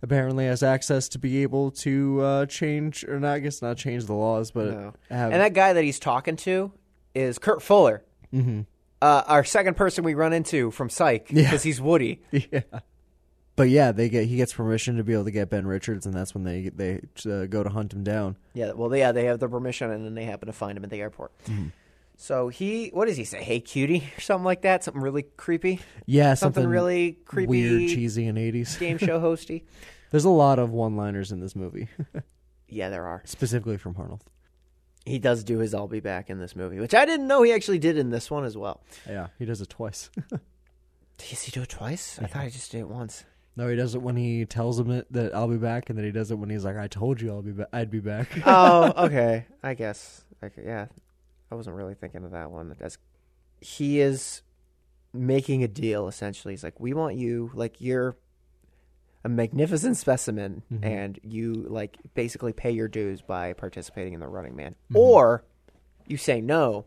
[SPEAKER 2] apparently has access to be able to uh, change or not I guess not change the laws but
[SPEAKER 1] and
[SPEAKER 2] have [laughs]
[SPEAKER 1] that guy that he's talking to is Kurt Fuller. Mm-hmm. Uh, our second person we run into from Psych because he's Woody.
[SPEAKER 2] but yeah they get he gets permission to be able to get Ben Richards and that's when they they uh, go to hunt him down
[SPEAKER 1] Yeah, well, yeah, they have the permission, and then they happen to find him at the airport.
[SPEAKER 2] Mm-hmm.
[SPEAKER 1] So he, what does he say? Hey, cutie, or something like that. Something really creepy.
[SPEAKER 2] yeah
[SPEAKER 1] Something
[SPEAKER 2] something,
[SPEAKER 1] really creepy.
[SPEAKER 2] weird cheesy in 80s
[SPEAKER 1] game show hosty. [laughs]
[SPEAKER 2] there's a lot of one-liners in this movie
[SPEAKER 1] Yeah, there are.
[SPEAKER 2] specifically from Arnold
[SPEAKER 1] He does do his "I'll be back" in this movie, which I didn't know he actually did in this one as well.
[SPEAKER 2] yeah he does it twice [laughs]
[SPEAKER 1] Does he do it twice? I thought he just did it once.
[SPEAKER 2] no he does it when he tells him it, that I'll be back and then he does it when he's like I told you I'll be ba- I'd be back [laughs]
[SPEAKER 1] oh, okay. I guess. Okay, yeah, I wasn't really thinking of that one. That's he is making a deal. Essentially, he's like, "We want you. Like, you're a magnificent specimen,
[SPEAKER 2] Mm-hmm.
[SPEAKER 1] and you like basically pay your dues by participating in the Running Man,
[SPEAKER 2] Mm-hmm.
[SPEAKER 1] or you say no."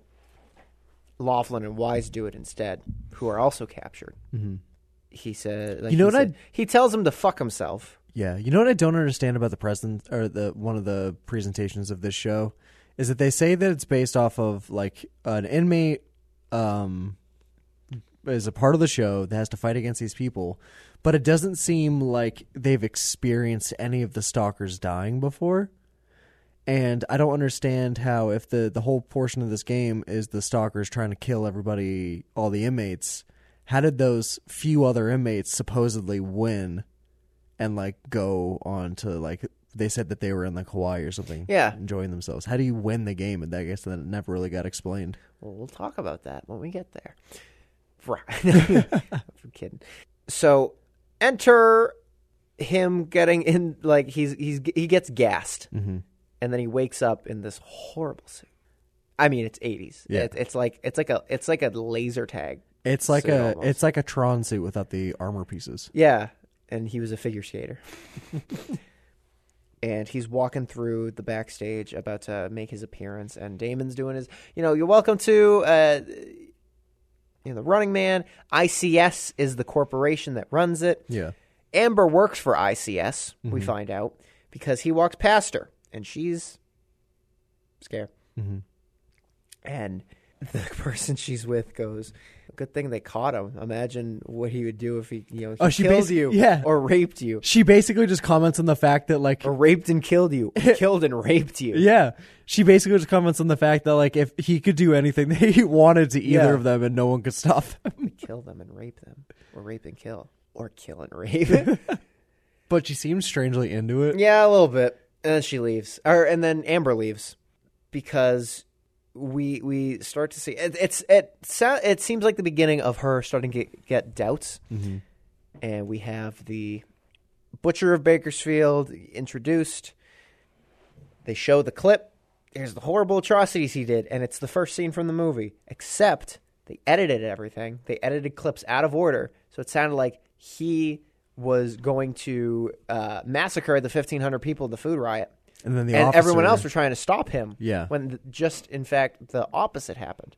[SPEAKER 1] Laughlin and Wise do it instead, who are also captured. He said, like,
[SPEAKER 2] Mm-hmm. You know
[SPEAKER 1] he
[SPEAKER 2] what I-
[SPEAKER 1] said- He tells him to fuck himself.
[SPEAKER 2] Yeah, you know what I don't understand about the present or the one of the presentations of this show is that they say that it's based off of like an inmate um is a part of the show that has to fight against these people, but it doesn't seem like they've experienced any of the stalkers dying before. And I don't understand how if the the whole portion of this game is the stalkers trying to kill everybody, all the inmates, how did those few other inmates supposedly win? and like go on to like they said that they were in like Hawaii or something.
[SPEAKER 1] Yeah.
[SPEAKER 2] enjoying themselves. How do you win the game? And I guess that it never really got explained.
[SPEAKER 1] Well, we'll talk about that when we get there. Right. [laughs] I'm kidding. So enter him getting in like he's he's he gets gassed and then he wakes up in this horrible suit. I mean, it's 80s.
[SPEAKER 2] Yeah.
[SPEAKER 1] It, it's like it's like a it's like a laser tag.
[SPEAKER 2] It's like
[SPEAKER 1] Suit
[SPEAKER 2] a
[SPEAKER 1] almost.
[SPEAKER 2] it's like a Tron suit without the armor pieces.
[SPEAKER 1] Yeah. and he was a figure skater. and he's walking through the backstage about to make his appearance, and Damon's doing his, you know, you're welcome to. Uh, you know, the running man ics is the corporation that runs it
[SPEAKER 2] Yeah.
[SPEAKER 1] Amber works for ICS, we
[SPEAKER 2] Mm-hmm.
[SPEAKER 1] find out, because he walks past her and she's scared.
[SPEAKER 2] Mm-hmm.
[SPEAKER 1] And [laughs] the person she's with goes, Good thing they caught him. Imagine what he would do if he, you know, he
[SPEAKER 2] Oh, she
[SPEAKER 1] killed
[SPEAKER 2] basi-
[SPEAKER 1] you
[SPEAKER 2] yeah.
[SPEAKER 1] or raped you
[SPEAKER 2] She basically just comments on the fact that like
[SPEAKER 1] or raped and killed
[SPEAKER 2] [laughs]
[SPEAKER 1] you, killed and raped you.
[SPEAKER 2] yeah, she basically just comments on the fact that like if he could do anything [laughs] that he wanted to either
[SPEAKER 1] Yeah.
[SPEAKER 2] of them and no one could stop him.
[SPEAKER 1] Kill them and rape them, or rape and kill, or kill and rape.
[SPEAKER 2] [laughs]
[SPEAKER 1] [laughs]
[SPEAKER 2] But she seems strangely into it.
[SPEAKER 1] Yeah, a little bit. And then she leaves, or and then Amber leaves because we we start to see it, it's it so, it seems like the beginning of her starting to get, get doubts, and we have the butcher of Bakersfield introduced. They show the clip. Here's the horrible atrocities he did, and it's the first scene from the movie. Except they edited everything. They edited clips out of order, so it sounded like he was going to uh, massacre the 1,500 people in the food riot,
[SPEAKER 2] And then the
[SPEAKER 1] and
[SPEAKER 2] officer,
[SPEAKER 1] everyone else were trying to stop him.
[SPEAKER 2] Yeah. Mm-hmm.
[SPEAKER 1] when th- just in fact the opposite happened.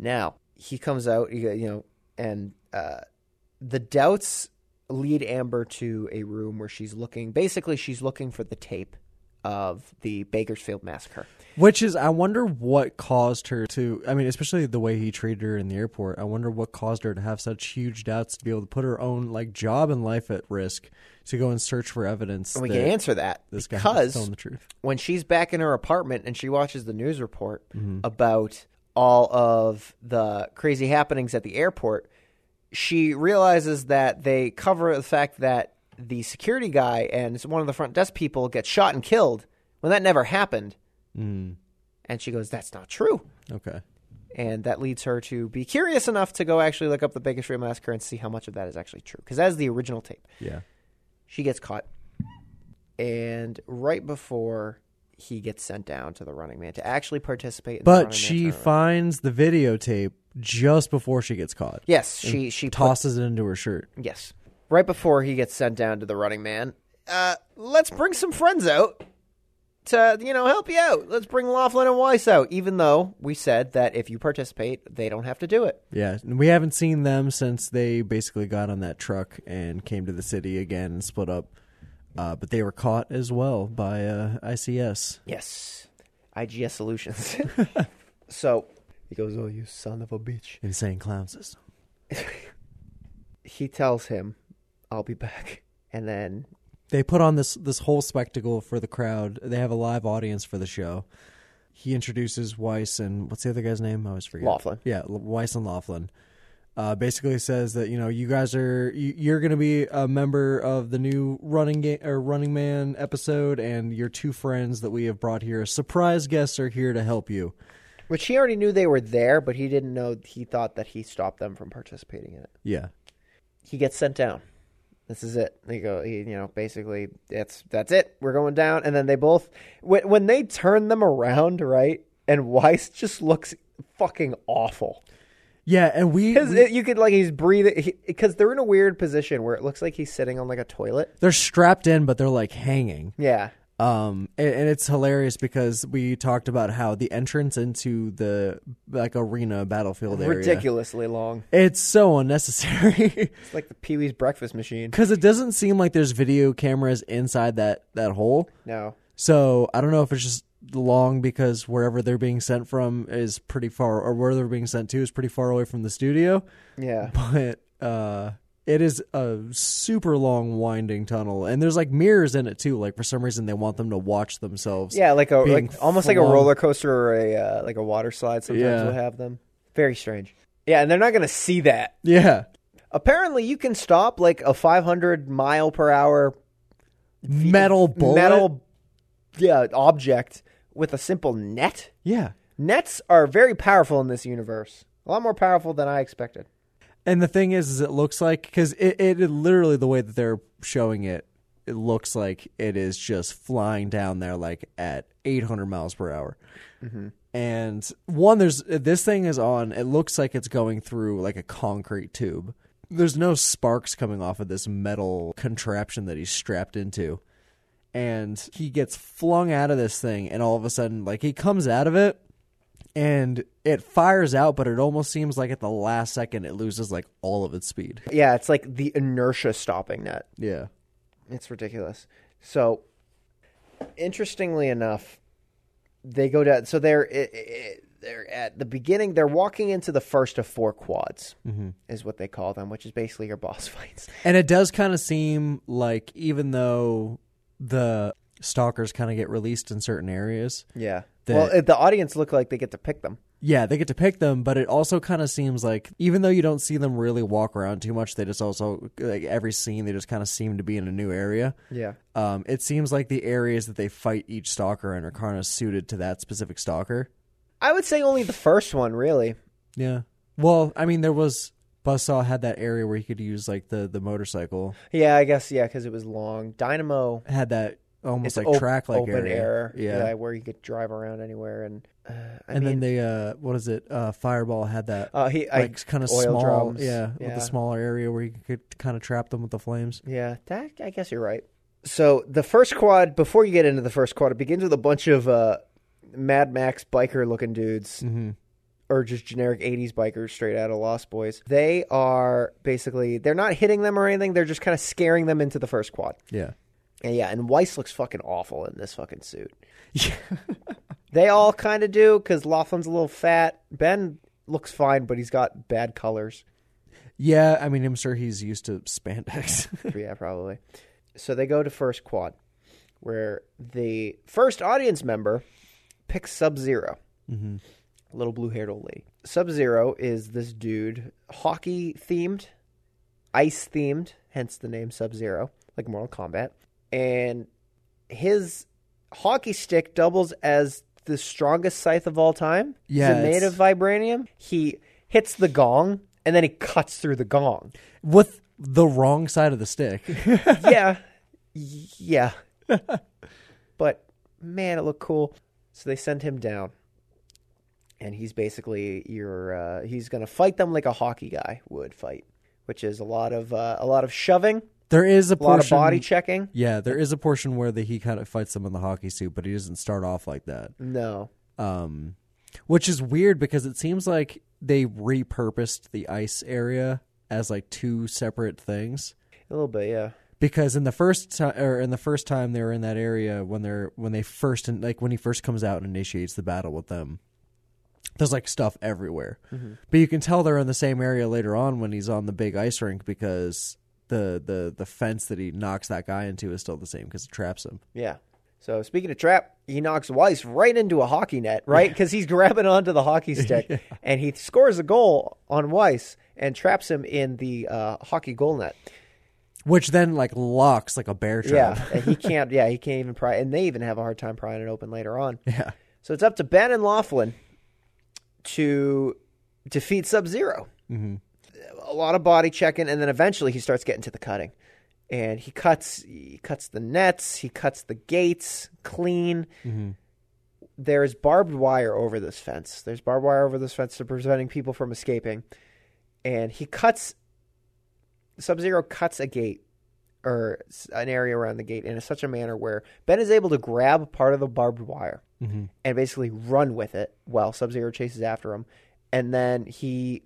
[SPEAKER 1] Now he comes out, you go- you know, and uh, the doubts lead Amber to a room where she's looking. Basically, she's looking for the tape of the Bakersfield massacre.
[SPEAKER 2] which is I wonder what caused her to. I mean, especially the way he treated her in the airport. I wonder what caused her to have such huge doubts to be able to put her own like job and life at risk to go and search for evidence.
[SPEAKER 1] And we
[SPEAKER 2] that
[SPEAKER 1] can answer that
[SPEAKER 2] this guy was
[SPEAKER 1] because
[SPEAKER 2] telling the truth.
[SPEAKER 1] when she's back in her apartment and she watches the news report about all of the crazy happenings at the airport, she realizes that they cover the fact that the security guy and one of the front desk people get shot and killed when that never happened. And she goes, That's not true.
[SPEAKER 2] Okay.
[SPEAKER 1] And that leads her to be curious enough to go actually look up the Baker Street Massacre and see how much of that is actually true. Because that is the original tape
[SPEAKER 2] Yeah.
[SPEAKER 1] she gets caught and right before he gets sent down to the running man to actually participate in the Running
[SPEAKER 2] But
[SPEAKER 1] Man
[SPEAKER 2] she
[SPEAKER 1] tournament.
[SPEAKER 2] finds the videotape just before she gets caught.
[SPEAKER 1] yes she she put-
[SPEAKER 2] Tosses it into her shirt.
[SPEAKER 1] yes right before he gets sent down to the running man uh let's bring some friends out to you know help you out let's bring laughlin and weiss out even though we said that if you participate they don't have to do it
[SPEAKER 2] Yeah, and we haven't seen them since they basically got on that truck and came to the city again and split up. Uh, but they were caught as well by uh, ICS.
[SPEAKER 1] yes igs solutions [laughs] so he goes oh you son of a bitch
[SPEAKER 2] Insane clown system.
[SPEAKER 1] he tells him i'll be back and then
[SPEAKER 2] They put on this this whole spectacle for the crowd. They have a live audience for the show. He introduces Weiss and what's the other guy's name? I always forget.
[SPEAKER 1] Laughlin.
[SPEAKER 2] Yeah, L- Weiss and Laughlin. Uh, basically says that you know you guys are you, you're going to be a member of the new running game or Running Man episode, and your two friends that we have brought here as surprise guests are here to help you.
[SPEAKER 1] Which he already knew they were there, but he didn't know. He thought that he stopped them from participating in it.
[SPEAKER 2] Yeah,
[SPEAKER 1] He gets sent down. This is it. They go. He, you know, basically, that's that's it. We're going down. And then they both, when when they turn them around, right? And Weiss just looks fucking awful.
[SPEAKER 2] yeah, and we,
[SPEAKER 1] Because
[SPEAKER 2] we-
[SPEAKER 1] you could like he's breathing. Because they're in a weird position where it looks like he's sitting on like a toilet.
[SPEAKER 2] they're strapped in, but they're like hanging.
[SPEAKER 1] Yeah.
[SPEAKER 2] Um, and, and it's hilarious because we talked about how the entrance into the like arena battlefield area
[SPEAKER 1] Ridiculously long.
[SPEAKER 2] It's so unnecessary [laughs]
[SPEAKER 1] It's like the Pee Wee's Breakfast Machine.
[SPEAKER 2] because it doesn't seem like there's video cameras inside that that hole.
[SPEAKER 1] No.
[SPEAKER 2] So I don't know if it's just long because wherever they're being sent from is pretty far, or where they're being sent to is pretty far away from the studio. [laughs]
[SPEAKER 1] Yeah.
[SPEAKER 2] But uh, it is a super long winding tunnel, and there's like mirrors in it too. Like for some reason they want them to watch themselves.
[SPEAKER 1] Yeah, like a
[SPEAKER 2] being
[SPEAKER 1] like almost like a
[SPEAKER 2] flung.
[SPEAKER 1] roller coaster or a uh, like a water slide. Sometimes
[SPEAKER 2] Yeah.
[SPEAKER 1] will have them. Very strange. Yeah, and they're not going to see that.
[SPEAKER 2] Yeah.
[SPEAKER 1] Apparently, you can stop like a 500 mile per hour
[SPEAKER 2] Metal bullet.
[SPEAKER 1] metal, yeah, object with a simple net.
[SPEAKER 2] Yeah.
[SPEAKER 1] Nets are very powerful in this universe. A lot more powerful than I expected.
[SPEAKER 2] And the thing is, is it looks like because it, it, it literally the way that they're showing it, it looks like it is just flying down there like at 800 miles per hour. Mm-hmm. And one, there's this thing is on. It looks like it's going through like a concrete tube. there's no sparks coming off of this metal contraption that he's strapped into. And he gets flung out of this thing, and all of a sudden, like, he comes out of it and it fires out, but it almost seems like at the last second it loses, like, all of its speed.
[SPEAKER 1] Yeah, it's like the inertia stopping net.
[SPEAKER 2] Yeah.
[SPEAKER 1] It's ridiculous. So, interestingly enough, they go down. So they're i- i- they're at the beginning. They're walking into the first of four quads, is what they call them, which is basically your boss [laughs] fights.
[SPEAKER 2] And it does kind of seem like, even though the stalkers kind of get released in certain areas,
[SPEAKER 1] Yeah.
[SPEAKER 2] That-
[SPEAKER 1] well, it- the audience look like they get to pick them.
[SPEAKER 2] Yeah, they get to pick them, but it also kind of seems like even though you don't see them really walk around too much, they just also like every scene they just kind of seem to be in a new area.
[SPEAKER 1] Yeah.
[SPEAKER 2] Um, it seems like the areas that they fight each stalker in are kind of suited to that specific stalker.
[SPEAKER 1] I would say only the first one, really.
[SPEAKER 2] Yeah. Well, I mean, there was Buzzsaw had that area where he could use like the the motorcycle
[SPEAKER 1] Yeah, I guess. Yeah, because it was long. Dynamo.
[SPEAKER 2] had that almost like
[SPEAKER 1] op-
[SPEAKER 2] track like
[SPEAKER 1] open air.
[SPEAKER 2] Yeah.
[SPEAKER 1] where you could drive around anywhere, and uh, I
[SPEAKER 2] and
[SPEAKER 1] mean,
[SPEAKER 2] then they uh, what is it? Uh, Fireball had that.
[SPEAKER 1] uh, he I,
[SPEAKER 2] like kind of
[SPEAKER 1] oil
[SPEAKER 2] small,
[SPEAKER 1] drums.
[SPEAKER 2] yeah, with
[SPEAKER 1] Yeah.
[SPEAKER 2] a smaller area where you could kind of trap them with the flames.
[SPEAKER 1] Yeah, that I guess you're right. So the first quad, before you get into the first quad, it begins with a bunch of uh, Mad Max biker looking dudes, or just generic '80s bikers straight out of Lost Boys. They are basically they're not hitting them or anything. They're just kind of scaring them into the first quad.
[SPEAKER 2] Yeah,
[SPEAKER 1] And yeah, and Weiss looks fucking awful in this fucking suit. they all kind of do because Laughlin's a little fat. Ben looks fine, but he's got bad colors.
[SPEAKER 2] Yeah, I mean, I'm sure he's used to spandex.
[SPEAKER 1] [laughs]
[SPEAKER 2] [laughs]
[SPEAKER 1] yeah, probably. So they go to first quad, where the first audience member picks Sub 0 mm-hmm. little blue haired old lady. Sub Zero is this dude, hockey themed, ice themed, hence the name Sub Zero, like Mortal Kombat. And his hockey stick doubles as the strongest scythe of all time.
[SPEAKER 2] Yeah,
[SPEAKER 1] Is it made
[SPEAKER 2] it's-
[SPEAKER 1] of vibranium? He hits the gong and then he cuts through the gong.
[SPEAKER 2] With the wrong side of the stick. [laughs]
[SPEAKER 1] yeah, yeah. but man, it looked cool. So they send him down, and he's basically your uh, he's gonna fight them like a hockey guy would fight, which is a lot of uh, a lot of shoving,
[SPEAKER 2] There is a
[SPEAKER 1] a lot
[SPEAKER 2] portion.
[SPEAKER 1] of body checking.
[SPEAKER 2] Yeah, there is a portion where the, he kind of fights them in the hockey suit, but he doesn't start off like that.
[SPEAKER 1] No,
[SPEAKER 2] Um, which is weird because it seems like they repurposed the ice area as like two separate things.
[SPEAKER 1] a little bit, yeah.
[SPEAKER 2] Because in the first time, or in the first time they were in that area when they're when they first in, like when he first comes out and initiates the battle with them, there's like stuff everywhere. But you can tell they're in the same area later on when he's on the big ice rink because the the the fence that he knocks that guy into is still the same because it traps him.
[SPEAKER 1] Yeah. So speaking of trap, he knocks Weiss right into a hockey net, right? Because he's grabbing onto the hockey stick, and he scores a goal on Weiss and traps him in the uh, hockey goal net.
[SPEAKER 2] Which then like locks like a bear trap.
[SPEAKER 1] Yeah, and he can't. Yeah, he can't even pry, and they even have a hard time prying it open later on.
[SPEAKER 2] [laughs] Yeah.
[SPEAKER 1] So it's up to Ben and Laughlin to defeat Sub 0 A lot of body checking, and then eventually he starts getting to the cutting, and he cuts he cuts the nets, he cuts the gates clean. There's barbed wire over this fence. There's barbed wire over this fence to preventing people from escaping, and he cuts. Sub Zero cuts a gate or s- an area around the gate in such a manner where Ben is able to grab part of the barbed wire and basically run with it while Sub Zero chases after him, and then he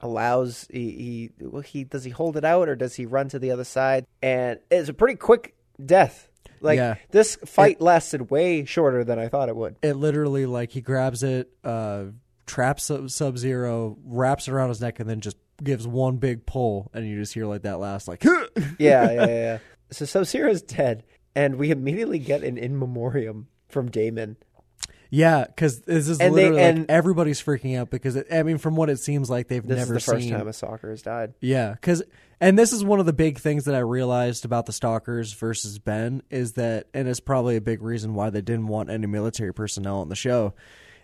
[SPEAKER 1] allows he, he well, he does he hold it out or does he run to the other side? And it's a pretty quick death. Like
[SPEAKER 2] Yeah.
[SPEAKER 1] this fight lasted way shorter than I thought it would.
[SPEAKER 2] It literally like he grabs it, uh, traps Sub Zero, wraps it around his neck, and then just gives one big pull, and you just hear like that last like. [laughs]
[SPEAKER 1] Yeah, yeah, yeah. yeah. so Sub Zero's dead, and we immediately get an in memoriam from Damon.
[SPEAKER 2] Yeah, because this is
[SPEAKER 1] And they-
[SPEAKER 2] literally like
[SPEAKER 1] and-
[SPEAKER 2] everybody's freaking out because it, I mean, from what it seems like, they've
[SPEAKER 1] This
[SPEAKER 2] never
[SPEAKER 1] is the first
[SPEAKER 2] seen.
[SPEAKER 1] time a soccer has died.
[SPEAKER 2] [laughs] Yeah, because and this is one of the big things that I realized about the stalkers versus Ben is that, and it's probably a big reason why they didn't want any military personnel on the show,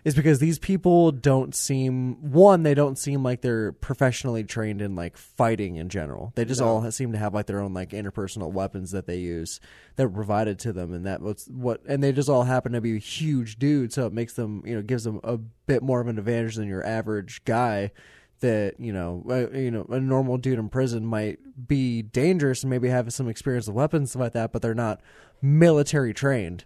[SPEAKER 2] is because these people don't seem one, they don't seem like they're professionally trained in like fighting in general. They just all seem to have like their own like interpersonal weapons that they use that were provided to them, and that was what, and they just all happen to be huge dudes, so it makes them you know gives them a bit more of an advantage than your average guy that you know, uh, you know, a normal dude in prison might be dangerous and maybe have some experience with weapons stuff like that, but they're not military trained.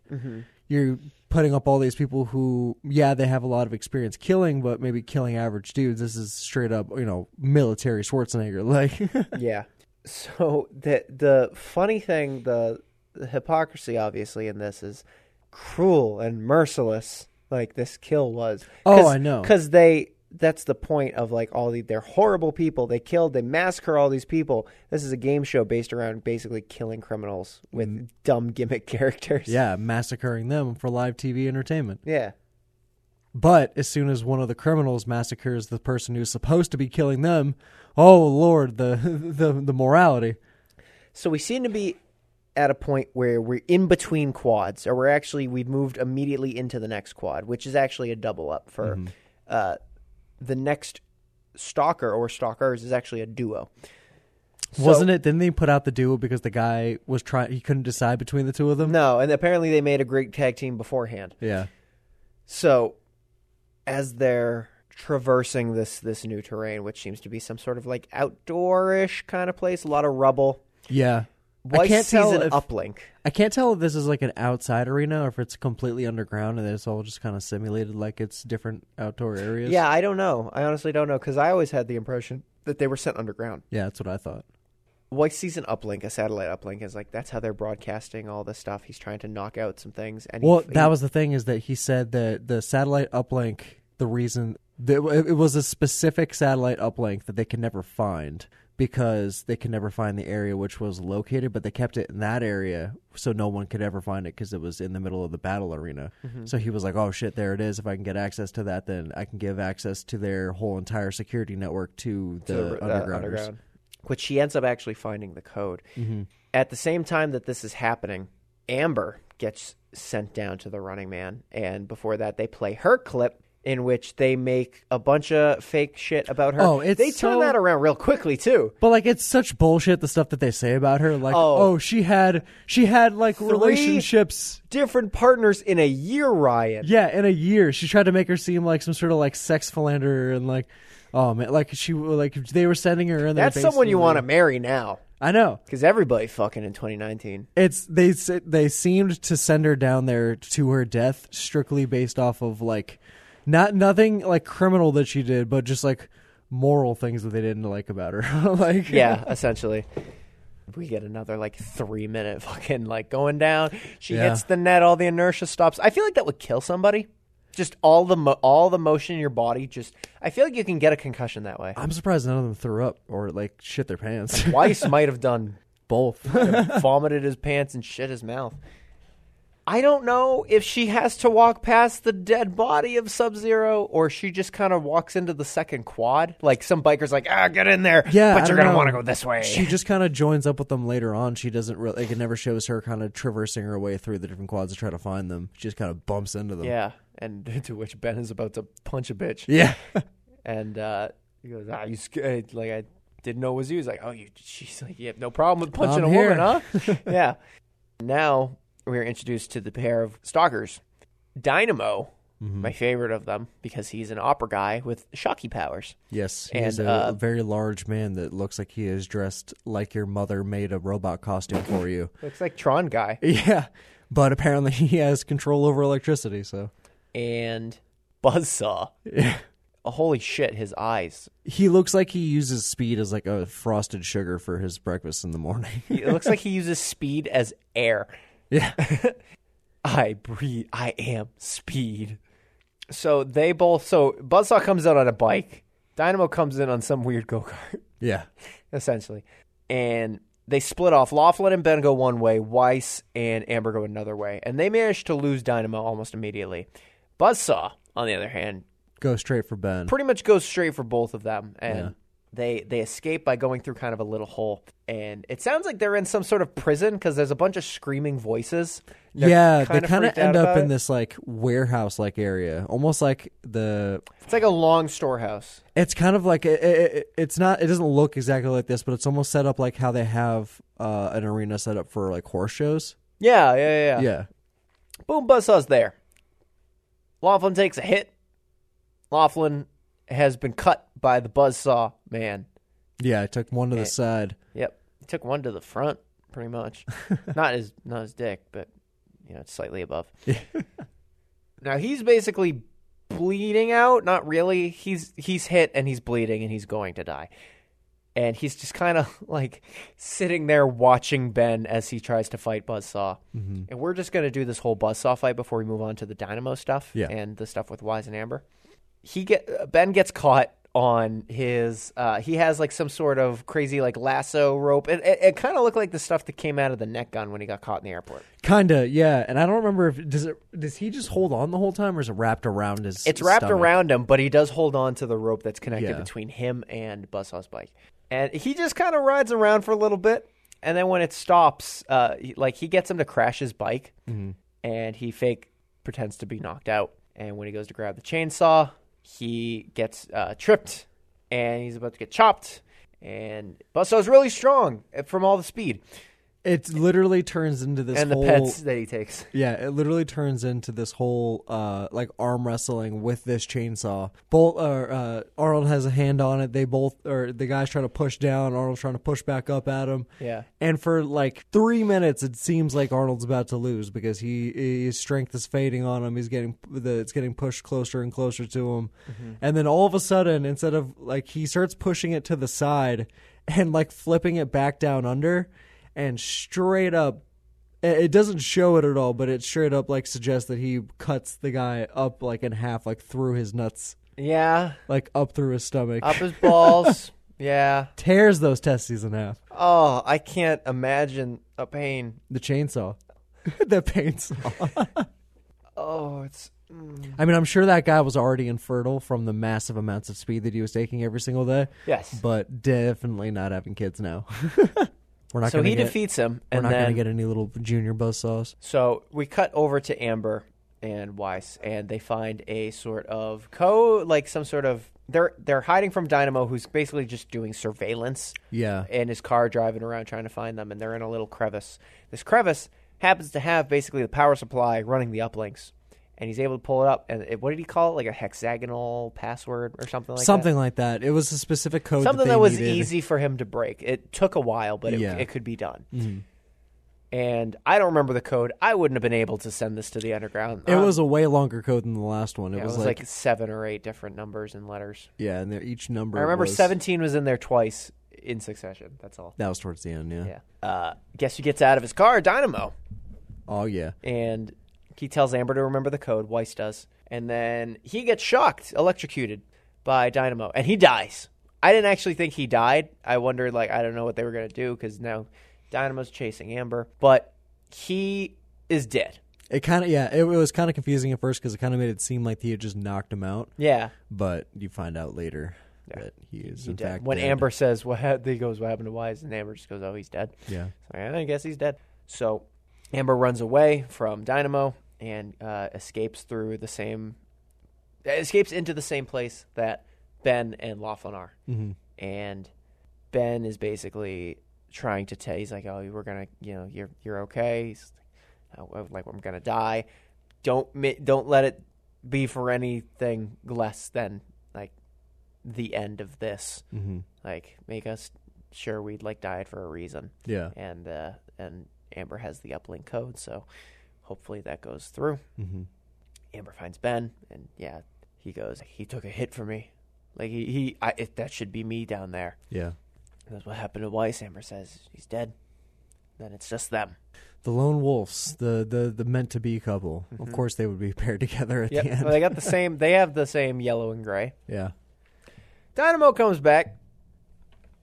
[SPEAKER 2] You're putting up all these people who, yeah, they have a lot of experience killing, but maybe killing average dudes. This is straight up, you know, military Schwarzenegger. [laughs] Like,
[SPEAKER 1] Yeah. So the the funny thing, the, the hypocrisy obviously in this is cruel and merciless. Like this kill was.
[SPEAKER 2] Oh, I know.
[SPEAKER 1] Because they that's the point of like all the they're horrible people. They killed, they massacre all these people. This is a game show based around basically killing criminals with dumb gimmick [laughs] characters.
[SPEAKER 2] Mm. yeah, [laughs] massacring them for live TV entertainment.
[SPEAKER 1] Yeah.
[SPEAKER 2] But as soon as one of the criminals massacres the person who's supposed to be killing them, oh lord, the [laughs] the the morality.
[SPEAKER 1] So we seem to be at a point where we're in between quads, or we're actually we've moved immediately into the next quad, which is actually a double up for
[SPEAKER 2] Mm-hmm.
[SPEAKER 1] uh, the next stalker or stalkers is actually a duo.
[SPEAKER 2] Wasn't it? Then they put out the duo because the guy was trying. He couldn't decide between the two of them.
[SPEAKER 1] No, and apparently they made a great tag team beforehand.
[SPEAKER 2] Yeah.
[SPEAKER 1] So as they're traversing this this new terrain, which seems to be some sort of like outdoorish kind of place, a lot of rubble.
[SPEAKER 2] Yeah. I
[SPEAKER 1] Weiss
[SPEAKER 2] can't
[SPEAKER 1] sees
[SPEAKER 2] tell
[SPEAKER 1] an
[SPEAKER 2] if
[SPEAKER 1] uplink.
[SPEAKER 2] I can't tell if this is like an outside arena or if it's completely underground and it's all just kind of simulated like it's different outdoor areas.
[SPEAKER 1] Yeah, I don't know. I honestly don't know because I always had the impression that they were sent underground.
[SPEAKER 2] Yeah, that's what I thought.
[SPEAKER 1] White sees an uplink, a satellite uplink, is like that's how they're broadcasting all this stuff. He's trying to knock out some things, and he-
[SPEAKER 2] Well,
[SPEAKER 1] he-
[SPEAKER 2] that was the thing is that he said that the satellite uplink, the reason that it it was a specific satellite uplink that they could never find because they could never find the area which was located, but they kept it in that area so no one could ever find it because it was in the middle of the battle arena.
[SPEAKER 1] Mm-hmm.
[SPEAKER 2] So he was like, "Oh shit, there it is. If I can get access to that, then I can give access to their whole entire security network to
[SPEAKER 1] to
[SPEAKER 2] the,
[SPEAKER 1] the- uh,
[SPEAKER 2] undergrounders."
[SPEAKER 1] underground. Which she ends up actually finding the code.
[SPEAKER 2] Mm-hmm.
[SPEAKER 1] At the same time that this is happening, Amber gets sent down to the Running Man, and before that, they play her clip in which they make a bunch of fake shit about her.
[SPEAKER 2] Oh, it's
[SPEAKER 1] they turn
[SPEAKER 2] so-
[SPEAKER 1] that around real quickly too.
[SPEAKER 2] But like it's such bullshit the stuff that they say about her like
[SPEAKER 1] Oh.
[SPEAKER 2] oh, she had she had like
[SPEAKER 1] Three-
[SPEAKER 2] relationships
[SPEAKER 1] Different partners in a year riot.
[SPEAKER 2] Yeah, in a year, she tried to make her seem like some sort of like sex philanderer and like, oh man, like she like they were sending her in. there
[SPEAKER 1] That's someone you
[SPEAKER 2] basically-
[SPEAKER 1] want to marry now,
[SPEAKER 2] I know.
[SPEAKER 1] because everybody fucking in 2019.
[SPEAKER 2] It's they s- they seemed to send her down there to her death strictly based off of like, not nothing like criminal that she did, but just like moral things that they didn't like about her. [laughs] like
[SPEAKER 1] yeah, essentially. We get another like three minute [laughs] fucking like going down. She
[SPEAKER 2] Yeah.
[SPEAKER 1] hits the net. All the inertia stops. I feel like that would kill somebody. Just all the mo- all the motion in your body. Just I feel like you can get a concussion that way.
[SPEAKER 2] I'm surprised none of them threw up or like shit their pants. [laughs]
[SPEAKER 1] Weiss might have done
[SPEAKER 2] Both.
[SPEAKER 1] vomited his pants and shit his mouth. I don't know if she has to walk past the dead body of Sub Zero or she just kind of walks into the second quad. Like some biker's like, ah, get in there.
[SPEAKER 2] Yeah,
[SPEAKER 1] but
[SPEAKER 2] I
[SPEAKER 1] you're
[SPEAKER 2] don't
[SPEAKER 1] gonna
[SPEAKER 2] know.
[SPEAKER 1] want to go this way.
[SPEAKER 2] She just kind of joins up with them later on. She doesn't really like it. Never shows her kind of traversing her way through the different quads to try to find them. She just kind of bumps into them.
[SPEAKER 1] Yeah, and [laughs] to which Ben is about to punch a bitch,
[SPEAKER 2] yeah. [laughs]
[SPEAKER 1] and uh, he goes, "Ah, you scared?" Like I didn't know it was you. He's like, "Oh, you." [laughs] She's like, "You have no problem with punching
[SPEAKER 2] I'm
[SPEAKER 1] a
[SPEAKER 2] here."
[SPEAKER 1] woman,
[SPEAKER 2] [laughs]
[SPEAKER 1] huh?" yeah. Now we're introduced to the pair of stalkers, Dynamo,
[SPEAKER 2] Mm-hmm.
[SPEAKER 1] my favorite of them because he's an opera guy with shocky powers.
[SPEAKER 2] yes,
[SPEAKER 1] And,
[SPEAKER 2] he's a
[SPEAKER 1] uh,
[SPEAKER 2] very large man that looks like he is dressed like your mother made a robot costume
[SPEAKER 1] [laughs]
[SPEAKER 2] for you.
[SPEAKER 1] Looks like Tron guy,
[SPEAKER 2] yeah, but apparently he has control over electricity. So
[SPEAKER 1] and Buzzsaw. Oh, holy shit, his eyes.
[SPEAKER 2] he looks like he uses speed as like a frosted sugar for his breakfast in the morning. [laughs]
[SPEAKER 1] It looks like he uses speed as air.
[SPEAKER 2] yeah,
[SPEAKER 1] [laughs] I breathe. I am speed. So they both. So Buzzsaw comes out on a bike. Dynamo comes in on some weird go kart,
[SPEAKER 2] yeah.
[SPEAKER 1] [laughs] essentially, and they split off. Laughlin and Ben go one way. Weiss and Amber go another way, and they manage to lose Dynamo almost immediately. Buzzsaw, on the other hand,
[SPEAKER 2] Go straight for Ben.
[SPEAKER 1] pretty much goes straight for both of them, and
[SPEAKER 2] Yeah.
[SPEAKER 1] they they escape by going through kind of a little hole. And it sounds like they're in some sort of prison because there's a bunch of screaming voices. They're
[SPEAKER 2] yeah, they
[SPEAKER 1] kinda
[SPEAKER 2] kind of
[SPEAKER 1] freaked out
[SPEAKER 2] end up
[SPEAKER 1] about
[SPEAKER 2] in
[SPEAKER 1] it.
[SPEAKER 2] this like warehouse like area, almost like the.
[SPEAKER 1] It's like a long storehouse.
[SPEAKER 2] It's kind of like it, it, it- it's not. It doesn't look exactly like this, but it's almost set up like how they have uh, an arena set up for like horse shows.
[SPEAKER 1] Yeah, yeah, yeah.
[SPEAKER 2] Yeah,
[SPEAKER 1] Boom, Buzzsaw's there. Laughlin takes a hit. Laughlin has been cut by the buzzsaw man.
[SPEAKER 2] Yeah, I took one to
[SPEAKER 1] Eh. [laughs]
[SPEAKER 2] the side.
[SPEAKER 1] Yep, he took one to the front, pretty
[SPEAKER 2] [laughs]
[SPEAKER 1] much. not his, not his dick, but you know, it's slightly above. now he's basically bleeding out. Not really. He's he's hit and he's bleeding and he's going to die. And he's just kind of [laughs] like sitting there watching Ben as he tries to fight Buzzsaw. And we're just going to do this whole Buzzsaw fight before we move on to the Dynamo stuff
[SPEAKER 2] Yeah.
[SPEAKER 1] and the stuff with Wise and Amber. He get uh, Ben gets caught on his uh, he has like some sort of crazy like lasso rope. It, it, it kind of looked like the stuff that came out of the neck gun when he got caught in the airport.
[SPEAKER 2] Kinda, yeah. And I don't remember if does it does he just hold on the whole time or is it wrapped around his
[SPEAKER 1] It's wrapped
[SPEAKER 2] stomach?
[SPEAKER 1] around him, but he does hold on to the rope that's connected
[SPEAKER 2] Yeah.
[SPEAKER 1] between him and Buzzsaw's bike. And he just kind of rides around for a little bit. And then when it stops, uh, he- like he gets him to crash his bike and he fake pretends to be knocked out. And when he goes to grab the chainsaw, he gets uh, tripped and he's about to get chopped. And Buzzsaw's really strong uh, from all the speed
[SPEAKER 2] It literally turns into this
[SPEAKER 1] and the
[SPEAKER 2] whole
[SPEAKER 1] pets that he takes.
[SPEAKER 2] [laughs] Yeah, it literally turns into this whole uh, like arm wrestling with this chainsaw. Both uh, uh, Arnold has a hand on it. They both or the guy's trying to push down. Arnold's trying to push back up at him.
[SPEAKER 1] Yeah.
[SPEAKER 2] And for like three minutes, it seems like Arnold's about to lose because he his strength is fading on him. He's getting the it's getting pushed closer and closer to him, and then all of a sudden, instead of like he starts pushing it to the side and like flipping it back down under, and straight up it it doesn't show it at all, but it straight up like suggests that he cuts the guy up like in half, like through his nuts,
[SPEAKER 1] Yeah.
[SPEAKER 2] like up through his stomach,
[SPEAKER 1] Up his [laughs] balls. yeah.
[SPEAKER 2] tears those testes in half.
[SPEAKER 1] Oh, I can't imagine a pain.
[SPEAKER 2] The chainsaw, [laughs] the chainsaw.
[SPEAKER 1] Oh, it's
[SPEAKER 2] I mean, I'm sure that guy was already infertile from the massive amounts of speed that he was taking every single day.
[SPEAKER 1] yes.
[SPEAKER 2] but definitely not having
[SPEAKER 1] [laughs]
[SPEAKER 2] kids now. we're not
[SPEAKER 1] so
[SPEAKER 2] gonna
[SPEAKER 1] he
[SPEAKER 2] get,
[SPEAKER 1] defeats him,
[SPEAKER 2] We're
[SPEAKER 1] and
[SPEAKER 2] not
[SPEAKER 1] then
[SPEAKER 2] gonna get any little junior buzzsaws.
[SPEAKER 1] so we cut over to Amber and Weiss, and they find a sort of co, like some sort of they're they're hiding from Dynamo, who's basically just doing surveillance.
[SPEAKER 2] Yeah.
[SPEAKER 1] in his car driving around trying to find them, and they're in a little crevice. This crevice happens to have basically the power supply running the uplinks. And he's able to pull it up, and it, what did he call it? Like a hexagonal password or something like that?
[SPEAKER 2] Something like that. It was a specific code.
[SPEAKER 1] something
[SPEAKER 2] that, they
[SPEAKER 1] that was
[SPEAKER 2] needed.
[SPEAKER 1] easy for him to break. It took a while, but it,
[SPEAKER 2] Yeah. Mm-hmm.
[SPEAKER 1] it could be done. And I don't remember the code. I wouldn't have been able to send this to the underground.
[SPEAKER 2] It
[SPEAKER 1] Uh,
[SPEAKER 2] was a way longer code than the last one. It,
[SPEAKER 1] it
[SPEAKER 2] was,
[SPEAKER 1] was like, seven or eight different numbers and letters.
[SPEAKER 2] yeah, and they're each number.
[SPEAKER 1] I remember
[SPEAKER 2] was-
[SPEAKER 1] seventeen was in there twice in succession. That's all.
[SPEAKER 2] That was towards the end. Yeah.
[SPEAKER 1] Yeah. Uh, guess who gets out of his car? Dynamo.
[SPEAKER 2] Oh yeah.
[SPEAKER 1] And he tells Amber to remember the code. Weiss does, and then he gets shocked, electrocuted by Dynamo, and he dies. I didn't actually think he died. I wondered, like, I don't know what they were gonna do because now Dynamo's chasing Amber, but he is dead.
[SPEAKER 2] It kind of yeah. It, was kind of confusing at first because it kind of made it seem like he had just knocked him out,
[SPEAKER 1] Yeah.
[SPEAKER 2] but you find out later that he is in
[SPEAKER 1] dead.
[SPEAKER 2] fact
[SPEAKER 1] when
[SPEAKER 2] dead.
[SPEAKER 1] Amber says what happened, he goes, "What happened to Wise?" and Amber just goes, "Oh, he's dead."
[SPEAKER 2] Yeah.
[SPEAKER 1] So, yeah, I guess he's dead. So Amber runs away from Dynamo and uh, escapes through the same, escapes into the same place that Ben and Laughlin are,
[SPEAKER 2] Mm-hmm.
[SPEAKER 1] and Ben is basically trying to tell. He's like, "Oh, we're gonna, you know, you're you're okay." He's like, "Oh, like I'm gonna die. Don't mi- don't let it be for anything less than like the end of this.
[SPEAKER 2] Mm-hmm.
[SPEAKER 1] Like, make us sure we'd like died for a reason."
[SPEAKER 2] Yeah.
[SPEAKER 1] and uh, and Amber has the uplink code, so hopefully that goes through. Mm-hmm. Amber finds Ben, and yeah, he goes, he took a hit for me. Like he, he I, it, that should be me down there.
[SPEAKER 2] Yeah.
[SPEAKER 1] He goes, what happened to Weiss? Amber says he's dead. Then it's just them.
[SPEAKER 2] The lone wolves, the the the meant to be couple. Of course, they would be [laughs] paired together at the
[SPEAKER 1] Mm-hmm. Yep.
[SPEAKER 2] end.
[SPEAKER 1] so they got the same. They have the same yellow and gray.
[SPEAKER 2] yeah.
[SPEAKER 1] Dynamo comes back,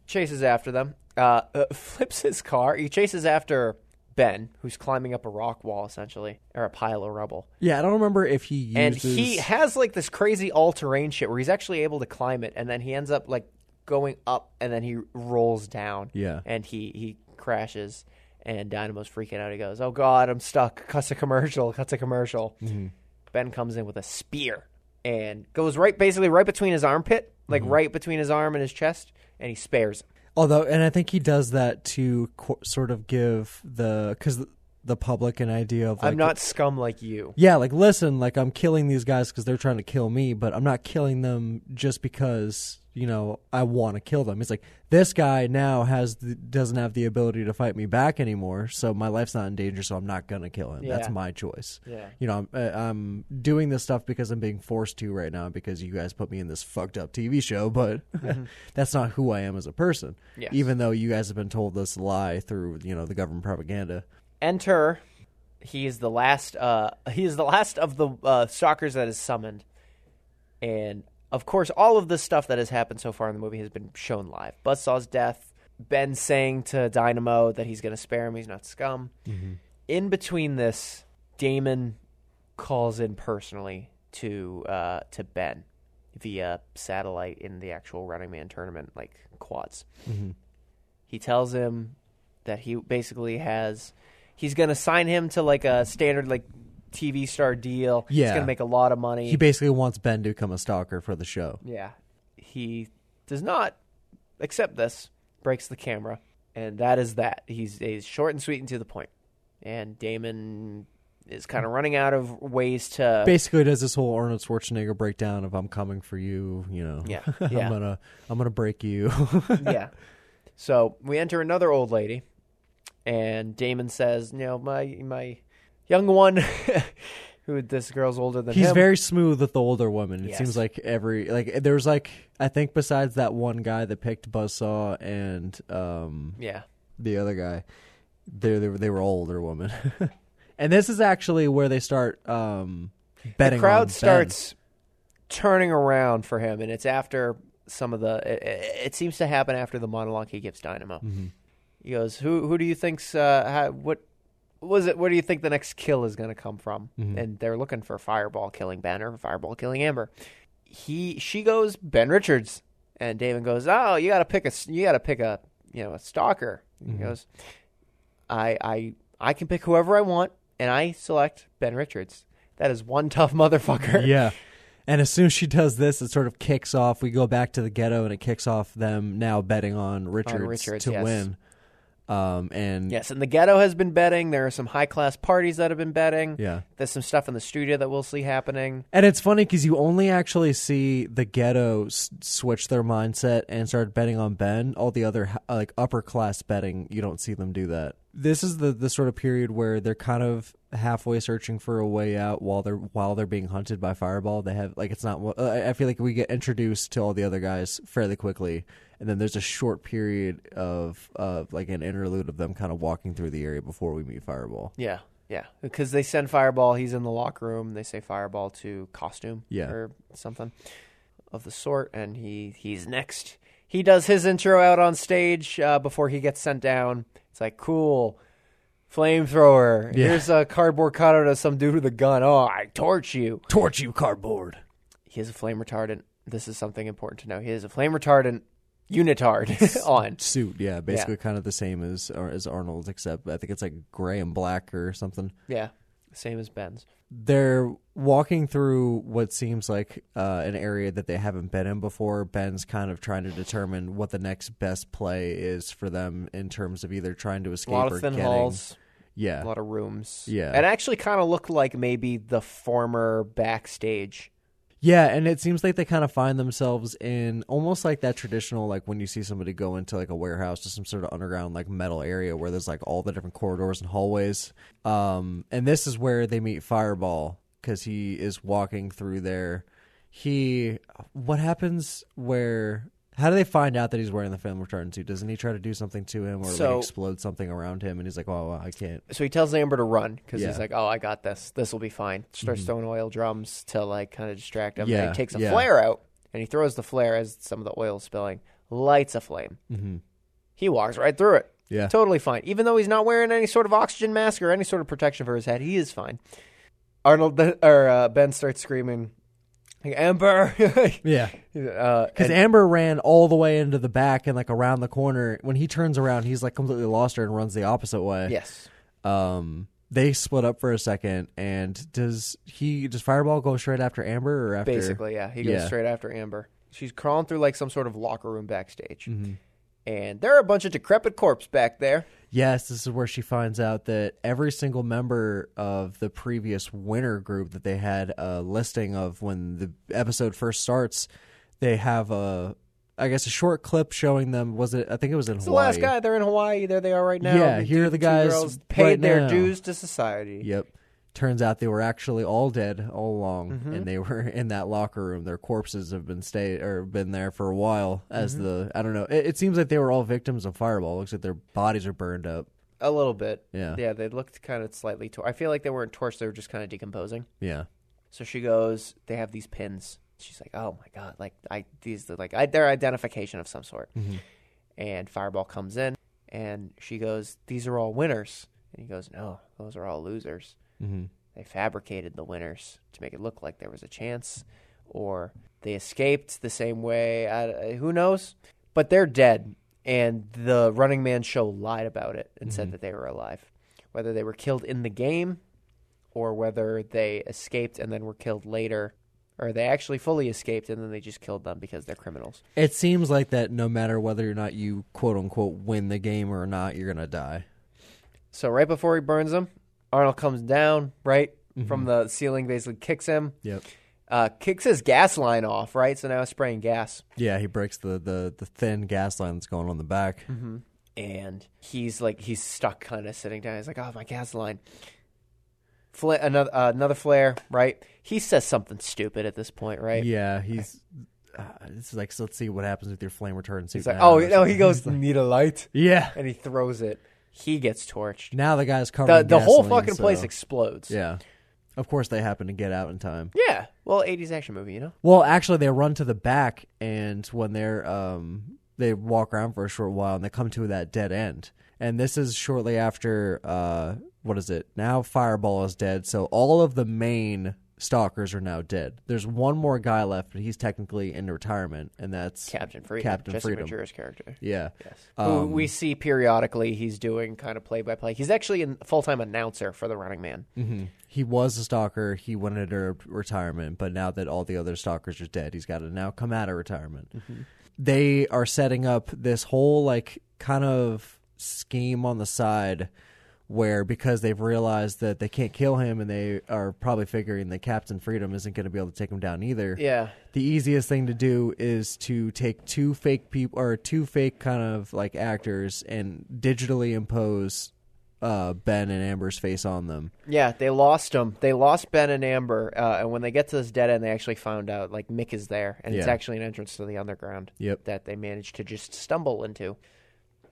[SPEAKER 1] chases after them, uh, uh, [laughs] flips his car. He chases after Ben, who's climbing up a rock wall essentially, or a pile of rubble.
[SPEAKER 2] Yeah. I don't remember if he used
[SPEAKER 1] and he has like this crazy all terrain shit where he's actually able to climb it and then he ends up like going up and then he rolls down
[SPEAKER 2] Yeah.
[SPEAKER 1] and he he crashes and dynamo's freaking out he goes oh god i'm stuck [laughs] cuts a commercial cuts a commercial
[SPEAKER 2] Mm-hmm.
[SPEAKER 1] ben comes in with a spear and goes right basically right between his armpit like
[SPEAKER 2] Mm-hmm.
[SPEAKER 1] right between his arm and his chest and he spares him
[SPEAKER 2] although, and I think he does that to co- sort of give the because the public an idea of like
[SPEAKER 1] I'm not scum like you.
[SPEAKER 2] yeah, like listen, like I'm killing these guys because they're trying to kill me, but I'm not killing them just because you know I want to kill them. It's like this guy now has the, doesn't have the ability to fight me back anymore, so my life's not in danger, so I'm not gonna kill him. That's
[SPEAKER 1] Yeah.
[SPEAKER 2] my choice.
[SPEAKER 1] Yeah.
[SPEAKER 2] you know, I'm, uh, I'm doing this stuff because I'm being forced to right now because you guys put me in this fucked up TV show, [laughs] but that's not who I am as a person.
[SPEAKER 1] Mm-hmm. Yes.
[SPEAKER 2] Even though you guys have been told this lie through you know the government propaganda.
[SPEAKER 1] Enter. He is the last. Uh, [laughs] he is the last of the uh, stalkers that is summoned, and of course, all of the stuff that has happened so far in the movie has been shown live. Buzzsaw's death. Ben saying to Dynamo that he's going to spare him. He's not scum.
[SPEAKER 2] Mm-hmm.
[SPEAKER 1] In between this, Damon calls in personally to uh, to Ben via satellite in the actual Running Man tournament, like quads.
[SPEAKER 2] Mm-hmm.
[SPEAKER 1] He tells him that he basically has he's going to sign him to like a standard like TV star deal. he's
[SPEAKER 2] Yeah.
[SPEAKER 1] going to make a lot of money.
[SPEAKER 2] He basically wants Ben to become a stalker for the show.
[SPEAKER 1] Yeah. He does not accept this, breaks the camera, and that is that. He's, he's short and sweet and to the point. And Damon is kind of running out of ways
[SPEAKER 2] [laughs]
[SPEAKER 1] to.
[SPEAKER 2] basically does this whole Arnold Schwarzenegger breakdown of "I'm coming for you," you know.
[SPEAKER 1] Yeah,
[SPEAKER 2] [laughs] I'm
[SPEAKER 1] yeah.
[SPEAKER 2] gonna I'm gonna break you. [laughs]
[SPEAKER 1] yeah. So we enter another old lady, and Damon says, "You know, my my young one, [laughs] who this girl's older than
[SPEAKER 2] He's
[SPEAKER 1] him."
[SPEAKER 2] very smooth with the older woman. It
[SPEAKER 1] Yes.
[SPEAKER 2] seems like every like there's like I think besides that one guy that picked Buzzsaw and um
[SPEAKER 1] yeah,
[SPEAKER 2] the other guy, they they, were- they were all older women. [laughs] and this is actually where they start um betting.
[SPEAKER 1] the
[SPEAKER 2] on Ben.
[SPEAKER 1] crowd starts turning around for him, and it's after some of the. It, it- it seems to happen after the monologue he gives Dynamo.
[SPEAKER 2] Mm-hmm.
[SPEAKER 1] He goes, "Who who do you think's uh, how, what?" Was it? Where do you think the next kill is going to come from?
[SPEAKER 2] Mm-hmm.
[SPEAKER 1] And they're looking for Fireball killing Ben or Fireball killing Amber. He, she goes Ben Richards, and Damon goes, "Oh, you got to pick a, s- you got to pick a, you know, a stalker."
[SPEAKER 2] Mm-hmm.
[SPEAKER 1] He goes, I, I I can pick whoever I want, and I select Ben Richards. That is one tough [laughs] motherfucker.
[SPEAKER 2] Yeah. And as soon as she does this, it sort of kicks off. We go back to the ghetto, and it kicks off them now betting on Richards,
[SPEAKER 1] Richards,
[SPEAKER 2] to
[SPEAKER 1] yes.
[SPEAKER 2] win. Um, and
[SPEAKER 1] Yes, and the ghetto has been betting. There are some high class parties that have been betting.
[SPEAKER 2] Yeah.
[SPEAKER 1] There's some stuff in the studio that we'll see happening.
[SPEAKER 2] And it's funny because you only actually see the ghetto s- switch their mindset and start betting on Ben. All the other h- uh, like upper class betting, you don't see them do that. This is the the sort of period where they're kind of halfway searching for a way out while they're while they're being hunted by Fireball. They have like it's not. one- uh, I I feel like we get introduced to all the other guys fairly quickly, and then there's a short period of of like an interlude of them kind of walking through the area before we meet Fireball.
[SPEAKER 1] Yeah. Yeah. Because they send Fireball, he's in the locker room. They say Fireball to costume
[SPEAKER 2] Yeah.
[SPEAKER 1] or something of the sort, and he, he's next. He does his intro out on stage uh, before he gets sent down. It's like, cool. Flamethrower. Here's a cardboard cutout of some dude with a gun. Oh, I torch you.
[SPEAKER 2] Torch you cardboard.
[SPEAKER 1] he has a flame retardant. This is something important to know. He has a flame retardant unitard [laughs] on.
[SPEAKER 2] suit. Yeah, basically kind of the same as or as Arnold's, except I think it's like gray and black or something.
[SPEAKER 1] Yeah, same as Ben's.
[SPEAKER 2] They're walking through what seems like uh, an area that they haven't been in before. Ben's kind of trying to determine what the next best play is for them in terms of either trying to
[SPEAKER 1] A
[SPEAKER 2] escape
[SPEAKER 1] lot
[SPEAKER 2] or
[SPEAKER 1] of thin
[SPEAKER 2] getting.
[SPEAKER 1] halls,
[SPEAKER 2] yeah,
[SPEAKER 1] a lot of rooms.
[SPEAKER 2] Yeah.
[SPEAKER 1] it actually kind of looked like maybe the former backstage.
[SPEAKER 2] Yeah, and it seems like they kind of find themselves in almost like that traditional, like when you see somebody go into like a warehouse to some sort of underground like metal area where there's like all the different corridors and hallways. Um, and this is where they meet Fireball because he is walking through there. He, what happens where? How do they find out that he's wearing the family return suit? Doesn't he try to do something to him or like
[SPEAKER 1] So-
[SPEAKER 2] explode something around him? And he's like, "Oh, well, I can't."
[SPEAKER 1] So he tells Amber to run because
[SPEAKER 2] Yeah. Mm-hmm.
[SPEAKER 1] he's like, "Oh, I got this. This will be fine." Starts throwing oil drums to like kind of distract him.
[SPEAKER 2] Yeah,
[SPEAKER 1] and he takes a
[SPEAKER 2] yeah.
[SPEAKER 1] flare out and he throws the flare as some of the oil is spilling, lights a flame. Mm-hmm. He walks right through it.
[SPEAKER 2] Yeah.
[SPEAKER 1] totally fine. Even though he's not wearing any sort of oxygen mask or any sort of protection for his head, he is fine. Arnold [laughs] or uh, Ben starts screaming, like, "Amber!" [laughs]
[SPEAKER 2] Yeah,
[SPEAKER 1] uh,
[SPEAKER 2] Because
[SPEAKER 1] and-
[SPEAKER 2] Amber ran all the way into the back and like around the corner. When he turns around, he's like completely lost her and runs the opposite way.
[SPEAKER 1] yes,
[SPEAKER 2] Um, they split up for a second, and does he does Fireball go straight after Amber or after?
[SPEAKER 1] Basically, yeah. He goes
[SPEAKER 2] Yeah.
[SPEAKER 1] straight after Amber. She's
[SPEAKER 2] Mm-hmm.
[SPEAKER 1] crawling through like some sort of locker room backstage. And there are a bunch of decrepit corpse back there.
[SPEAKER 2] Yes, this is where she finds out that every single member of the previous winner group that they had a listing of when the episode first starts, they have a, I guess, a short clip showing them. Was it? I think it was in
[SPEAKER 1] It's the
[SPEAKER 2] Hawaii.
[SPEAKER 1] last guy. They're in Hawaii. There they are right now.
[SPEAKER 2] Yeah,
[SPEAKER 1] The
[SPEAKER 2] here are
[SPEAKER 1] two-
[SPEAKER 2] the
[SPEAKER 1] two
[SPEAKER 2] guys
[SPEAKER 1] girls paid
[SPEAKER 2] right
[SPEAKER 1] their
[SPEAKER 2] now.
[SPEAKER 1] dues to society.
[SPEAKER 2] Yep. Turns out they were actually all dead all along,
[SPEAKER 1] Mm-hmm.
[SPEAKER 2] and they were [laughs] in that locker room. Their corpses have been stay or been there for a while. As
[SPEAKER 1] Mm-hmm.
[SPEAKER 2] the I don't know, it, it seems like they were all victims of fireball. Looks like their bodies are burned up.
[SPEAKER 1] A little bit.
[SPEAKER 2] Yeah.
[SPEAKER 1] Yeah, they looked kind of slightly. Tor- I feel like they weren't torched. They were just kind of decomposing.
[SPEAKER 2] Yeah,
[SPEAKER 1] So she goes. They have these pins. She's like, "Oh my god! Like I these are like I, they're identification of some sort." And Fireball comes in, and she goes, "These are all winners." And he goes, "No, those are all losers. They fabricated the winners to make it look like there was a chance, or they escaped the same way. I, who knows? But they're dead, and the Running Man show lied about it and said that they were alive. Whether they were killed in the game or whether they escaped and then were killed later, or they actually fully escaped and then they just killed them because they're criminals.
[SPEAKER 2] it seems like that. No matter whether or not you quote unquote win the game or not, you're gonna die.
[SPEAKER 1] So right before he burns them, Arnold comes down right from the ceiling, basically kicks him,
[SPEAKER 2] Yep.
[SPEAKER 1] uh, kicks his gas line off. Right, so now he's spraying gas,
[SPEAKER 2] Yeah, he breaks the the, the thin gas line that's going on the back.
[SPEAKER 1] Mm-hmm. and he's like he's stuck, kind of sitting down. He's like, "Oh, my gas line." Fla- another uh, another flare, right? He says something stupid at this point, right?
[SPEAKER 2] Yeah, he's. Uh, this is like, so let's see what happens with your flame return suit.
[SPEAKER 1] He's like,
[SPEAKER 2] now,
[SPEAKER 1] "Oh
[SPEAKER 2] or
[SPEAKER 1] no!" He
[SPEAKER 2] something.
[SPEAKER 1] goes, "Need a light,"
[SPEAKER 2] yeah.
[SPEAKER 1] and he throws it. He gets torched.
[SPEAKER 2] Now the guy's covered.
[SPEAKER 1] the
[SPEAKER 2] in
[SPEAKER 1] the whole
[SPEAKER 2] gasoline,
[SPEAKER 1] fucking place
[SPEAKER 2] so-
[SPEAKER 1] explodes.
[SPEAKER 2] Yeah. Of course, they happen to get out in time.
[SPEAKER 1] Yeah. Well, 80s action movie, you know.
[SPEAKER 2] Well, actually, they run to the back, and when they're um, they walk around for a short while, and they come to that dead end. And this is shortly after uh, what is it? Now Fireball is dead, so all of the main stalkers are now dead. There's one more guy left, but he's technically in retirement, and that's
[SPEAKER 1] Captain Freedom.
[SPEAKER 2] Captain
[SPEAKER 1] Jesse
[SPEAKER 2] Freedom. Um,
[SPEAKER 1] Ventura's character.
[SPEAKER 2] Yeah.
[SPEAKER 1] Who we see periodically he's doing kind of play by play. He's actually a full time announcer for The Running Man.
[SPEAKER 2] Mm-hmm. he was a stalker. He went into retirement, but now that all the other stalkers are dead, he's got to now come out of retirement. They are setting up this whole like kind of scheme on the side where because they've realized that they can't kill him and they are probably figuring that Captain Freedom isn't going to be able to take him down either.
[SPEAKER 1] Yeah.
[SPEAKER 2] The easiest thing to do is to take two fake people or two fake kind of like actors and digitally impose uh, Ben and Amber's face on them.
[SPEAKER 1] Yeah, they lost him. They lost Ben and Amber, uh, and when they get to this dead end, they actually found out like Mick is there, and it's
[SPEAKER 2] Yeah.
[SPEAKER 1] actually an entrance to the underground.
[SPEAKER 2] Yep.
[SPEAKER 1] That they managed to just stumble into.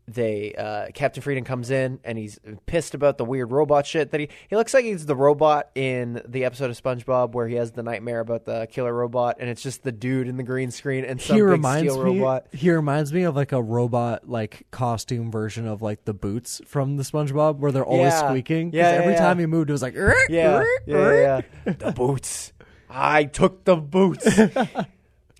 [SPEAKER 1] They uh, Captain Freedom comes in, and he's pissed about the weird robot shit that he he looks like he's the robot in the episode of SpongeBob where he has the nightmare about the killer robot, and it's just the dude in the green screen and some
[SPEAKER 2] he
[SPEAKER 1] big
[SPEAKER 2] reminds
[SPEAKER 1] steel
[SPEAKER 2] me.
[SPEAKER 1] robot.
[SPEAKER 2] He reminds me of like a robot like costume version of like the boots from the SpongeBob, where they're always
[SPEAKER 1] Yeah.
[SPEAKER 2] squeaking. 'Cause
[SPEAKER 1] Yeah, yeah,
[SPEAKER 2] every
[SPEAKER 1] yeah.
[SPEAKER 2] time he moved, it was like "Rrrk,
[SPEAKER 1] Yeah,
[SPEAKER 2] rrrk, rrrk."
[SPEAKER 1] yeah, yeah. the boots. I took the
[SPEAKER 2] [laughs]
[SPEAKER 1] boots.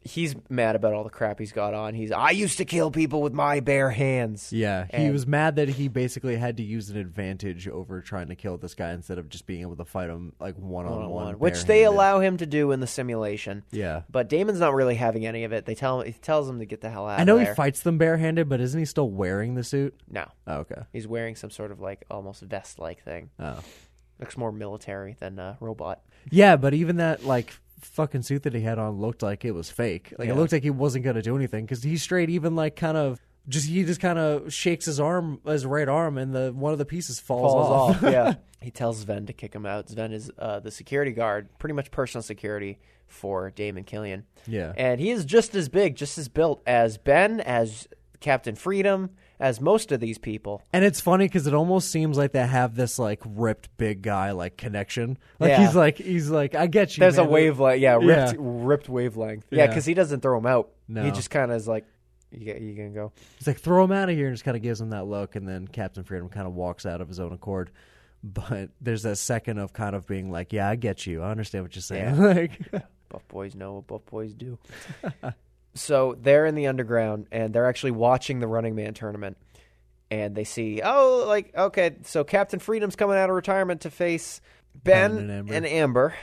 [SPEAKER 1] he's mad about all the crap he's got on. He's I used to kill people with my bare hands.
[SPEAKER 2] Yeah, He
[SPEAKER 1] And-
[SPEAKER 2] was mad that he basically had to use an advantage over trying to kill this guy instead of just being able to fight him like one on one,
[SPEAKER 1] which they allow him to do in the simulation.
[SPEAKER 2] Yeah.
[SPEAKER 1] but Damon's not really having any of it. They tell him he tells him to get the hell out.
[SPEAKER 2] I know
[SPEAKER 1] of
[SPEAKER 2] he
[SPEAKER 1] there.
[SPEAKER 2] fights them barehanded, but isn't he still wearing the suit?
[SPEAKER 1] No,
[SPEAKER 2] Oh, okay.
[SPEAKER 1] he's wearing some sort of like almost vest like thing.
[SPEAKER 2] Oh.
[SPEAKER 1] Looks more military than uh, robot.
[SPEAKER 2] Yeah, but even that like fucking suit that he had on looked like it was fake. Like
[SPEAKER 1] Yeah.
[SPEAKER 2] it looked like he wasn't gonna do anything because he straight even like kind of just he just kind of shakes his arm, his right arm, and the one of the pieces falls, off.
[SPEAKER 1] yeah. He tells Sven to kick him out. Sven is uh, the security guard, pretty much personal security for Damon Killian.
[SPEAKER 2] Yeah.
[SPEAKER 1] And he is just as big, just as built as Ben, as Captain Freedom, as most of these people.
[SPEAKER 2] [laughs] And it's funny because it almost seems like they have this like ripped big guy like connection. Like
[SPEAKER 1] Yeah.
[SPEAKER 2] he's like he's like I get you.
[SPEAKER 1] There's a
[SPEAKER 2] man."
[SPEAKER 1] wavelength. Yeah, ripped,
[SPEAKER 2] Yeah.
[SPEAKER 1] ripped wavelength. Yeah,
[SPEAKER 2] Yeah.
[SPEAKER 1] because he doesn't throw him out.
[SPEAKER 2] No.
[SPEAKER 1] He just kind of is like, you, you can go.
[SPEAKER 2] He's like throw him out of here and just kind of gives him that look, and then Captain Freedom kind of walks out of his own accord. But there's that second of kind of being like, yeah, I get you. I understand what you're saying.
[SPEAKER 1] Yeah.
[SPEAKER 2] [laughs] Like.
[SPEAKER 1] Buff boys know what buff boys do.
[SPEAKER 2] [laughs]
[SPEAKER 1] so they're in the underground and they're actually watching the Running Man tournament. And they see, oh, like, okay, so Captain Freedom's coming out of retirement to face Ben,
[SPEAKER 2] Ben and Amber.
[SPEAKER 1] and Amber.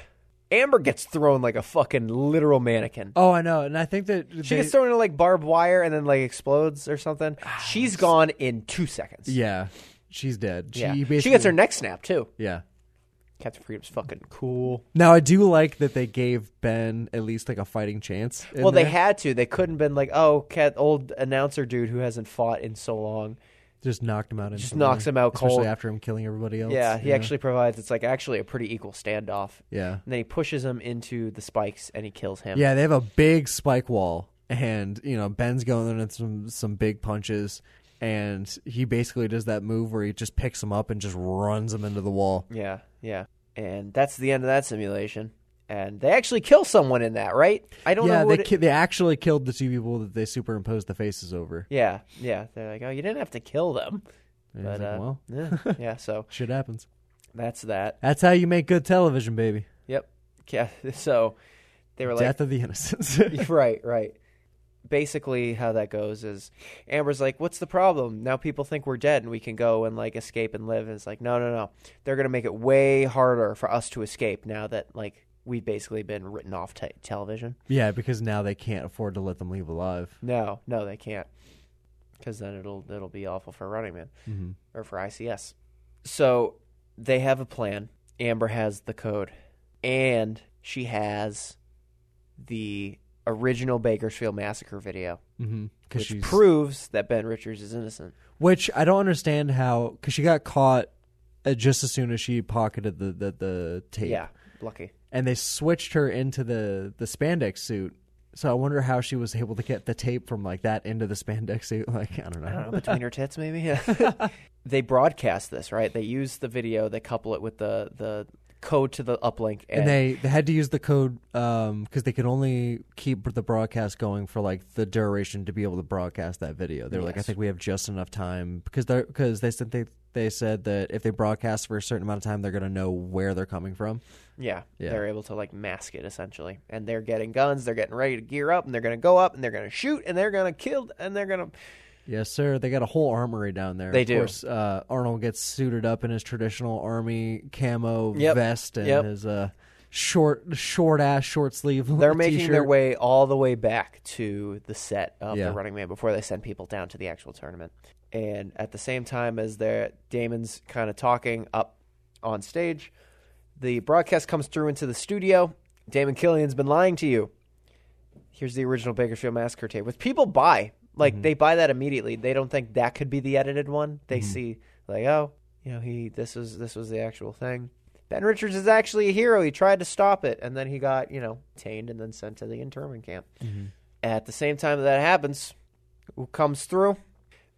[SPEAKER 1] Amber gets thrown like a fucking literal mannequin.
[SPEAKER 2] Oh, I know, and I think that
[SPEAKER 1] She
[SPEAKER 2] they- Ah,
[SPEAKER 1] gets thrown into like barbed wire and then like explodes or something. She's gone in two seconds.
[SPEAKER 2] Yeah, she's dead. She
[SPEAKER 1] yeah.
[SPEAKER 2] basically,
[SPEAKER 1] she gets her neck snapped too.
[SPEAKER 2] Yeah.
[SPEAKER 1] Captain Freedom's fucking cool.
[SPEAKER 2] Now I do like that they gave Ben at least like a fighting chance. in
[SPEAKER 1] well, they
[SPEAKER 2] there.
[SPEAKER 1] had to. They couldn't been like, oh, cat old announcer dude who hasn't fought in so long.
[SPEAKER 2] just knocked him out. Just
[SPEAKER 1] knocks him out
[SPEAKER 2] especially
[SPEAKER 1] cold.
[SPEAKER 2] after him killing everybody else.
[SPEAKER 1] yeah, he
[SPEAKER 2] you know?
[SPEAKER 1] actually provides. It's like actually a pretty equal standoff.
[SPEAKER 2] Yeah.
[SPEAKER 1] And then he pushes him into the spikes and he kills him.
[SPEAKER 2] Yeah, they have a big spike wall, and you know Ben's going in some some big punches, and he basically does that move where he just picks him up and just runs him into the wall.
[SPEAKER 1] Yeah, yeah. And that's the end of that simulation. And they actually kill someone in that, right? I don't
[SPEAKER 2] Yeah,
[SPEAKER 1] know.
[SPEAKER 2] they
[SPEAKER 1] what it-
[SPEAKER 2] ki- they actually killed the two people that they superimposed the faces over.
[SPEAKER 1] yeah, yeah. They're like, oh, you didn't have to kill them.
[SPEAKER 2] And I was
[SPEAKER 1] But,
[SPEAKER 2] like,
[SPEAKER 1] uh,
[SPEAKER 2] well,
[SPEAKER 1] Yeah, yeah. So
[SPEAKER 2] shit happens.
[SPEAKER 1] that's that.
[SPEAKER 2] That's how you make good television, baby.
[SPEAKER 1] Yep. Yeah. [laughs] So they were like,
[SPEAKER 2] Death of
[SPEAKER 1] [laughs]
[SPEAKER 2] the innocents.
[SPEAKER 1] right, right. Basically, how that goes is Amber's like, "What's the problem? Now people think we're dead and we can go and like escape and live." And it's like, "No, no, no. They're gonna make it way harder for us to escape now that like we've basically been written off te- television."
[SPEAKER 2] [laughs] yeah, because now they can't afford to let them leave alive.
[SPEAKER 1] No, no, they can't, because then it'll it'll be awful for Running Man or for ICS. So they have a plan. Amber has the code, and she has the original Bakersfield massacre video.
[SPEAKER 2] Mm-hmm.
[SPEAKER 1] which proves that Ben Richards is innocent.
[SPEAKER 2] Which I don't understand how, because she got caught uh, just as soon as she pocketed the the, the tape.
[SPEAKER 1] Yeah, lucky.
[SPEAKER 2] and they switched her into the the spandex suit. So I wonder how she was able to get the tape from like that into the spandex suit. [laughs] Like I don't know.
[SPEAKER 1] I don't know, between her tits, maybe. [laughs] Yeah. they broadcast this, right? They use the video, they couple it with the the code to the uplink, and,
[SPEAKER 2] And they, they had to use the code because they could only keep the broadcast going for like the duration to be able to broadcast that video. They were like, I
[SPEAKER 1] Yes.
[SPEAKER 2] think we have just enough time because they because they said they they said that if they broadcast for a certain amount of time, they're going to know where they're coming from.
[SPEAKER 1] yeah,
[SPEAKER 2] Yeah.
[SPEAKER 1] they're able to like mask it essentially. And they're getting guns, they're getting ready to gear up, and they're going to go up, and they're going to shoot, and they're going to kill, and they're going to
[SPEAKER 2] Yes, sir. They got a whole armory down there.
[SPEAKER 1] They
[SPEAKER 2] of
[SPEAKER 1] do.
[SPEAKER 2] Course, uh, Arnold gets suited up in his traditional army camo
[SPEAKER 1] Yep.
[SPEAKER 2] vest and
[SPEAKER 1] Yep.
[SPEAKER 2] his uh, short, short ass, short sleeve. [laughs]
[SPEAKER 1] they're making their
[SPEAKER 2] t-shirt.
[SPEAKER 1] way all the way back to the set of
[SPEAKER 2] Yeah.
[SPEAKER 1] the Running Man before they send people down to the actual tournament. And at the same time as they're Damon's kind of talking up on stage, the broadcast comes through into the studio. Damon Killian's been lying to you. Here's the original Bakersfield Massacre tape, which people buy. Like
[SPEAKER 2] Mm-hmm.
[SPEAKER 1] they buy that immediately. They don't think that could be the edited one. They
[SPEAKER 2] Mm-hmm.
[SPEAKER 1] see like, oh, you know, he this was this was the actual thing. Ben Richards is actually a hero. He tried to stop it, and then he got you know tamed and then sent to the internment camp.
[SPEAKER 2] Mm-hmm.
[SPEAKER 1] At the same time that happens, who comes through?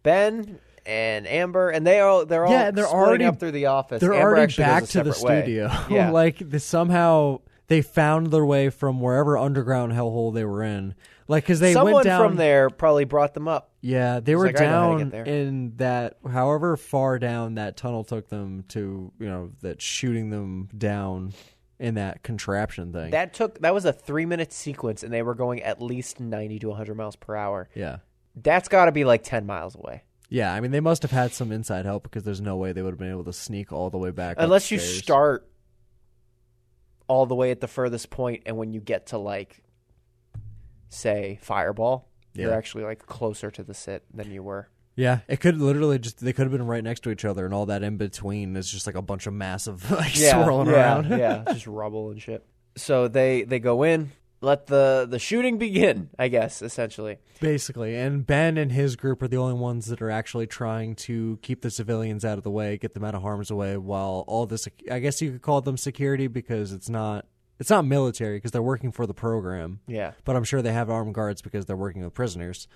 [SPEAKER 1] Ben and Amber, and they all they're all
[SPEAKER 2] Yeah, and they're
[SPEAKER 1] splitting
[SPEAKER 2] already-
[SPEAKER 1] up through the office.
[SPEAKER 2] They're
[SPEAKER 1] Amber
[SPEAKER 2] already
[SPEAKER 1] actually goes
[SPEAKER 2] back
[SPEAKER 1] a
[SPEAKER 2] to the
[SPEAKER 1] separate way.
[SPEAKER 2] studio. [laughs]
[SPEAKER 1] Yeah.
[SPEAKER 2] like they somehow they found their way from wherever underground hellhole they were in. Like because they
[SPEAKER 1] someone
[SPEAKER 2] went down
[SPEAKER 1] from there probably brought them up.
[SPEAKER 2] Yeah, they were
[SPEAKER 1] like, I know how to
[SPEAKER 2] down
[SPEAKER 1] get there.
[SPEAKER 2] in that however far down that tunnel took them to, you know, that shooting them down in that contraption thing.
[SPEAKER 1] That took that was a three minute sequence, and they were going at least ninety to one hundred miles per hour.
[SPEAKER 2] yeah.
[SPEAKER 1] That's got to be like ten miles away,
[SPEAKER 2] Yeah, I mean they must have had some inside help because there's no way they would have been able to sneak all the way back.
[SPEAKER 1] unless you
[SPEAKER 2] upstairs.
[SPEAKER 1] start all the way at the furthest point, and when you get to like, say, Fireball, you're
[SPEAKER 2] Yeah.
[SPEAKER 1] actually like closer to the sit than you were.
[SPEAKER 2] Yeah, it could literally just they could have been right next to each other, and all that in between is just like a bunch of massive [laughs] like [laughs] swirling
[SPEAKER 1] yeah,
[SPEAKER 2] around.
[SPEAKER 1] yeah, just rubble and shit. So they they go in, let the the shooting begin. I guess essentially.
[SPEAKER 2] [laughs] Basically, and Ben and his group are the only ones that are actually trying to keep the civilians out of the way, get them out of harm's way, while all this I guess you could call them security because it's not it's not military because they're working for the program.
[SPEAKER 1] Yeah.
[SPEAKER 2] but I'm sure they have armed guards because they're working with prisoners.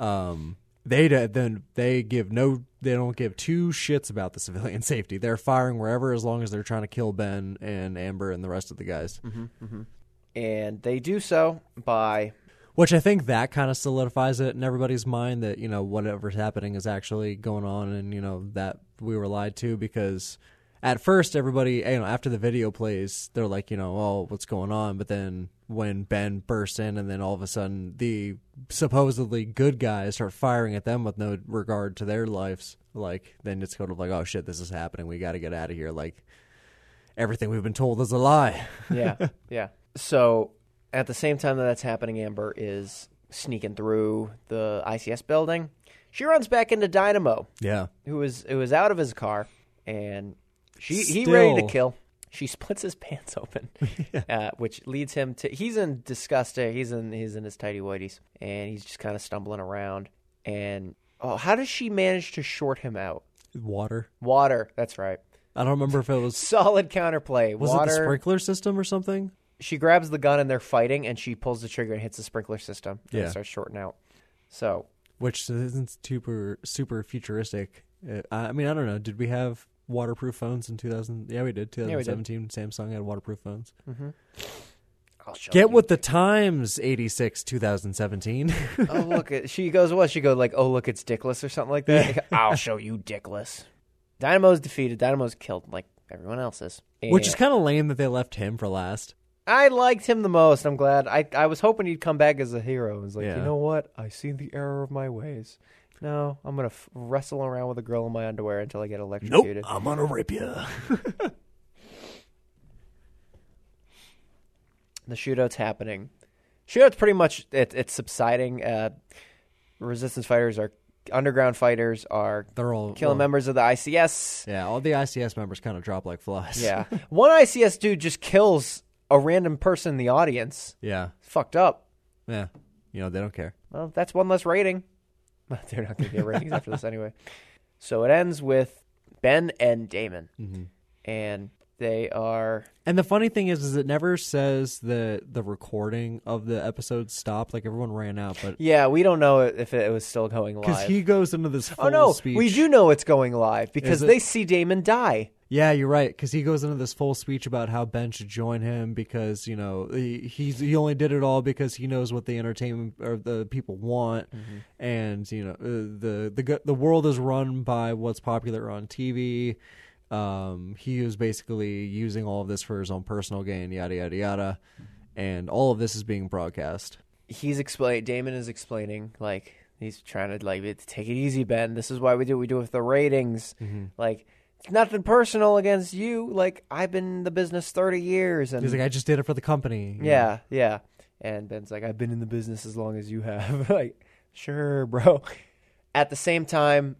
[SPEAKER 2] Um, they do- then they give no they don't give two shits about the [laughs] civilian safety. They're firing wherever as long as they're trying to kill Ben and Amber and the rest of the guys.
[SPEAKER 1] and they do so by
[SPEAKER 2] Which I think that kind of solidifies it in everybody's mind that you know whatever's happening is actually going on, and you know that we were lied to because at first everybody you know after the video plays they're like you know oh what's going on, but then when Ben bursts in and then all of a sudden the supposedly good guys start firing at them with no regard to their lives, like then it's kind of like oh shit this is happening we got to get out of here like everything we've been told is a lie. [laughs]
[SPEAKER 1] yeah yeah so at the same time that that's happening amber is sneaking through the ics building She runs back into Dynamo,
[SPEAKER 2] Yeah.
[SPEAKER 1] who was who was out of his car, and she he ready to
[SPEAKER 2] Still.
[SPEAKER 1] kill. She splits his [laughs] pants
[SPEAKER 2] [laughs]
[SPEAKER 1] open, uh, which leads him to he's in disgust. uh, He's in he's in his tidy whities, and he's just kind of stumbling around. And oh, how does she manage to short him out?
[SPEAKER 2] Water.
[SPEAKER 1] Water. That's right.
[SPEAKER 2] I don't remember if it was
[SPEAKER 1] Solid counterplay.
[SPEAKER 2] was
[SPEAKER 1] Water.
[SPEAKER 2] it the sprinkler system or something?
[SPEAKER 1] she grabs the gun and they're fighting, and she pulls the trigger and hits the sprinkler system. And it
[SPEAKER 2] Yeah.
[SPEAKER 1] starts shorting out. So
[SPEAKER 2] Which isn't super super futuristic. Uh, I I mean, I don't know. Did we have waterproof phones in 2000? Yeah, we did. Oh,
[SPEAKER 1] we did.
[SPEAKER 2] 2017, Samsung had waterproof phones.
[SPEAKER 1] I'll show
[SPEAKER 2] Get
[SPEAKER 1] you.
[SPEAKER 2] with the times, 86, 2017.
[SPEAKER 1] oh look it, she goes what she goes like oh look it's dickless or something like that i'll show you dickless dynamo's defeated dynamo's killed like everyone else is
[SPEAKER 2] [laughs] Which is
[SPEAKER 1] And
[SPEAKER 2] kind of lame that they left him for last.
[SPEAKER 1] i liked him the most i'm glad i, I was hoping he'd come back as a hero It was like you
[SPEAKER 2] Yeah.
[SPEAKER 1] know what i see the error of my ways no i'm gonna f- wrestle around with a girl in my underwear until i get electrocuted
[SPEAKER 2] I'm gonna rip you.
[SPEAKER 1] the shootout's happening shootout's pretty much it, it's subsiding uh, resistance fighters are underground fighters are
[SPEAKER 2] They're all
[SPEAKER 1] killing
[SPEAKER 2] well,
[SPEAKER 1] members of the ics
[SPEAKER 2] Yeah, all the ICS members kind of drop like flies.
[SPEAKER 1] Yeah. One ICS dude just kills a random person in the audience.
[SPEAKER 2] [laughs] yeah,
[SPEAKER 1] Fucked up.
[SPEAKER 2] yeah. You know they don't care.
[SPEAKER 1] Well, that's one less rating. [laughs] Well, They're not going to get ratings after this anyway. So it ends with Ben and Damon. And they are.
[SPEAKER 2] And the funny thing is, is it never says the the recording of the episode stopped. Like everyone ran out, but
[SPEAKER 1] Yeah, we don't know if it was still going
[SPEAKER 2] because
[SPEAKER 1] live.
[SPEAKER 2] he goes into this full
[SPEAKER 1] oh, no.
[SPEAKER 2] speech.
[SPEAKER 1] We do know it's going live because
[SPEAKER 2] Is it-
[SPEAKER 1] they see Damon die.
[SPEAKER 2] Yeah, you're right. Because he goes into this full speech about how Ben should join him because you know he he's, he only did it all because he knows what the entertainment or the people want,
[SPEAKER 1] Mm-hmm.
[SPEAKER 2] and you know uh, the the go- the world is run by what's popular on TV. Um, he is basically using all of this for his own personal gain, yada yada yada, and all of this is being broadcast.
[SPEAKER 1] he's explain Damon is explaining like he's trying to like take it easy, Ben. This is why we do what we do with the ratings.
[SPEAKER 2] Mm-hmm.
[SPEAKER 1] Like it's nothing personal against you. Like I've been in the business thirty years, and
[SPEAKER 2] He's like, I just did it for the company.
[SPEAKER 1] yeah, yeah. And Ben's like, I've been in the business as long as you have. [laughs] like sure, bro. At the same time.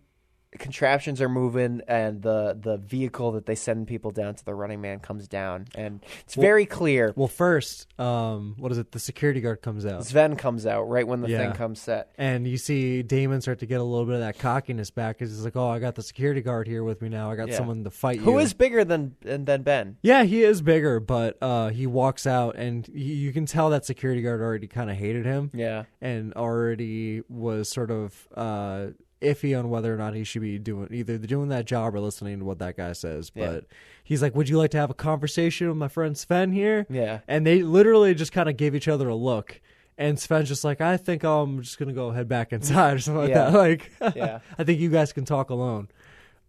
[SPEAKER 1] Contraptions are moving, and the the vehicle that they send people down to the running man comes down, and it's very clear.
[SPEAKER 2] Well, first, um, what is it? The security guard comes out.
[SPEAKER 1] Sven comes out right when the thing
[SPEAKER 2] Yeah.
[SPEAKER 1] comes set.
[SPEAKER 2] And you see Damon start to get a little bit of that cockiness back because he's like, "Oh, I got the security guard here with me now. I got
[SPEAKER 1] Yeah.
[SPEAKER 2] someone to fight you."
[SPEAKER 1] Who is bigger than than Ben?
[SPEAKER 2] Yeah, he is bigger, but uh, he walks out, and y you can tell that security guard already kind of hated him.
[SPEAKER 1] Yeah.
[SPEAKER 2] and already was sort of uh, iffy on whether or not he should be doing either doing that job or listening to what that guy says.
[SPEAKER 1] Yeah.
[SPEAKER 2] But he's like, "Would you like to have a conversation with my friend Sven here?"
[SPEAKER 1] Yeah.
[SPEAKER 2] and they literally just kind of gave each other a look. And Sven's just like, I think I'm just gonna go head back inside [laughs] or something like
[SPEAKER 1] Yeah.
[SPEAKER 2] that. Like,
[SPEAKER 1] Yeah.
[SPEAKER 2] I think you guys can talk alone.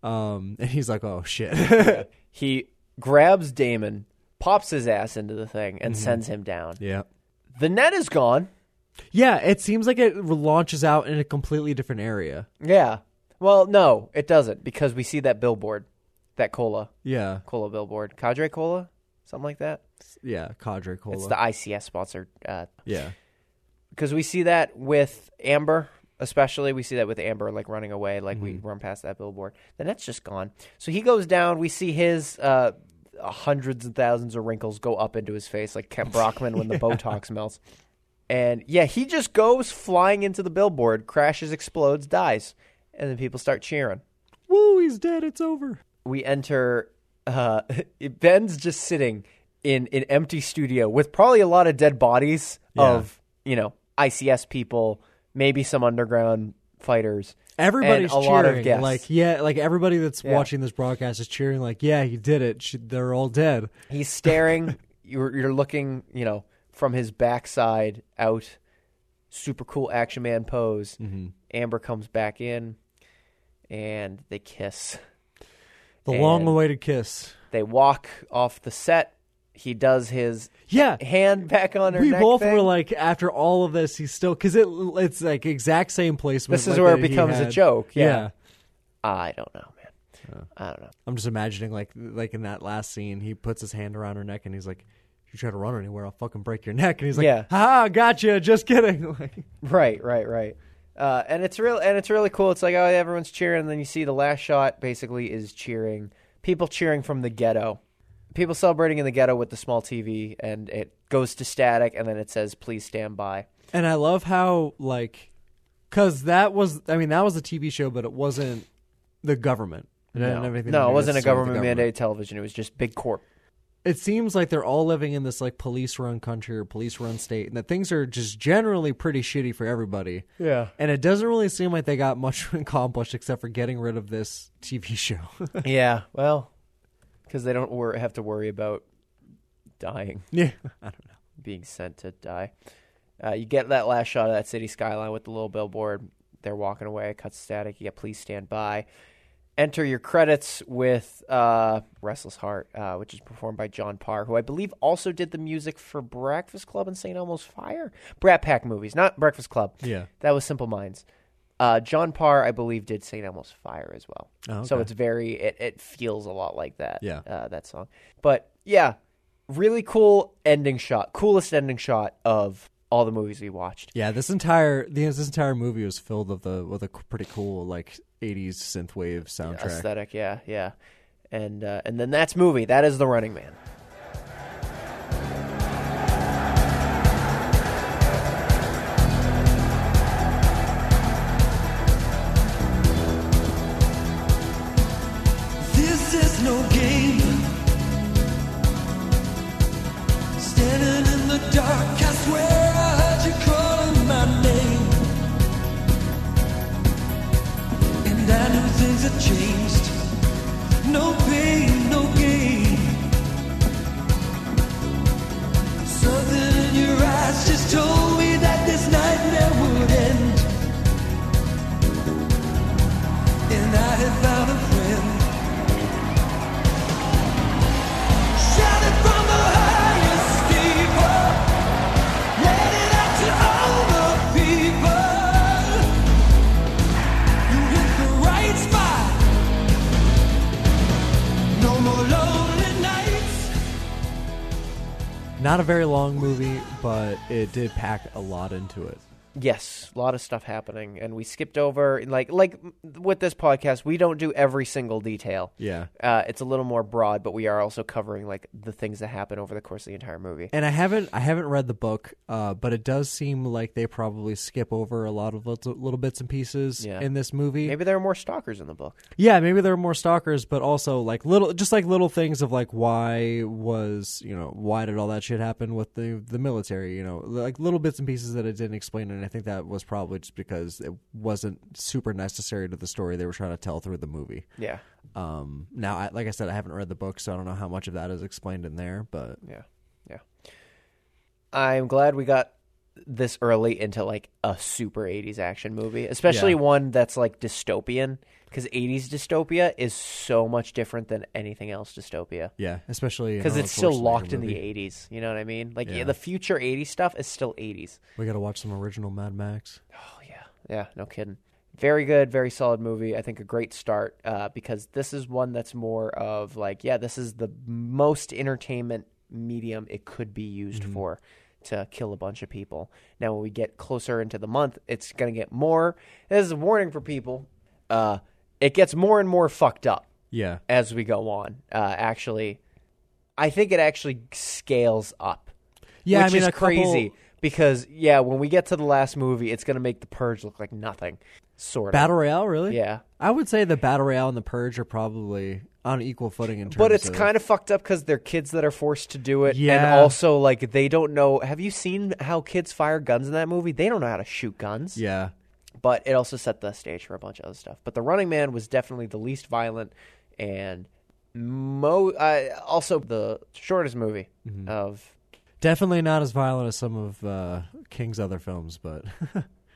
[SPEAKER 2] Um, and he's like, oh shit. [laughs]
[SPEAKER 1] He grabs Damon, pops his ass into the thing, and sends him down.
[SPEAKER 2] Mm-hmm. yeah.
[SPEAKER 1] The net is gone.
[SPEAKER 2] Yeah, it seems like it launches out in a completely different area.
[SPEAKER 1] Yeah. Well, no, it doesn't because we see that billboard, that cola,
[SPEAKER 2] Yeah,
[SPEAKER 1] cola billboard, Cadre Cola, something like that.
[SPEAKER 2] yeah, Cadre Cola.
[SPEAKER 1] It's the ICS sponsored. Uh,
[SPEAKER 2] yeah,
[SPEAKER 1] because we see that with Amber, especially we see that with Amber like running away, like we run past that billboard. The net's just gone. So he goes down. We see his uh, hundreds and thousands of wrinkles go up into his face, like Kent Brockman when the Botox melts. And yeah, he just goes flying into the billboard, crashes, explodes, dies, and then people start cheering.
[SPEAKER 2] woo, he's dead. It's over.
[SPEAKER 1] We enter. Uh, [laughs] Ben's just sitting in an empty studio with probably a lot of dead bodies
[SPEAKER 2] Yeah.
[SPEAKER 1] of you know ICS people, maybe some underground fighters.
[SPEAKER 2] Everybody's
[SPEAKER 1] a
[SPEAKER 2] cheering.
[SPEAKER 1] lot of guests.
[SPEAKER 2] Like, yeah, like everybody that's
[SPEAKER 1] Yeah.
[SPEAKER 2] watching this broadcast is cheering. Like, yeah, he did it. She, they're all dead.
[SPEAKER 1] [laughs] He's staring. you're, you're looking, you know, from his backside out. Super cool action man pose.
[SPEAKER 2] Mm-hmm.
[SPEAKER 1] Amber comes back in, and they kiss.
[SPEAKER 2] The
[SPEAKER 1] And-
[SPEAKER 2] long-awaited kiss.
[SPEAKER 1] They walk off the set. He does his
[SPEAKER 2] Yeah,
[SPEAKER 1] hand back on her.
[SPEAKER 2] we
[SPEAKER 1] neck
[SPEAKER 2] both
[SPEAKER 1] thing.
[SPEAKER 2] were like after all of this he's still because it it's like exact same placement
[SPEAKER 1] This is
[SPEAKER 2] like,
[SPEAKER 1] where it
[SPEAKER 2] that he
[SPEAKER 1] becomes a
[SPEAKER 2] had.
[SPEAKER 1] joke, yeah. I don't know, man. I don't know.
[SPEAKER 2] i'm just imagining like like in that last scene he puts his hand around her neck and he's like you try to run anywhere i'll fucking break your neck and he's like
[SPEAKER 1] Yeah.
[SPEAKER 2] ha gotcha just kidding [laughs] like
[SPEAKER 1] Right, right, right. Uh, and it's real and it's really cool. It's like oh everyone's cheering, and then you see the last shot basically is cheering people cheering from the ghetto, people celebrating in the ghetto with the small TV, and it goes to static, and then it says please stand by.
[SPEAKER 2] And I love how like cuz that was I mean that was a TV show but it wasn't the government. It didn't have
[SPEAKER 1] No,
[SPEAKER 2] anything to
[SPEAKER 1] no
[SPEAKER 2] do
[SPEAKER 1] it wasn't a
[SPEAKER 2] necessarily with
[SPEAKER 1] government,
[SPEAKER 2] the
[SPEAKER 1] mandated television. It was just big corp.
[SPEAKER 2] It seems like they're all living in this like police run country or police run state and that things are just generally pretty shitty for everybody.
[SPEAKER 1] Yeah.
[SPEAKER 2] And it doesn't really seem like they got much [laughs] accomplished except for getting rid of this TV show.
[SPEAKER 1] [laughs] yeah. [laughs] Well, because they don't wor- have to worry about dying.
[SPEAKER 2] [laughs] yeah.
[SPEAKER 1] being sent to die. Uh, you get that last shot of that city skyline with the little billboard. They're walking away. It cuts static. You get please stand by. Enter your credits with uh, Restless Heart, uh, which is performed by John Parr, who I believe also did the music for Breakfast Club and St. Elmo's Fire. Brat Pack movies, not Breakfast Club.
[SPEAKER 2] Yeah.
[SPEAKER 1] That was Simple Minds. Uh, John Parr, I believe, did St. Elmo's Fire as well.
[SPEAKER 2] Oh,
[SPEAKER 1] So
[SPEAKER 2] okay.
[SPEAKER 1] it's very, it, it feels a lot like that
[SPEAKER 2] Yeah.
[SPEAKER 1] uh, that song. But yeah, really cool ending shot, coolest ending shot of all the movies we watched.
[SPEAKER 2] Yeah, this entire the this entire movie was filled with the with a c- pretty cool like 80s synthwave soundtrack.
[SPEAKER 1] Aesthetic, yeah, yeah, and uh, and then that's movie. That is the Running Man.
[SPEAKER 8] This is no game. Standing in the dark, I swear I heard you calling my name. And I knew things had changed. No pain, no gain. Something in your eyes just told me that this nightmare would end. And I had found a friend. Shouted from the highest steeple, let it out to all the people. You hit the right spot. No more lonely nights.
[SPEAKER 2] Not a very long movie, but it did pack a lot into it.
[SPEAKER 1] Yes, a lot of stuff happening, and we skipped over like like with this podcast, we don't do every single detail.
[SPEAKER 2] Yeah.
[SPEAKER 1] uh, it's a little more broad, but we are also covering like the things that happen over the course of the entire movie.
[SPEAKER 2] And I haven't I haven't read the book, uh, but it does seem like they probably skip over a lot of little, little bits and pieces
[SPEAKER 1] Yeah.
[SPEAKER 2] in this movie.
[SPEAKER 1] Maybe there are more stalkers in the book.
[SPEAKER 2] Yeah, maybe there are more stalkers, but also like little just like little things of like why was, you know, why did all that shit happen with the the military, you know, like little bits and pieces that I didn't explain and I think that was probably just because it wasn't super necessary to the story they were trying to tell through the movie.
[SPEAKER 1] Yeah,
[SPEAKER 2] Um, now, I, like I said, I haven't read the book, so I don't know how much of that is explained in there. But
[SPEAKER 1] yeah, yeah. I'm glad we got this early into like a super 80s action movie, especially
[SPEAKER 2] Yeah.
[SPEAKER 1] one that's like dystopian, because 80s dystopia is so much different than anything else dystopia.
[SPEAKER 2] yeah, especially
[SPEAKER 1] Because
[SPEAKER 2] an
[SPEAKER 1] it's still
[SPEAKER 2] Arnold Schwarzenegger
[SPEAKER 1] locked in the
[SPEAKER 2] movie.
[SPEAKER 1] 80s. You know what I mean? Like yeah,
[SPEAKER 2] Yeah.
[SPEAKER 1] the future 80s stuff is still 80s.
[SPEAKER 2] We got to watch some original Mad Max.
[SPEAKER 1] Oh yeah, yeah, no kidding. Very good, very solid movie. I think a great start uh, because this is one that's more of like, yeah, this is the most entertainment medium it could be used for to kill a bunch of people. Now, when we get closer into the month, it's going to get more. This is a warning for people. Uh, it gets more and more fucked up
[SPEAKER 2] Yeah,
[SPEAKER 1] as we go on. Uh, actually, I think it actually scales up.
[SPEAKER 2] Yeah,
[SPEAKER 1] which
[SPEAKER 2] I mean,
[SPEAKER 1] is
[SPEAKER 2] a couple-
[SPEAKER 1] crazy because yeah, when we get to the last movie, it's gonna make the purge look like nothing. Sort of.
[SPEAKER 2] Battle Royale, really?
[SPEAKER 1] Yeah.
[SPEAKER 2] I would say the Battle Royale and the Purge are probably on equal footing in terms.
[SPEAKER 1] But it's
[SPEAKER 2] of,
[SPEAKER 1] kind of fucked up because they're kids that are forced to do it,
[SPEAKER 2] Yeah.
[SPEAKER 1] and also like they don't know. Have you seen how kids fire guns in that movie? They don't know how to shoot guns.
[SPEAKER 2] yeah,
[SPEAKER 1] But it also set the stage for a bunch of other stuff. But the Running Man was definitely the least violent and mo uh, also the shortest movie
[SPEAKER 2] Mm-hmm.
[SPEAKER 1] of
[SPEAKER 2] definitely not as violent as some of uh, King's other films, but [laughs]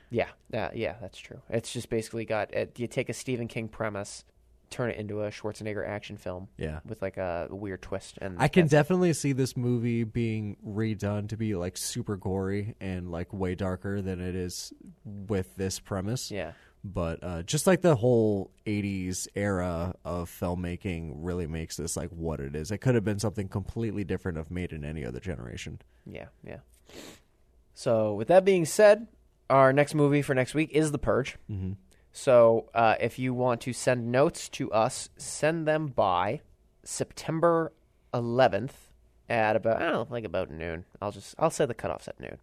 [SPEAKER 1] Yeah, uh, yeah, that's true. It's just basically got it, you take a Stephen King premise, turn it into a Schwarzenegger action film.
[SPEAKER 2] Yeah.
[SPEAKER 1] with like a weird twist, and
[SPEAKER 2] I can
[SPEAKER 1] that's-
[SPEAKER 2] definitely see this movie being redone to be like super gory and like way darker than it is with this premise.
[SPEAKER 1] yeah,
[SPEAKER 2] but uh, just like the whole 80s era of filmmaking really makes this like what it is it could have been something completely different if made in any other generation
[SPEAKER 1] yeah, yeah. So with that being said, our next movie for next week is The Purge. Mm-hmm. So uh, if you want to send notes to us, send them by September 11th at about I don't know, like about noon. I'll just I'll say the cutoff's at noon,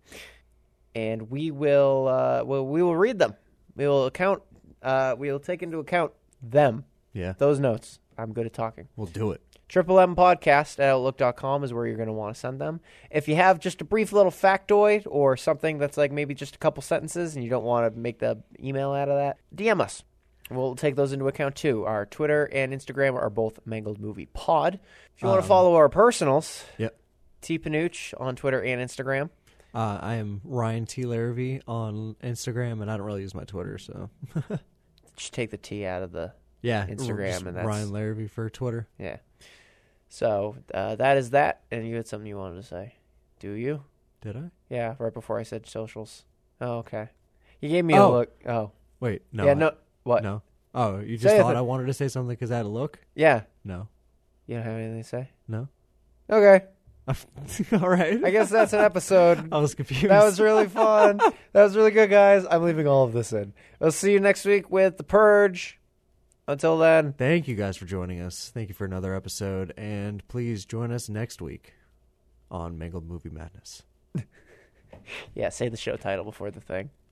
[SPEAKER 1] and we will uh, well we will read them. We will account uh, we will take into account them
[SPEAKER 2] Yeah.
[SPEAKER 1] those notes. I'm good at talking.
[SPEAKER 2] We'll do it.
[SPEAKER 1] Triple M podcast at outlook.com is where you're going to want to send them. If you have just a brief little factoid or something that's like maybe just a couple sentences and you don't want to make the email out of that, DM us. We'll take those into account too. Our Twitter and Instagram are both Mangled Movie Pod. If you want to follow our personals,
[SPEAKER 2] Yep.
[SPEAKER 1] T Panooch on Twitter and Instagram.
[SPEAKER 2] Uh, I am Ryan T. Larravee on Instagram, and I don't really use my Twitter, so
[SPEAKER 1] Just take the T out of the
[SPEAKER 2] yeah,
[SPEAKER 1] Instagram,
[SPEAKER 2] just
[SPEAKER 1] and that's-
[SPEAKER 2] Ryan Larravee for Twitter.
[SPEAKER 1] yeah. So uh, that is that. And you had something you wanted to say, do you?
[SPEAKER 2] Did I?
[SPEAKER 1] Yeah, right before I said socials. Oh, okay. You gave me
[SPEAKER 2] Oh.
[SPEAKER 1] a look. Oh,
[SPEAKER 2] Wait, no,
[SPEAKER 1] yeah.
[SPEAKER 2] I-
[SPEAKER 1] No, what?
[SPEAKER 2] no. Oh, you
[SPEAKER 1] Say
[SPEAKER 2] just
[SPEAKER 1] it.
[SPEAKER 2] thought I wanted to say something because I had a look?
[SPEAKER 1] Yeah.
[SPEAKER 2] No, [laughs]
[SPEAKER 1] You don't have anything to say.
[SPEAKER 2] no.
[SPEAKER 1] Okay.
[SPEAKER 2] All right,
[SPEAKER 1] I guess that's an
[SPEAKER 2] [laughs]
[SPEAKER 1] episode.
[SPEAKER 2] I was confused.
[SPEAKER 1] that was really fun. That was really good, guys. I'm leaving all of this in. I'll see you next week with the purge. Until then,
[SPEAKER 2] Thank you guys for joining us. Thank you for another episode, and please join us next week on Mangled Movie Madness.
[SPEAKER 1] yeah. Say the show title before the thing.